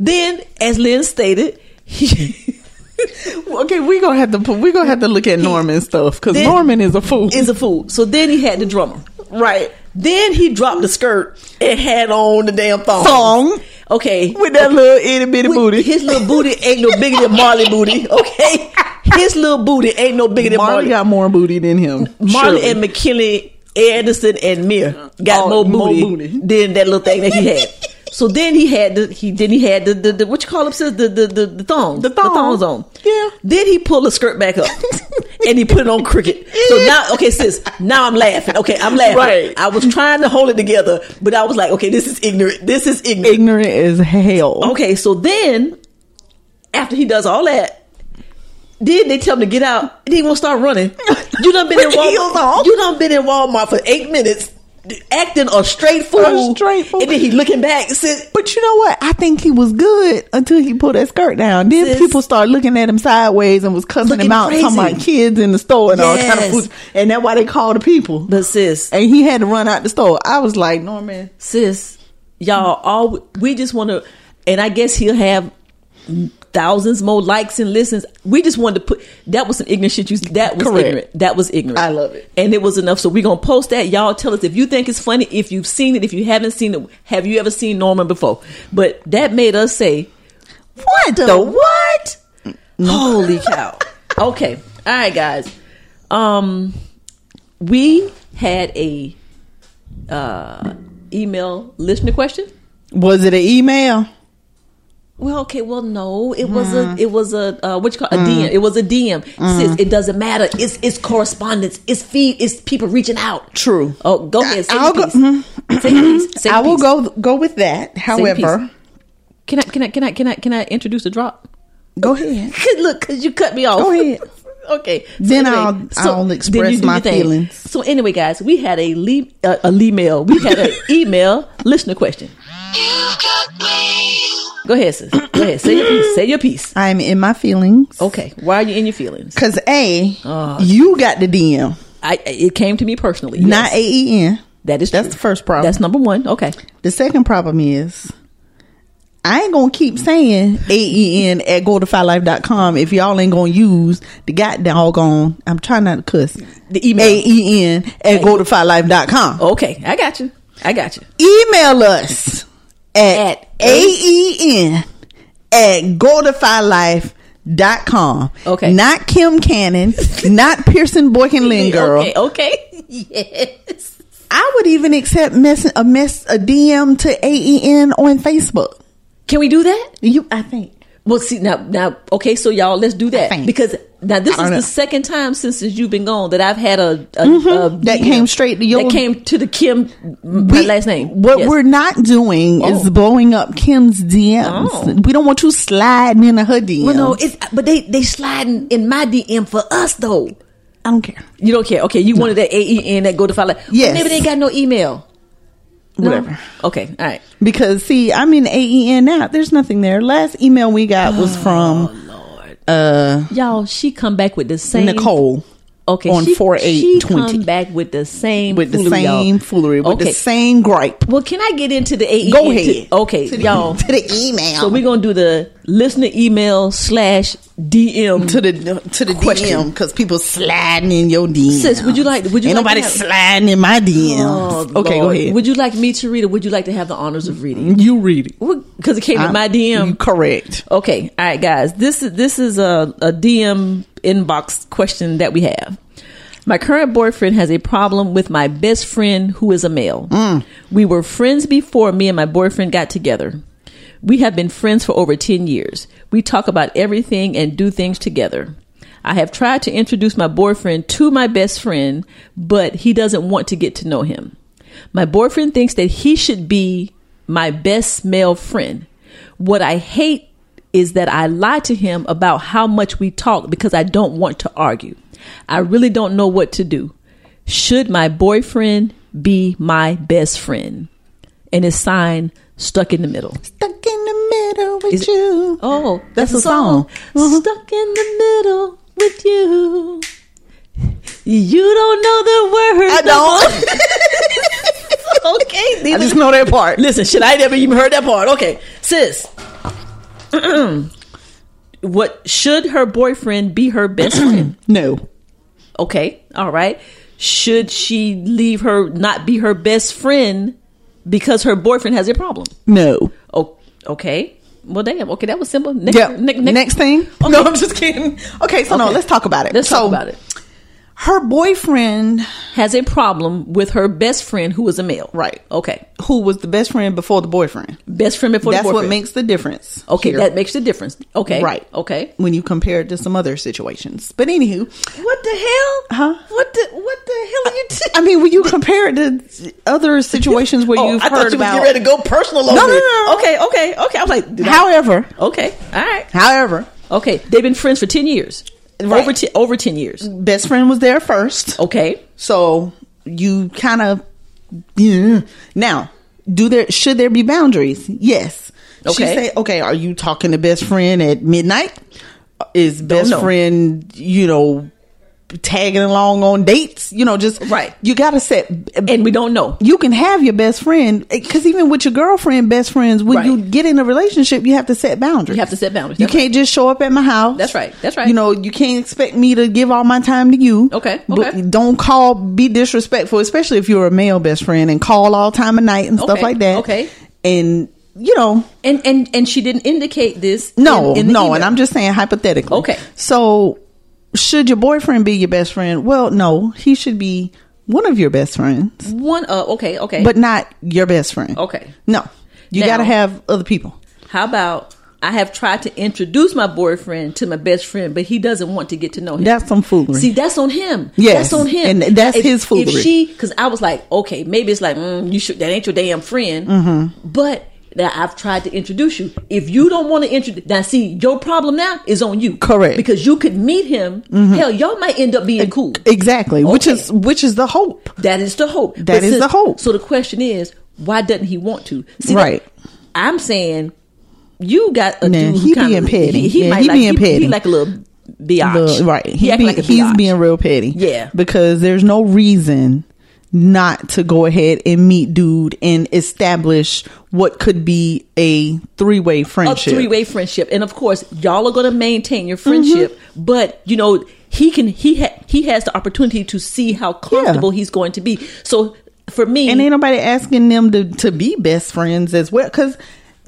Speaker 5: then, as Lynn stated, he
Speaker 6: okay, we gonna have to put, we gonna have to look at Norman stuff because
Speaker 5: Then-
Speaker 6: Norman is a fool.
Speaker 5: is a fool. So then he had the drummer.
Speaker 6: right.
Speaker 5: Then he dropped the skirt and had on the damn thong.
Speaker 6: Thong.
Speaker 5: Okay.
Speaker 6: With that little itty bitty
Speaker 5: With-
Speaker 6: booty.
Speaker 5: His little booty ain't no bigger than Marley booty. Okay. His little booty ain't no bigger than
Speaker 6: Marley
Speaker 5: Marley.
Speaker 6: got more booty than him.
Speaker 5: Marley
Speaker 6: surely.
Speaker 5: and McKinley Anderson and Mir got more,
Speaker 6: Oh, more
Speaker 5: booty
Speaker 6: booty.
Speaker 5: than that little thing that he had. So then he had the he then he had the the, the what you call them sis the the the, the thongs
Speaker 6: The thong.
Speaker 5: thongs on
Speaker 6: Yeah.
Speaker 5: Then he pulled the skirt back up and he put it on cricket. So now okay sis now I'm laughing okay I'm laughing
Speaker 6: Right.
Speaker 5: I was trying to hold it together but I was like okay this is ignorant this is ignorant
Speaker 6: ignorant as hell.
Speaker 5: Okay, so then after he does all that, then they tell him to get out. And he won't start running. You done been in
Speaker 6: With heels on.
Speaker 5: Walmart. You done been in Walmart for eight minutes, acting a straight fool.
Speaker 6: A straight fool.
Speaker 5: And then he looking back. Says,
Speaker 6: But you know what? I think he was good until he pulled that skirt down. Then
Speaker 5: Sis.
Speaker 6: people started looking at him sideways and was cussing
Speaker 5: Looking
Speaker 6: him out,
Speaker 5: crazy.
Speaker 6: talking about kids in the store and all kind
Speaker 5: Yes.
Speaker 6: of food. And that's why they called the people.
Speaker 5: but sis,
Speaker 6: and he had to run out the store. I was like, Norman,
Speaker 5: sis, y'all all we just want to, and I guess he'll have thousands more likes and listens. We just wanted to put that was some ignorant shit. You that was
Speaker 6: Correct.
Speaker 5: ignorant. That was ignorant.
Speaker 6: I love it.
Speaker 5: and it was enough. So we're gonna post that. Y'all tell us if you think it's funny. If you've seen it. If you haven't seen it, have you ever seen Norman before? But that made us say,
Speaker 6: what the, what?
Speaker 5: "Holy cow!" Okay, all right, guys. Um, we had a uh email listener question.
Speaker 6: Was it an email?
Speaker 5: Well, okay. Well, no, it was a, it was a, uh, what you call a DM. It was a DM. Sis, it doesn't matter. It's it's correspondence. It's feed. It's people reaching out.
Speaker 6: True.
Speaker 5: Oh, go Hmm. ahead. Say your
Speaker 6: I'll go-
Speaker 5: piece. Say your piece. Say your
Speaker 6: I will
Speaker 5: piece.
Speaker 6: go go with that. However,
Speaker 5: Can I can I can I can I can I introduce a drop?
Speaker 6: go ahead.
Speaker 5: Look, cause you cut me off.
Speaker 6: Go ahead.
Speaker 5: okay.
Speaker 6: Then I'll- I'll
Speaker 5: then
Speaker 6: express
Speaker 5: you do
Speaker 6: my
Speaker 5: your thing.
Speaker 6: feelings.
Speaker 5: So anyway, guys, we had a le- uh, a le mail. We had an email listener question. Go ahead, sis. Go ahead. Say your piece. Say your piece.
Speaker 6: I'm in my feelings.
Speaker 5: Okay. Why are you in your feelings?
Speaker 6: Cause A,
Speaker 5: Oh.
Speaker 6: you got the DM,
Speaker 5: I, I- it came to me personally.
Speaker 6: not
Speaker 5: yes.
Speaker 6: AEN.
Speaker 5: That is
Speaker 6: That's
Speaker 5: true.
Speaker 6: the first problem.
Speaker 5: That's number one. Okay.
Speaker 6: The second problem is I ain't gonna keep saying AEN at goldifylife.com if y'all ain't gonna use the god doggone. I'm trying not to cuss. The email. AEN at goldifylife.com.
Speaker 5: Okay, I got you. I got you.
Speaker 6: Email us at,
Speaker 5: At-
Speaker 6: AEN at goldifylife.com.
Speaker 5: Okay.
Speaker 6: Not Kim Cannon, not Pearson Boykin Lynn girl.
Speaker 5: Okay, okay. Yes.
Speaker 6: I would even accept mess, a mess a DM to AEN on Facebook.
Speaker 5: Can we do that?
Speaker 6: You, I think.
Speaker 5: Well, see now, now, okay, so y'all, let's do that
Speaker 6: Thanks.
Speaker 5: because now this is
Speaker 6: I don't know. Mm-hmm.
Speaker 5: the second time since, since you've been gone that I've had a, a, a
Speaker 6: That came straight to your-
Speaker 5: that came to the Kim my
Speaker 6: We-
Speaker 5: last name.
Speaker 6: What
Speaker 5: Yes.
Speaker 6: we're not doing
Speaker 5: Oh.
Speaker 6: is blowing up Kim's DMs.
Speaker 5: Oh.
Speaker 6: We don't want you sliding into her DMs.
Speaker 5: well, no, it's but they they sliding in my DM for us though.
Speaker 6: I don't care.
Speaker 5: You don't care. Okay, you wanted that AEN that go to file. Like,
Speaker 6: Yes.
Speaker 5: maybe they ain't got no email. No?
Speaker 6: Whatever.
Speaker 5: Okay, all right.
Speaker 6: Because see, I'm in AEN now. There's nothing there. Last email we got was from
Speaker 5: Y'all, she come back with the same
Speaker 6: Uh, Nicole.
Speaker 5: Okay,
Speaker 6: on
Speaker 5: she,
Speaker 6: 4820.
Speaker 5: She come back with the same
Speaker 6: With the
Speaker 5: foolery, y'all.
Speaker 6: same foolery, with the
Speaker 5: Okay.
Speaker 6: same gripe.
Speaker 5: Well, can I get into the AEN?
Speaker 6: Go
Speaker 5: to-
Speaker 6: ahead.
Speaker 5: okay, y'all.
Speaker 6: To the E email.
Speaker 5: So we're gonna do the listener email slash DM.
Speaker 6: to the to the
Speaker 5: Question.
Speaker 6: DM because people sliding in your DM.
Speaker 5: Sis, would you like- would you
Speaker 6: Ain't
Speaker 5: like
Speaker 6: nobody
Speaker 5: to have-
Speaker 6: sliding in my DMs.
Speaker 5: Oh,
Speaker 6: okay,
Speaker 5: Lord.
Speaker 6: go ahead. Mm.
Speaker 5: Would you like me to read, or would you like to have the honors of reading?
Speaker 6: you read it?
Speaker 5: Because it came to my DM.
Speaker 6: Correct.
Speaker 5: Okay, all right, guys. This is this is a, a DM inbox question that we have. My current boyfriend has a problem with my best friend who is a male. We were friends before me and my boyfriend got together. We have been friends for over 10 years. We talk about everything and do things together. I have tried to introduce my boyfriend to my best friend, but he doesn't want to get to know him. My boyfriend thinks that he should be my best male friend. What I hate is that I lie to him about how much we talk because I don't want to argue. I really don't know what to do. Should my boyfriend be my best friend? And his sign stuck in the middle.
Speaker 6: Stuck in the middle with
Speaker 5: Is it-
Speaker 6: you.
Speaker 5: Oh,
Speaker 6: That's a song. Uh-huh.
Speaker 5: Stuck in the middle with you. You don't know the words.
Speaker 6: I don't.
Speaker 5: okay,
Speaker 6: I
Speaker 5: neither
Speaker 6: just know that part.
Speaker 5: Listen, shit, I ain't never even heard that part. Okay, sis. what should her boyfriend be her best friend?
Speaker 6: No.
Speaker 5: Okay, all right. Should she leave her not be her best friend because her boyfriend has a problem?
Speaker 6: No.
Speaker 5: Oh, okay. Well, damn. Okay, that was simple. Next,
Speaker 6: Yeah.
Speaker 5: ne- ne-
Speaker 6: Next thing?
Speaker 5: Okay.
Speaker 6: No, I'm just kidding. Okay, so no,
Speaker 5: Okay.
Speaker 6: let's talk about it.
Speaker 5: Let's
Speaker 6: so
Speaker 5: talk about it.
Speaker 6: Her boyfriend,
Speaker 5: Has a problem with her best friend who is a male.
Speaker 6: Right.
Speaker 5: Okay.
Speaker 6: who was the best friend before the boyfriend.
Speaker 5: Best friend before
Speaker 6: That's
Speaker 5: the boyfriend.
Speaker 6: what makes the difference.
Speaker 5: Okay,
Speaker 6: here.
Speaker 5: that makes the difference. Okay.
Speaker 6: Right.
Speaker 5: Okay.
Speaker 6: When you compare it to some other situations. But anywho.
Speaker 5: What the hell?
Speaker 6: Huh?
Speaker 5: What the what the hell are you? T-
Speaker 6: I mean, when you compare it to other situations where you've
Speaker 5: I
Speaker 6: heard
Speaker 5: thought you
Speaker 6: about.
Speaker 5: was getting ready to go personal over
Speaker 6: No, no,
Speaker 5: it.
Speaker 6: no, no.
Speaker 5: Okay, okay, okay. I was like, did I-
Speaker 6: however,
Speaker 5: okay, all right,
Speaker 6: however,
Speaker 5: okay. They've been friends for ten years.
Speaker 6: Right.
Speaker 5: Over ten, over ten years.
Speaker 6: best friend was there first.
Speaker 5: Okay.
Speaker 6: So you kind of yeah. now do there should there be boundaries? Yes. She
Speaker 5: Okay.
Speaker 6: say, okay, are you talking to best friend at midnight? Is best
Speaker 5: know.
Speaker 6: friend you know tagging along on dates? You know, just
Speaker 5: Right.
Speaker 6: You got to set.
Speaker 5: And we don't know.
Speaker 6: You can have your best friend because even with your girlfriend, best friends, when
Speaker 5: Right.
Speaker 6: you get in a relationship, you have to set boundaries.
Speaker 5: You have to set boundaries.
Speaker 6: You
Speaker 5: That's right.
Speaker 6: can't just show up at my house.
Speaker 5: That's right. That's right.
Speaker 6: You know, you can't expect me to give all my time to you.
Speaker 5: Okay.
Speaker 6: But
Speaker 5: Okay.
Speaker 6: don't call, be disrespectful, especially if you're a male best friend and call all time of night and stuff
Speaker 5: Okay,
Speaker 6: like that.
Speaker 5: okay.
Speaker 6: And, you know,
Speaker 5: And and and she didn't indicate this.
Speaker 6: no,
Speaker 5: in- in the
Speaker 6: no.
Speaker 5: email.
Speaker 6: And I'm just saying hypothetically.
Speaker 5: Okay.
Speaker 6: So, should your boyfriend be your best friend? Well, no, he should be one of your best friends,
Speaker 5: one. Uh, okay, okay.
Speaker 6: but not your best friend.
Speaker 5: Okay.
Speaker 6: No. You
Speaker 5: Now-
Speaker 6: got to have other people.
Speaker 5: how about I have tried to introduce my boyfriend to my best friend, but he doesn't want to get to know him.
Speaker 6: That's some foolery.
Speaker 5: See, that's on him.
Speaker 6: Yes,
Speaker 5: that's on him,
Speaker 6: and that's
Speaker 5: If-
Speaker 6: his foolery.
Speaker 5: If she, because I was like, okay, maybe it's like mm, you should. That ain't your damn friend.
Speaker 6: Mm-hmm.
Speaker 5: But that I've tried to introduce you. If you don't want to introduce, now see, your problem now is on you.
Speaker 6: Correct. Mm-hmm.
Speaker 5: Because you could meet him. Hell, y'all might end up being cool.
Speaker 6: Exactly. Which
Speaker 5: Okay.
Speaker 6: is which is the hope.
Speaker 5: That is the hope. That is
Speaker 6: is the hope.
Speaker 5: So the question is, why doesn't he want to? See,
Speaker 6: Right.
Speaker 5: I'm saying you got a
Speaker 6: Nah,
Speaker 5: dude who
Speaker 6: he
Speaker 5: kinda-
Speaker 6: being petty.
Speaker 5: He, he
Speaker 6: Yeah,
Speaker 5: might
Speaker 6: he
Speaker 5: like,
Speaker 6: being
Speaker 5: he,
Speaker 6: petty.
Speaker 5: He like a little biatch.
Speaker 6: Look, right. He
Speaker 5: He act
Speaker 6: be-
Speaker 5: like a
Speaker 6: he's
Speaker 5: biatch.
Speaker 6: being real petty.
Speaker 5: Yeah.
Speaker 6: Because there's no reason not to go ahead and meet dude and establish what could be a three way
Speaker 5: a
Speaker 6: friendship.
Speaker 5: three way friendship, and of course, y'all are going to maintain your friendship.
Speaker 6: Mm-hmm.
Speaker 5: But you know, he can he ha- he has the opportunity to see how comfortable he's going to be. So for me,
Speaker 6: and ain't nobody asking them to, to be best friends as well. Because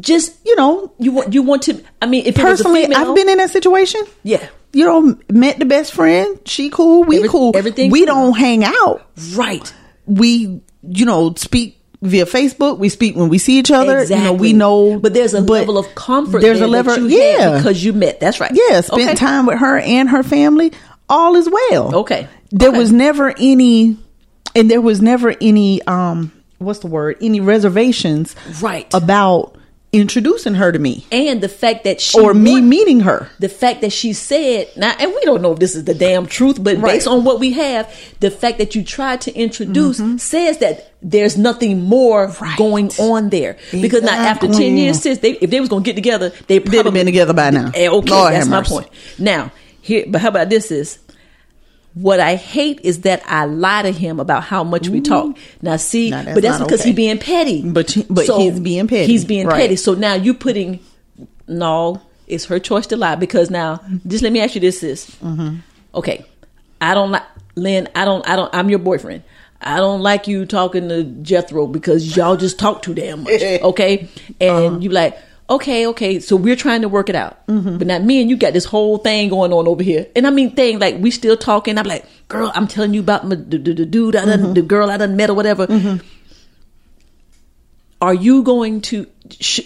Speaker 5: just
Speaker 6: you know,
Speaker 5: you want you want to. I mean, if
Speaker 6: personally,
Speaker 5: it was a female,
Speaker 6: I've been in that situation.
Speaker 5: yeah,
Speaker 6: You know, met the best friend. She cool. We
Speaker 5: Every-
Speaker 6: cool.
Speaker 5: everything
Speaker 6: We
Speaker 5: cool.
Speaker 6: don't hang out.
Speaker 5: right.
Speaker 6: we you know speak via Facebook. We speak when we see each other. You know,
Speaker 5: Exactly.
Speaker 6: we know,
Speaker 5: but there's a
Speaker 6: but
Speaker 5: level of comfort.
Speaker 6: There's a
Speaker 5: there that
Speaker 6: level,
Speaker 5: you had
Speaker 6: yeah,
Speaker 5: because you met. That's right.
Speaker 6: yeah, spent
Speaker 5: Okay.
Speaker 6: time with her and her family. All is well.
Speaker 5: Okay.
Speaker 6: There
Speaker 5: Okay.
Speaker 6: was never any, and there was never any. um What's the word? Any reservations?
Speaker 5: Right.
Speaker 6: About introducing her to me
Speaker 5: and the fact that she
Speaker 6: or me
Speaker 5: want-
Speaker 6: meeting her.
Speaker 5: the fact that she said now and we don't know if this is the damn truth but
Speaker 6: Right.
Speaker 5: based on what we have the fact that you tried to introduce
Speaker 6: Mm-hmm.
Speaker 5: says that there's nothing more going on there because now after 10 years since they if they was going to get together they probably
Speaker 6: have been together by now.
Speaker 5: Eh, okay
Speaker 6: Lord
Speaker 5: that's
Speaker 6: have
Speaker 5: my
Speaker 6: mercy.
Speaker 5: point now here but how about this is what I hate is that I lie to him about how much we talk. Now, see,
Speaker 6: Now, that's
Speaker 5: but that's
Speaker 6: not
Speaker 5: because
Speaker 6: okay.
Speaker 5: he being petty.
Speaker 6: But he- but he's being petty.
Speaker 5: He's being
Speaker 6: Right.
Speaker 5: petty. So now you putting no. It's her choice to lie because now. Just let me ask you this: Is okay? I don't like Lynn. I don't. I don't. I'm your boyfriend. I don't like you talking to Jethro because y'all just talk too damn much. Okay, and you like. Okay, okay. So we're trying to work it out, but not me and you got this whole thing going on over here. And I mean, thing like we still talking. I'm like, girl, I'm telling you about my, the, the, the dude I done, the girl I done met or whatever are you going to sh-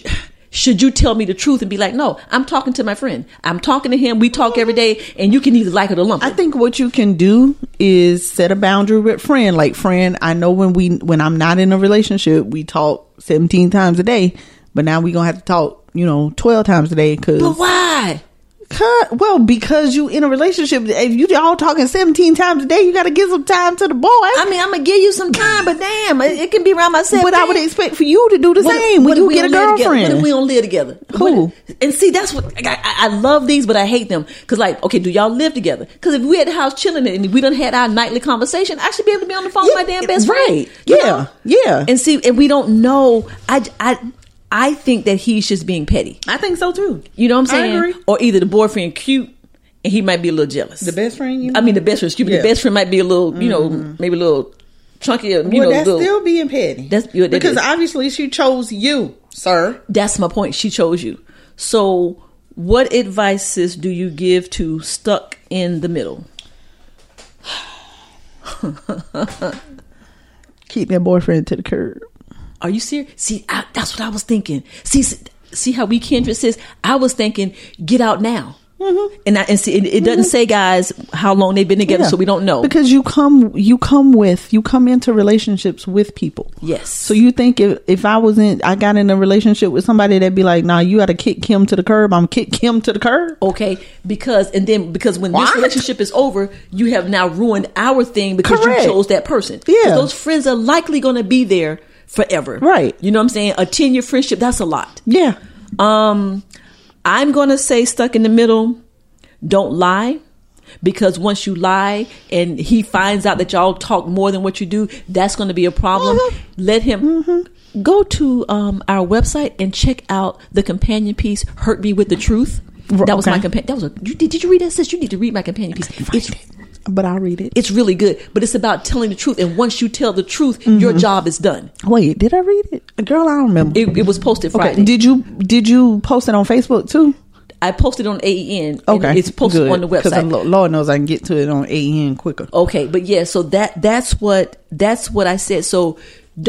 Speaker 5: should you tell me the truth and be like no i'm talking to my friend i'm talking to him we talk every day and you can either like it or lump
Speaker 6: I
Speaker 5: it
Speaker 6: think what you can do is set a boundary with friend. Like friend, I know when we when I'm not in a relationship, we talk 17 times a day, but now we going to have to talk, you know, 12 times a day cuz
Speaker 5: but why
Speaker 6: well, because you in a relationship, if you all talking 17 times a day, you got to give some time to the boy.
Speaker 5: i mean i'm gonna give you some time but damn it, it can be around myself
Speaker 6: but I would expect for you to do the
Speaker 5: What-
Speaker 6: same when
Speaker 5: what if
Speaker 6: you
Speaker 5: we
Speaker 6: get a
Speaker 5: don't live together?
Speaker 6: girlfriend.
Speaker 5: What if we don't live together?
Speaker 6: Cool.
Speaker 5: What- and see, that's what like, I, I I love these, but I hate them because, like, okay, do y'all live together? Because if we at the house chilling and we done had our nightly conversation, I should be able to be on the phone with my
Speaker 6: Yeah,
Speaker 5: damn best friend.
Speaker 6: right.
Speaker 5: you
Speaker 6: Yeah,
Speaker 5: know?
Speaker 6: yeah.
Speaker 5: And see, and we don't know. I, I, I think that he's just being petty.
Speaker 6: I think so too.
Speaker 5: You know what I'm
Speaker 6: I
Speaker 5: saying?
Speaker 6: agree.
Speaker 5: Or either the boyfriend cute and he might be a little jealous. The
Speaker 6: best friend, you
Speaker 5: I mean, the best friend. Excuse me.
Speaker 6: Yeah. Mm-hmm.
Speaker 5: The best friend might be a little, you know, maybe a little chunky. Or, you
Speaker 6: well,
Speaker 5: know,
Speaker 6: that's
Speaker 5: little-
Speaker 6: still being petty.
Speaker 5: That's- yeah, that is.
Speaker 6: because obviously she chose you, sir.
Speaker 5: That's my point. She chose you. So, what advices do you give to stuck in the middle?
Speaker 6: Keep that boyfriend to the curb.
Speaker 5: Are you serious? See, I, that's what I was thinking. See, s- see how we kindred says. I was thinking, get out now. And I, and see, it, it doesn't say guys how long they've been together,
Speaker 6: Mm-hmm. Yeah.
Speaker 5: so we don't know.
Speaker 6: because you come you come with you come into relationships with people
Speaker 5: yes.
Speaker 6: so you think if, if i was in i got in a relationship with somebody that'd be like nah you gotta kick him to the curb i'm kick him to the curb
Speaker 5: Okay, because and then because when this
Speaker 6: What?
Speaker 5: relationship is over, you have now ruined our thing because
Speaker 6: Correct.
Speaker 5: you chose that person. 'Cause
Speaker 6: Yeah.
Speaker 5: those friends are likely going to be there forever.
Speaker 6: Right.
Speaker 5: You know what I'm saying? A ten year friendship that's a lot.
Speaker 6: yeah
Speaker 5: Um, I'm going to say stuck in the middle. Don't lie. Because once you lie and he finds out that y'all talk more than what you do, that's going to be a problem.
Speaker 6: Mhm.
Speaker 5: Let him
Speaker 6: Mm-hmm.
Speaker 5: go to um, our website and check out the companion piece "Hurt Me with the Truth." That was my
Speaker 6: okay.
Speaker 5: companion. That was a. You, did, did you read that? Sis, you need to read my companion piece. It's,
Speaker 6: but i'll read it
Speaker 5: it's really good, but it's about telling the truth. And once you tell the truth,
Speaker 6: Mm-hmm.
Speaker 5: your job is done.
Speaker 6: wait did i read it girl i don't remember
Speaker 5: It, it was posted Friday.
Speaker 6: okay did you did you post it on facebook too
Speaker 5: I posted on AEN. and
Speaker 6: okay
Speaker 5: it's posted
Speaker 6: good.
Speaker 5: on the
Speaker 6: 'Cause I-
Speaker 5: website.
Speaker 6: lo- lord knows i can get to it on an quicker
Speaker 5: Okay, but yeah, so that that's what that's what I said. So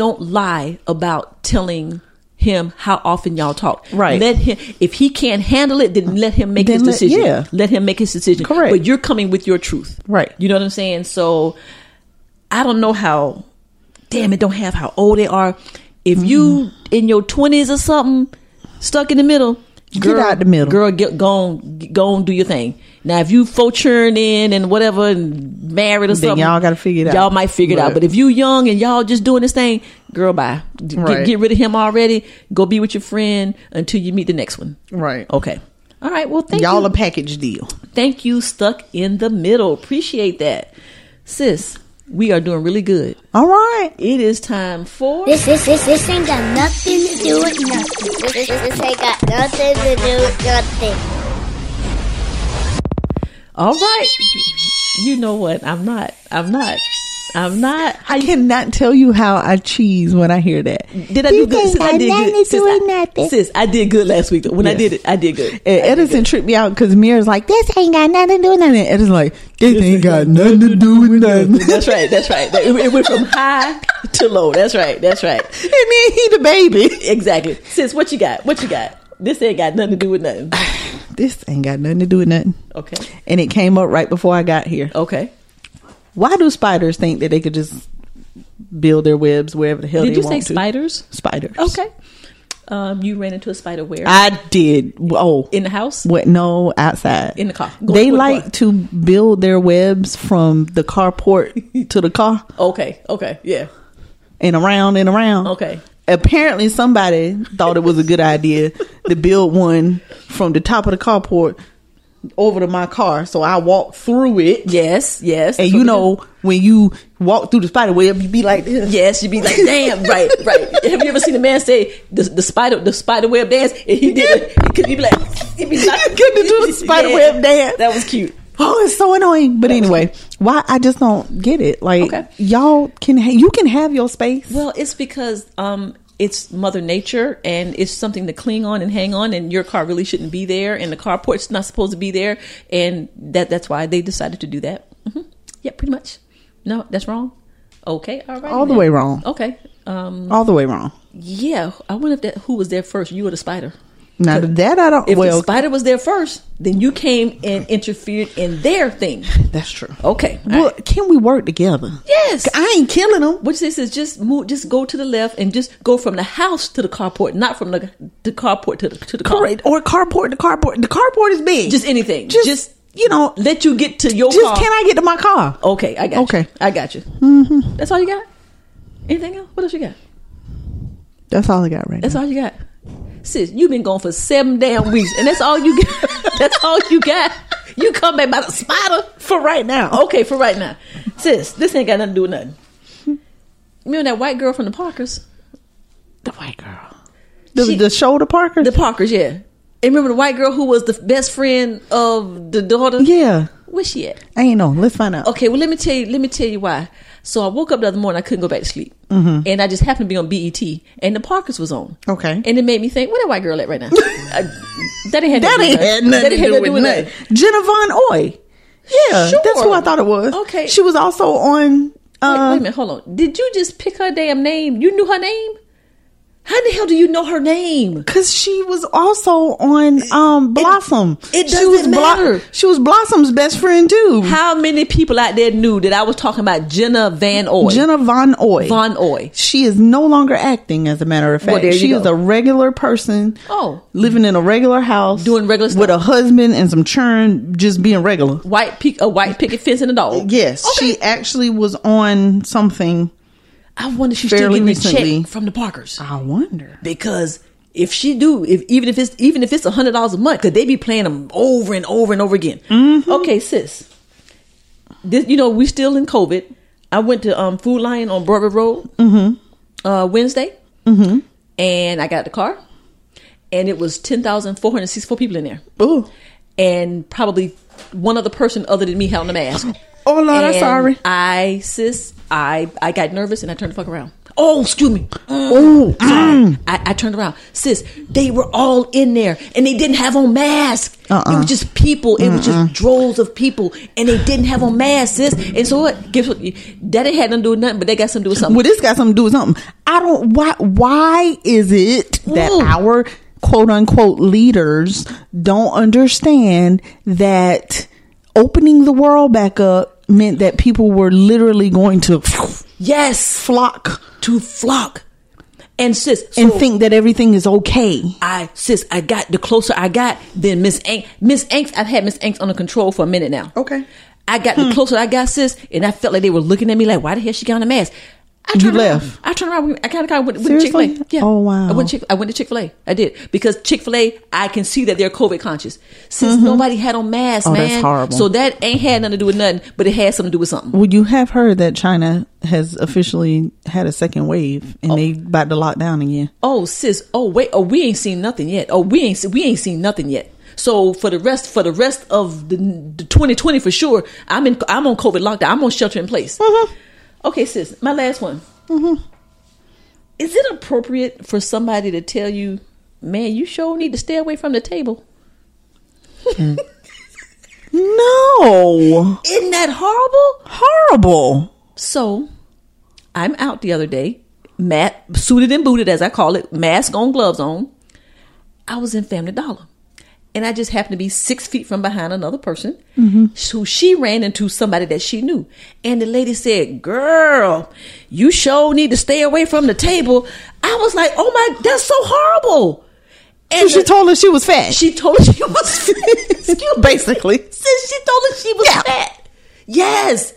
Speaker 5: don't lie about telling him how often y'all talk.
Speaker 6: Right.
Speaker 5: Let him if he can't handle it, then let him make
Speaker 6: Then
Speaker 5: his
Speaker 6: let-
Speaker 5: decision.
Speaker 6: yeah.
Speaker 5: Let him make his decision.
Speaker 6: Correct.
Speaker 5: But you're coming with your truth.
Speaker 6: Right.
Speaker 5: You know what I'm saying? So I don't know how damn it don't have how old they are. If you in your twenties or something, stuck in the middle,
Speaker 6: Get out the middle.
Speaker 5: Girl, get gone gone do your thing. Now if you fo churn in and whatever and married or
Speaker 6: Then
Speaker 5: something.
Speaker 6: y'all gotta figure it out.
Speaker 5: Y'all might figure it out.
Speaker 6: Right.
Speaker 5: But if you young and y'all just doing this thing, girl, bye. D- Get,
Speaker 6: Right.
Speaker 5: get rid of him already. Go be with your friend until you meet the next one.
Speaker 6: right
Speaker 5: Okay. All right. Well, thank
Speaker 6: y'all
Speaker 5: you.
Speaker 6: a package deal
Speaker 5: thank you, stuck in the middle. Appreciate that, sis. We are doing really good.
Speaker 6: All right.
Speaker 5: It is time for
Speaker 7: This, this, this, this ain't got nothing to do with nothing. This, this, this ain't got nothing to do with nothing.
Speaker 5: all right. You know what? I'm not. I'm not. I'm not.
Speaker 6: I cannot tell you how I cheese when I hear that.
Speaker 5: Did I
Speaker 7: You
Speaker 5: do good?
Speaker 7: think
Speaker 5: Sis, I did
Speaker 7: I'm
Speaker 5: good.
Speaker 7: not
Speaker 5: Sis,
Speaker 7: doing
Speaker 5: I,
Speaker 7: nothing.
Speaker 5: sis, I did good last week. Though. When I
Speaker 6: Yes.
Speaker 5: did it, I did good.
Speaker 6: And Edison tripped me out because Mira's like, this ain't got nothing to do with nothing. And Edison's like, this ain't got nothing to do with nothing.
Speaker 5: That's right. That's right. It, it went from high to low. That's right. That's right.
Speaker 6: and then he the baby.
Speaker 5: Exactly. Sis, what you got? What you got? This ain't got nothing to do with nothing.
Speaker 6: This ain't got nothing to do with nothing.
Speaker 5: Okay.
Speaker 6: And it came up right before I got here.
Speaker 5: Okay.
Speaker 6: Why do spiders think that they could just build their webs wherever the hell
Speaker 5: Did
Speaker 6: they
Speaker 5: you say
Speaker 6: want to?
Speaker 5: spiders?
Speaker 6: Spiders.
Speaker 5: Okay. Um, you ran into a spider where?
Speaker 6: I did. Oh.
Speaker 5: in the house?
Speaker 6: What? No, outside.
Speaker 5: In the car. Go
Speaker 6: They
Speaker 5: to the
Speaker 6: like
Speaker 5: car.
Speaker 6: to build their webs from the carport to the car
Speaker 5: Okay. Okay. Yeah.
Speaker 6: and around and around.
Speaker 5: Okay.
Speaker 6: Apparently, somebody thought it was a good idea to build one from the top of the carport over to my car. So I walked through it.
Speaker 5: Yes. Yes.
Speaker 6: And you know, when you walk through the spider web, you be like this.
Speaker 5: Yes, you'd be like, damn, right, right. Have you ever seen a man say the, the spider the spider web dance? And he did it. He could he'd be like, he'd be like,
Speaker 6: You couldn't do the spider web dance.
Speaker 5: That was cute.
Speaker 6: Oh, it's so annoying. But anyway, why I just don't get it. Like
Speaker 5: Okay.
Speaker 6: y'all can ha- you can have your space.
Speaker 5: Well, it's because um, it's Mother Nature and it's something to cling on and hang on, and your car really shouldn't be there, and the carport's not supposed to be there, and that that's why they decided to do that. hmm Yeah, pretty much. No, that's wrong. Okay, all right.
Speaker 6: All the way wrong.
Speaker 5: Okay. Um,
Speaker 6: All the way wrong.
Speaker 5: yeah, I wonder if that who was there first, you or the spider.
Speaker 6: Now that I don't.
Speaker 5: If
Speaker 6: well,
Speaker 5: the spider was there first, then you came and interfered in their thing.
Speaker 6: that's true.
Speaker 5: Okay. all
Speaker 6: Well,
Speaker 5: right.
Speaker 6: can we work together?
Speaker 5: Yes.
Speaker 6: I ain't killing them.
Speaker 5: What this is just move, just go to the left and just go from the house to the carport, not from the the carport to the to the car.
Speaker 6: Correct. Or carport to carport. The carport is big.
Speaker 5: Just anything.
Speaker 6: Just,
Speaker 5: Just,
Speaker 6: you know.
Speaker 5: let you get to your
Speaker 6: Just
Speaker 5: car. Oh.
Speaker 6: can I get to my car?
Speaker 5: Okay, I got.
Speaker 6: Okay.
Speaker 5: you. I got you. Mm-hmm. That's all you got. Anything else? What else you got?
Speaker 6: That's all I got right
Speaker 5: That's all you got. Sis, you've been gone for seven damn weeks, and that's all you got. that's all you got. You come back by the spider.
Speaker 6: for right now.
Speaker 5: Okay, for right now. Sis, this ain't got nothing to do with nothing. Remember that white girl from the Parkers?
Speaker 6: The white girl. The,
Speaker 5: She-
Speaker 6: the shoulder Parker.
Speaker 5: The Parkers, yeah. And remember the white girl who was the best friend of the daughter?
Speaker 6: yeah.
Speaker 5: Where's she at?
Speaker 6: I ain't know. Let's find out.
Speaker 5: Okay, well let me tell you. Let me tell you why. So I woke up the other morning. I couldn't go back to sleep, and I just happened to be on BET, and the Parkers was on.
Speaker 6: Mm-hmm. Okay.
Speaker 5: and it made me think, where that white girl at right now? I, that ain't had
Speaker 6: That
Speaker 5: nothing to do with her.
Speaker 6: ain't had nothing to do with nothing. Jenna Von Oy. Yeah,
Speaker 5: Sure.
Speaker 6: that's who I thought it was.
Speaker 5: Okay.
Speaker 6: she was also on.
Speaker 5: Wait, wait a
Speaker 6: Um,
Speaker 5: minute, hold on. Did you just pick her damn name? You knew her name? How the hell do you know her name?
Speaker 6: Cause she was also on um, Blossom.
Speaker 5: it
Speaker 6: she was
Speaker 5: doesn't matter.
Speaker 6: she was Blossom's best friend too.
Speaker 5: How many people out there knew that I was talking about Jenna Van Oy?
Speaker 6: Jenna Von Oy.
Speaker 5: Von Oy.
Speaker 6: She is no longer acting, as a matter of fact.
Speaker 5: Well, there you
Speaker 6: she is
Speaker 5: go.
Speaker 6: a regular person.
Speaker 5: Oh.
Speaker 6: living in a regular house,
Speaker 5: Doing regular
Speaker 6: with
Speaker 5: stuff.
Speaker 6: a husband and some churn, just being regular.
Speaker 5: White pe- a white picket fence and a dog.
Speaker 6: Yes,
Speaker 5: Okay.
Speaker 6: she actually was on something.
Speaker 5: I wonder if she's still
Speaker 6: fairly
Speaker 5: getting a
Speaker 6: recently-
Speaker 5: check from the Parkers
Speaker 6: I wonder.
Speaker 5: because if she do, if even if it's even if it's a hundred dollars a month, could they be playing them over and over and over again? Okay, sis. This, you know, we still in COVID. I went to um, Food Lion on Broadway Road uh, Wednesday, and I got the car, and it was ten thousand four hundred sixty-four people in there,
Speaker 6: Ooh.
Speaker 5: and probably one other person other than me had on a mask.
Speaker 6: Oh Lord, I'm
Speaker 5: And
Speaker 6: sorry.
Speaker 5: I sis, I I got nervous and I turned the fuck around. Oh, excuse me. Mm.
Speaker 6: Oh,
Speaker 5: I, I turned around. Sis, they were all in there and they didn't have on masks. It
Speaker 6: Uh-uh.
Speaker 5: was just people. It was just droves of people and they didn't have on masks, sis. And so what? Guess what? That ain't had nothing to do with nothing, but they got something to do with something.
Speaker 6: well, this got something to do with something. I don't. Why? Why is it that
Speaker 5: Ooh.
Speaker 6: our quote unquote leaders don't understand that opening the world back up meant that people were literally going to
Speaker 5: yes.
Speaker 6: flock
Speaker 5: To flock. And sis, so
Speaker 6: and think that everything is okay?
Speaker 5: I sis, I got the closer I got, then Miss Ank Miss Anks, I've had Miss Anks under control for a minute now.
Speaker 6: Okay. Hmm.
Speaker 5: I got the closer I got, sis, and I felt like they were looking at me like, why the hell she got on a mask? I turned
Speaker 6: You
Speaker 5: around.
Speaker 6: left.
Speaker 5: I turned around. I kind of got went, went to Chick
Speaker 6: Seriously?
Speaker 5: Fil A. Yeah.
Speaker 6: Oh, wow.
Speaker 5: I went Chick. I went to Chick Fil A. I did because Chick Fil A. I can see that they're COVID conscious since nobody had on masks,
Speaker 6: Mm-hmm. Oh,
Speaker 5: man.
Speaker 6: that's horrible.
Speaker 5: So that ain't had nothing to do with nothing, but it had something to do with something.
Speaker 6: Well, you have heard that China has officially had a second wave, and they about to lock down again.
Speaker 5: Oh, sis. Oh, wait. Oh, we ain't seen nothing yet. Oh, we ain't. We ain't seen nothing yet. So for the rest, for the rest of the, the 2020, for sure, I'm in. I'm on COVID lockdown. I'm on shelter in place. Okay, sis. My last one. Is it appropriate for somebody to tell you, man, you sure need to stay away from the table?
Speaker 6: No,
Speaker 5: Isn't that horrible?
Speaker 6: horrible.
Speaker 5: So, I'm out the other day, mat suited and booted as I call it, mask on, gloves on. I was in Family Dollar, and I just happened to be six feet from behind another person. So she ran into somebody that she knew, and the lady said, "Girl, you sure need to stay away from the table." I was like, "Oh my, that's so horrible." And
Speaker 6: She
Speaker 5: the-
Speaker 6: told her she was fat.
Speaker 5: she told her she was fat. Excuse me.
Speaker 6: Basically.
Speaker 5: Since she told her she was
Speaker 6: Yeah.
Speaker 5: fat. Yes.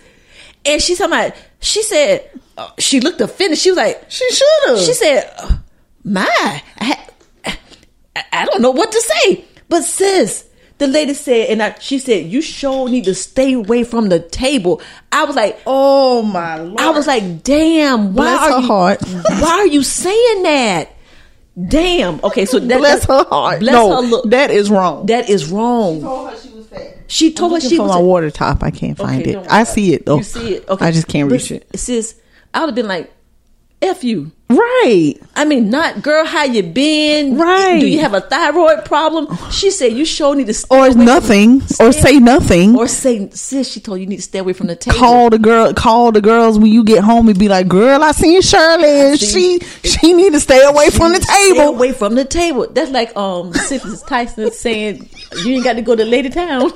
Speaker 5: And she's talking about, she said, uh, she looked offended. She was like,
Speaker 6: She shoulda.
Speaker 5: She said, uh, my, I, ha- I, I don't know what to say. But sis, the lady said, and I, she said, you sure need to stay away from the table. I was like,
Speaker 6: oh my lord!
Speaker 5: I was like, damn, why
Speaker 6: Bless
Speaker 5: are
Speaker 6: her
Speaker 5: you,
Speaker 6: heart.
Speaker 5: why are you saying that? Damn. Okay, so that,
Speaker 6: bless
Speaker 5: that-
Speaker 6: her heart.
Speaker 5: Bless
Speaker 6: no,
Speaker 5: her look.
Speaker 6: that is wrong.
Speaker 5: That is wrong. She told her
Speaker 6: Looking
Speaker 5: she
Speaker 6: for
Speaker 5: was
Speaker 6: my
Speaker 5: fat.
Speaker 6: water top. I can't find
Speaker 5: Okay,
Speaker 6: it.
Speaker 5: don't worry
Speaker 6: I
Speaker 5: about
Speaker 6: see it though.
Speaker 5: You see it. Okay.
Speaker 6: I just can't
Speaker 5: But
Speaker 6: reach it.
Speaker 5: Sis, I would have been like, F you.
Speaker 6: Right.
Speaker 5: I mean, not girl, how you been?
Speaker 6: Right.
Speaker 5: Do you have a thyroid problem? She said, You sure need to stay
Speaker 6: Or
Speaker 5: away from-
Speaker 6: nothing.
Speaker 5: stay-
Speaker 6: Or say nothing.
Speaker 5: Or say, sis, she told you, you need to stay away from the table.
Speaker 6: call the girl call the girls when you get home and be like girl i seen shirley and she she need to stay away from the
Speaker 5: Stay
Speaker 6: table
Speaker 5: away from the table. That's like um Cynthia Tyson saying you ain't got to go to Lady Town.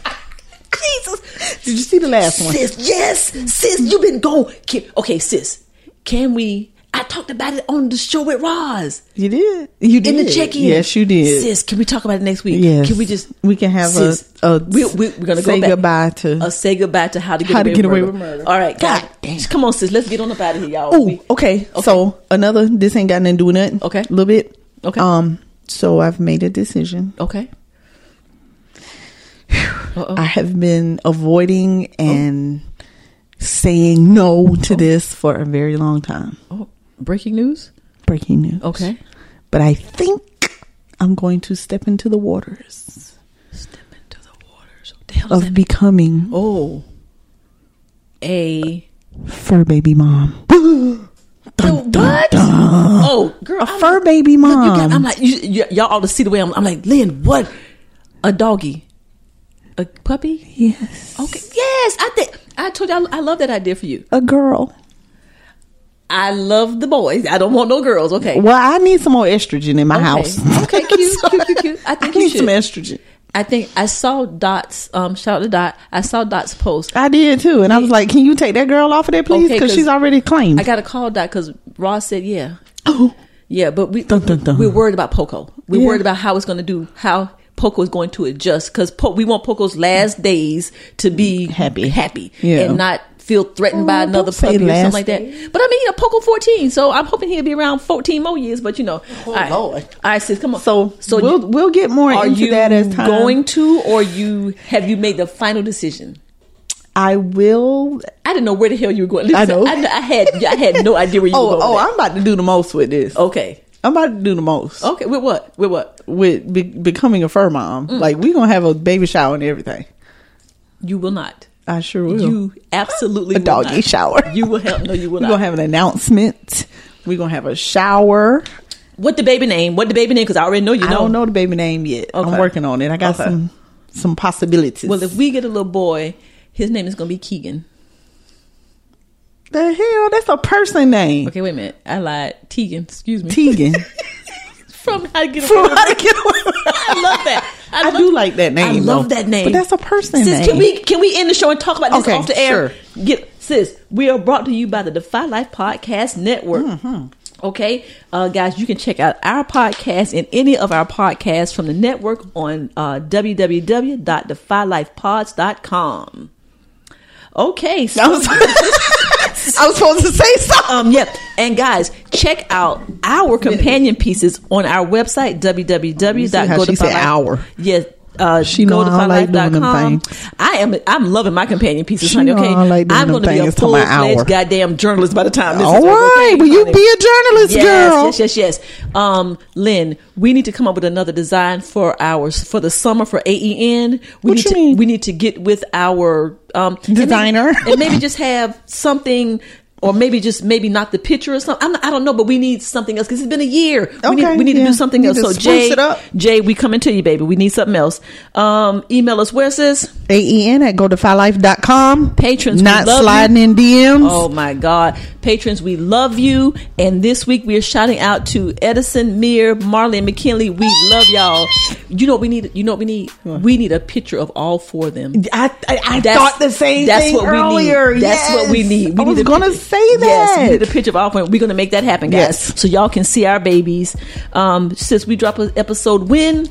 Speaker 5: Jesus.
Speaker 6: did you see the last one
Speaker 5: Sis, yes, sis, you've been gone. Can- okay, sis, can we? I talked about it on the show with Roz
Speaker 6: you did you did
Speaker 5: in the check-in.
Speaker 6: yes you did
Speaker 5: Sis, can we talk about it next week?
Speaker 6: Yes.
Speaker 5: Can we just
Speaker 6: We can have a-
Speaker 5: sis,
Speaker 6: a
Speaker 5: we, we, we're gonna
Speaker 6: say
Speaker 5: go back.
Speaker 6: goodbye to-
Speaker 5: a say goodbye to how to get
Speaker 6: How to
Speaker 5: away,
Speaker 6: Get
Speaker 5: with,
Speaker 6: Away
Speaker 5: murder.
Speaker 6: with Murder.
Speaker 5: All right,
Speaker 6: God
Speaker 5: God,
Speaker 6: damn.
Speaker 5: come on, sis, let's get on up out of here, y'all.
Speaker 6: Oh,
Speaker 5: We-
Speaker 6: okay. So another. This ain't got nothing to do with nothing.
Speaker 5: Okay.
Speaker 6: a little bit.
Speaker 5: Okay.
Speaker 6: Um. So I've made a decision.
Speaker 5: okay,
Speaker 6: I have been avoiding
Speaker 5: Oh.
Speaker 6: and saying no to this for a very long time.
Speaker 5: oh, breaking news.
Speaker 6: Breaking news.
Speaker 5: Okay,
Speaker 6: But I think I'm going to step into the waters
Speaker 5: step into the waters. What the hell does
Speaker 6: of
Speaker 5: that
Speaker 6: becoming
Speaker 5: Oh, a
Speaker 6: fur baby mom.
Speaker 5: The what? Oh, girl, I'm-
Speaker 6: Fur baby mom.
Speaker 5: You got, I'm like, you, y- y'all ought to see the way I'm. I'm like, Lynn, what? A doggy, a puppy?
Speaker 6: yes.
Speaker 5: Okay, yes. I think I told you I, I love that idea for you.
Speaker 6: A girl.
Speaker 5: I love the boys. I don't want no girls. Okay.
Speaker 6: Well, I need some more estrogen in my
Speaker 5: Okay.
Speaker 6: house.
Speaker 5: Okay, cute, cute, cute, cute. I think you
Speaker 6: need
Speaker 5: should.
Speaker 6: some estrogen.
Speaker 5: I think I saw Dot's. Um, shout out to Dot. I saw Dot's post.
Speaker 6: I did too, and I was like, "Can you take that girl off of there, please?
Speaker 5: Okay,
Speaker 6: Because
Speaker 5: 'cause
Speaker 6: she's already claimed."
Speaker 5: I got to call Dot because Ross said, yeah.
Speaker 6: oh,
Speaker 5: Yeah, but we
Speaker 6: Dun, dun, dun.
Speaker 5: we're worried about Poco. We're
Speaker 6: Yeah.
Speaker 5: worried about how it's going to do, how Poco is going to adjust because po- we want Poco's last days to be
Speaker 6: Happy.
Speaker 5: happy,
Speaker 6: Yeah.
Speaker 5: and not feel threatened by
Speaker 6: Oh,
Speaker 5: another
Speaker 6: don't say
Speaker 5: puppy or something
Speaker 6: last
Speaker 5: like that. But I mean, you know, Poco fourteen, so I'm hoping he'll be around fourteen more years. But you know, oh, all right,
Speaker 6: Lord.
Speaker 5: all right, sis, come on.
Speaker 6: so so we'll
Speaker 5: you-
Speaker 6: we'll get more
Speaker 5: are
Speaker 6: into
Speaker 5: you
Speaker 6: that as time
Speaker 5: going to, or you have you made the final decision?
Speaker 6: I will.
Speaker 5: I didn't know where the hell you were going.
Speaker 6: I know.
Speaker 5: I, I had I had no idea where you were
Speaker 6: Oh
Speaker 5: going.
Speaker 6: oh,
Speaker 5: with Oh. that.
Speaker 6: I'm about to do the most with this.
Speaker 5: okay,
Speaker 6: I'm about to do the most
Speaker 5: okay. With what? With what?
Speaker 6: with be- becoming a fur mom.
Speaker 5: Mm.
Speaker 6: Like we gonna have a baby shower and everything.
Speaker 5: You will not.
Speaker 6: I sure will.
Speaker 5: You absolutely
Speaker 6: a
Speaker 5: will
Speaker 6: doggy
Speaker 5: not.
Speaker 6: shower.
Speaker 5: You will help. No, you will
Speaker 6: We're
Speaker 5: not.
Speaker 6: gonna have an announcement. We're gonna have a shower.
Speaker 5: what the baby name? What the baby name? Because I already know you
Speaker 6: I don't know the baby name yet. I'm
Speaker 5: Okay.
Speaker 6: working on it. I got
Speaker 5: Okay.
Speaker 6: some some possibilities.
Speaker 5: Well, if we get a little boy, his name is going to be Keegan.
Speaker 6: the hell, that's a person name.
Speaker 5: Okay, wait a minute. I lied. Tegan. Excuse me.
Speaker 6: Tegan.
Speaker 5: From How to Get Away.
Speaker 6: From
Speaker 5: with
Speaker 6: How to
Speaker 5: Murder.
Speaker 6: Get Away with Murder.
Speaker 5: I love that.
Speaker 6: I
Speaker 5: love-
Speaker 6: do like that name,
Speaker 5: I love
Speaker 6: though.
Speaker 5: that name.
Speaker 6: But that's a person
Speaker 5: Sis,
Speaker 6: name.
Speaker 5: can we can we end the show and talk about this
Speaker 6: Okay,
Speaker 5: off the air?
Speaker 6: sure.
Speaker 5: Get sis. We are brought to you by the Defy Life Podcast Network.
Speaker 6: Mm-hmm.
Speaker 5: Okay, uh, guys, you can check out our podcast and any of our podcasts from the network on uh, www.defylifepods.com. Okay, so
Speaker 6: I'm sorry. I was supposed to say something.
Speaker 5: Um, yep. And guys, check out our companion pieces on our website,
Speaker 6: how she said our.
Speaker 5: www.godefylife.com. Yes. Uh,
Speaker 6: She know I like doing them
Speaker 5: godefylife.com.
Speaker 6: things.
Speaker 5: I am. I'm loving my companion pieces,
Speaker 6: She
Speaker 5: honey.
Speaker 6: know
Speaker 5: Okay,
Speaker 6: I like doing
Speaker 5: I'm
Speaker 6: them
Speaker 5: gonna be a
Speaker 6: things to
Speaker 5: full
Speaker 6: my hour.
Speaker 5: fledged goddamn journalist by the time this is
Speaker 6: All
Speaker 5: over,
Speaker 6: right,
Speaker 5: okay,
Speaker 6: will you
Speaker 5: honey?
Speaker 6: be a journalist,
Speaker 5: yes,
Speaker 6: girl?
Speaker 5: Yes, yes, yes. Um, Lynn, we need to come up with another design for ours for the summer for AEN. We
Speaker 6: What
Speaker 5: need
Speaker 6: you
Speaker 5: to,
Speaker 6: mean?
Speaker 5: We need to get with our um, and maybe-
Speaker 6: Designer.
Speaker 5: and maybe, just have something. Or maybe just maybe not the picture or something. I'm not, I don't know, but we need something else because it's been a year. we
Speaker 6: Okay,
Speaker 5: need, we need to
Speaker 6: yeah.
Speaker 5: do something
Speaker 6: Need
Speaker 5: else.
Speaker 6: to
Speaker 5: So
Speaker 6: spruce
Speaker 5: Jay,
Speaker 6: it up.
Speaker 5: Jay, we coming to you, baby. We need something else. Um, email us. Where's this?
Speaker 6: AEN E at godefylife.com.
Speaker 5: Patrons, we
Speaker 6: Not
Speaker 5: love you.
Speaker 6: sliding in DMs.
Speaker 5: Oh my God. Patrons, we love you. And this week we are shouting out to Edison, Mir, Marley, and McKinley. We love y'all. You know what we need you know what we need? We need a picture of all four of them.
Speaker 6: I, I, I
Speaker 5: That's-
Speaker 6: thought the same
Speaker 5: that's
Speaker 6: thing
Speaker 5: what
Speaker 6: earlier.
Speaker 5: We need. That's
Speaker 6: Yes.
Speaker 5: what we need. We
Speaker 6: I
Speaker 5: need
Speaker 6: was
Speaker 5: a
Speaker 6: gonna
Speaker 5: picture-
Speaker 6: say
Speaker 5: Yes, we
Speaker 6: that.
Speaker 5: need a picture of all four. We're gonna make that happen, guys.
Speaker 6: Yes.
Speaker 5: So y'all can see our babies. Um, since we drop an episode when?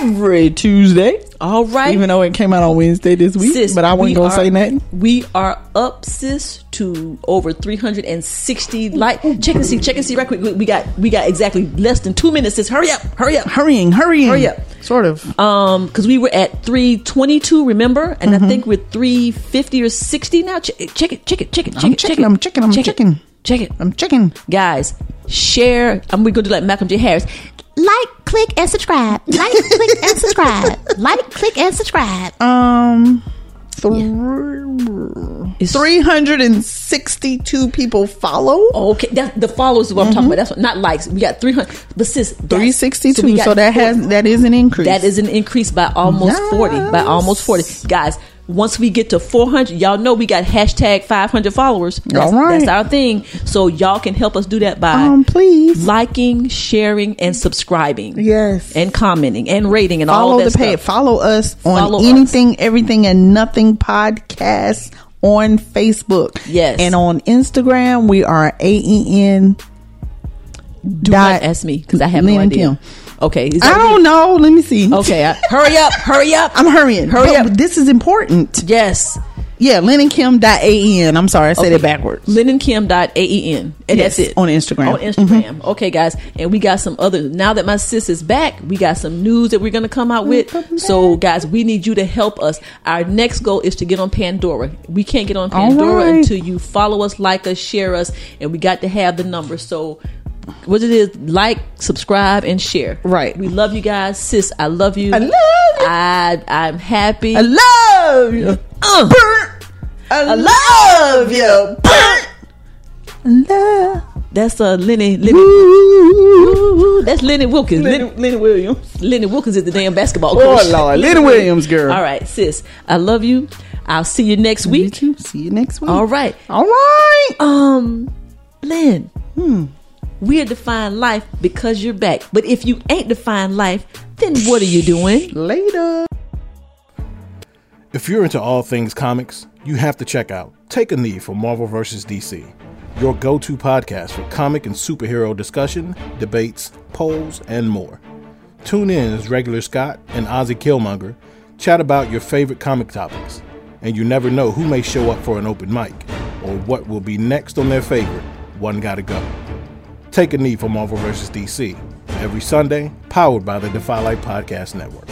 Speaker 9: every Tuesday.
Speaker 5: All right.
Speaker 9: Even though it came out on Wednesday this week,
Speaker 5: Sis,
Speaker 9: but I
Speaker 5: we
Speaker 9: wasn't gonna
Speaker 5: are-
Speaker 9: say nothing.
Speaker 5: We are up, sis, to over 360 like check and see, check and see right quick. We, we got we got exactly less than two minutes, sis. Hurry up, hurry up.
Speaker 9: Hurrying, hurrying,
Speaker 5: Hurry up.
Speaker 9: Sort of.
Speaker 5: Um, because we were at 322, remember? And
Speaker 9: Mm-hmm.
Speaker 5: I think we're 350 or 60 now. Check it, check it, check it, check it, check
Speaker 9: I'm
Speaker 5: it. check
Speaker 9: checking,
Speaker 5: it.
Speaker 9: I'm checking, I'm
Speaker 5: Check it.
Speaker 9: checking.
Speaker 5: Check it.
Speaker 9: I'm checking.
Speaker 5: Guys, share. I'm gonna do like Malcolm J. Harris.
Speaker 7: Like, click, and subscribe. Like, click, and subscribe. Like, click, and subscribe.
Speaker 9: Um,
Speaker 5: It's-
Speaker 9: three hundred and sixty-two people follow.
Speaker 5: Okay, that, the followers is what I'm talking about. That's what, not likes. We got 300, but sis, that's-
Speaker 9: Mm-hmm. Three sixty-two.
Speaker 5: we
Speaker 9: So,
Speaker 5: got
Speaker 9: that has that is an increase.
Speaker 5: That is an increase by almost 40. By almost 40. Guys, once we get to 400, y'all know we got hashtag 500 followers. That's,
Speaker 9: All right.
Speaker 5: that's our thing. So y'all can help us do that by
Speaker 9: Um, please.
Speaker 5: liking, sharing, and subscribing.
Speaker 9: Yes.
Speaker 5: And commenting and rating and all
Speaker 9: follow
Speaker 5: of
Speaker 9: the
Speaker 5: that
Speaker 9: page.
Speaker 5: stuff.
Speaker 9: Follow us on
Speaker 5: Follow us.
Speaker 9: anything, everything, and nothing podcast on Facebook.
Speaker 5: Yes.
Speaker 9: and on Instagram we are E aen.
Speaker 5: Do not ask me because I have
Speaker 9: Lynn
Speaker 5: no
Speaker 9: and
Speaker 5: idea.
Speaker 9: Kim.
Speaker 5: Okay. Is
Speaker 9: I
Speaker 5: that
Speaker 9: don't know. Let me see.
Speaker 5: you? Okay. I- hurry up. Hurry up.
Speaker 9: I'm hurrying.
Speaker 5: Hurry
Speaker 9: But
Speaker 5: up.
Speaker 9: This is important.
Speaker 5: Yes.
Speaker 9: Yeah, Lynn and Kim dot aen. I'm sorry, I said
Speaker 5: Okay.
Speaker 9: it backwards.
Speaker 5: LennonKim.aen. And
Speaker 9: Yes,
Speaker 5: that's it.
Speaker 9: on Instagram. Mm-hmm.
Speaker 5: On Instagram. Okay, guys. And we got some other. Now that my sis is back, we got some news that we're going to come out with. So, guys, we need you to help us. Our next goal is to get on Pandora. We can't get on Pandora
Speaker 9: right.
Speaker 5: until you follow us, like us, share us, and we got to have the number. So, what it is, like, subscribe, and share.
Speaker 9: Right.
Speaker 5: We love you guys. Sis, I love you.
Speaker 9: I love you.
Speaker 5: I, I'm happy.
Speaker 9: I love you.
Speaker 5: Uh.
Speaker 9: Brr. I love you. Brr. Love.
Speaker 5: That's uh, Lenny. Lenny that's Lenny Wilkins. Lenny,
Speaker 9: Lenny Williams.
Speaker 5: Lenny Wilkins is the damn basketball coach.
Speaker 9: Oh Lord, Lenny Williams, girl.
Speaker 5: All right, sis. I love you. I'll see you next
Speaker 9: Week.
Speaker 5: week.
Speaker 9: See you next week.
Speaker 5: All right.
Speaker 9: All right.
Speaker 5: Um, Lynn. We are define life because you're back. But if you ain't define life, then what are you doing?
Speaker 9: Later.
Speaker 10: If you're into all things comics, you have to check out Take a Knee for Marvel vs. DC, your go to podcast for comic and superhero discussion, debates, polls, and more. Tune in as regular Scott and Ozzy Killmonger chat about your favorite comic topics, and you never know who may show up for an open mic or what will be next on their favorite One Gotta Go. Take a Knee for Marvel vs. DC, every Sunday, powered by the Defy Light Podcast Network.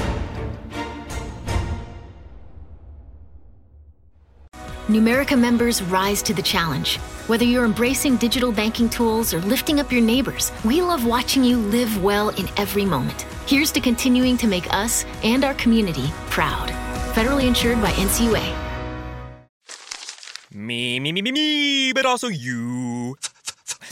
Speaker 11: Numerica members rise to the challenge. Whether you're embracing digital banking tools or lifting up your neighbors, we love watching you live well in every moment. Here's to continuing to make us and our community proud. Federally insured by NCUA.
Speaker 12: Me, me, me, me, me, but also you.